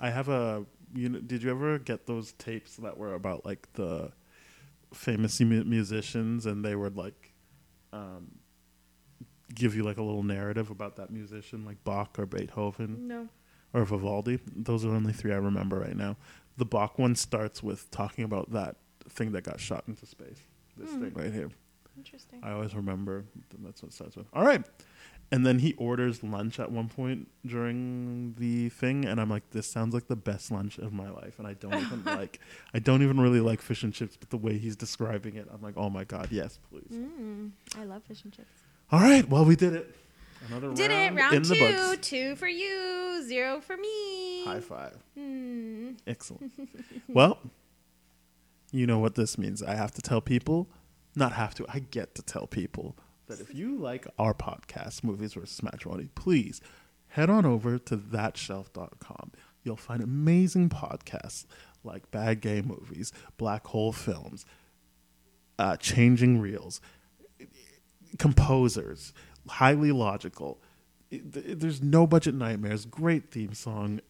[SPEAKER 2] I have a. You know, did you ever get those tapes that were about like the famous mu- musicians, and they would like um, give you like a little narrative about that musician, like Bach or Beethoven
[SPEAKER 3] No.
[SPEAKER 2] or Vivaldi? Those are the only three I remember right now. The Bach one starts with talking about that thing that got shot into space. This thing right here.
[SPEAKER 3] Interesting.
[SPEAKER 2] I always remember. that That's what it starts with. All right. And then he orders lunch at one point during the thing, and I'm like, "This sounds like the best lunch of my life." And I don't even like, I don't even really like fish and chips, but the way he's describing it, I'm like, "Oh my god, yes, please."
[SPEAKER 3] Mm, I love fish and chips.
[SPEAKER 2] All right, well, we did it. Another
[SPEAKER 3] Did
[SPEAKER 2] round,
[SPEAKER 3] it round
[SPEAKER 2] in
[SPEAKER 3] two,
[SPEAKER 2] the books.
[SPEAKER 3] two for you, zero for me.
[SPEAKER 2] High five!
[SPEAKER 3] Hmm.
[SPEAKER 2] Excellent. well, you know what this means. I have to tell people, not have to, I get to tell people that if you like our podcast, Movies vs. Matrimony, please head on over to thatshelf.com. You'll find amazing podcasts like Bad Gay Movies, Black Hole Films, uh, Changing Reels, composers, highly logical. It- th- There's no budget nightmares, great theme song,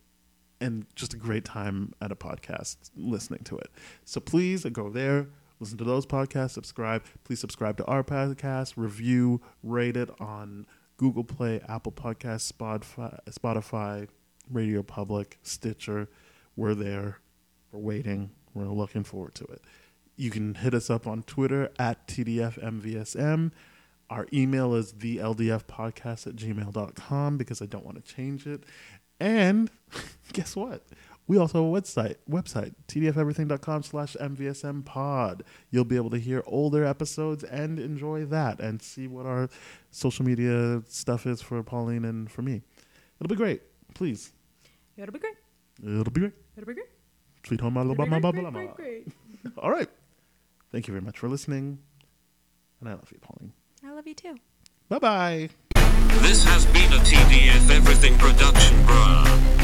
[SPEAKER 2] and just a great time at a podcast listening to it. So please go there, listen to those podcasts, subscribe. Please subscribe to our podcast, review, rate it on Google Play, Apple Podcasts, Spotify, Spotify Radio Public, Stitcher. We're there. We're waiting. We're looking forward to it. You can hit us up on Twitter at TDFMVSM. Our email is theldfpodcast at gmail.com because I don't want to change it. And guess what? We also have a website, website tdfeverything.com slash mvsm pod. You'll be able to hear older episodes and enjoy that and see what our social media stuff is for Pauline and for me. It'll be great. Please.
[SPEAKER 3] It'll be great.
[SPEAKER 2] It'll be great.
[SPEAKER 3] It'll be great.
[SPEAKER 2] Sweet home
[SPEAKER 3] It'll be
[SPEAKER 2] Alabama.
[SPEAKER 3] great,
[SPEAKER 2] blah, blah,
[SPEAKER 3] great,
[SPEAKER 2] blah.
[SPEAKER 3] great, great.
[SPEAKER 2] All right. Thank you very much for listening. And I love you, Pauline.
[SPEAKER 3] I love you too.
[SPEAKER 2] Bye bye.
[SPEAKER 1] This has been a TDF Everything production, bruh.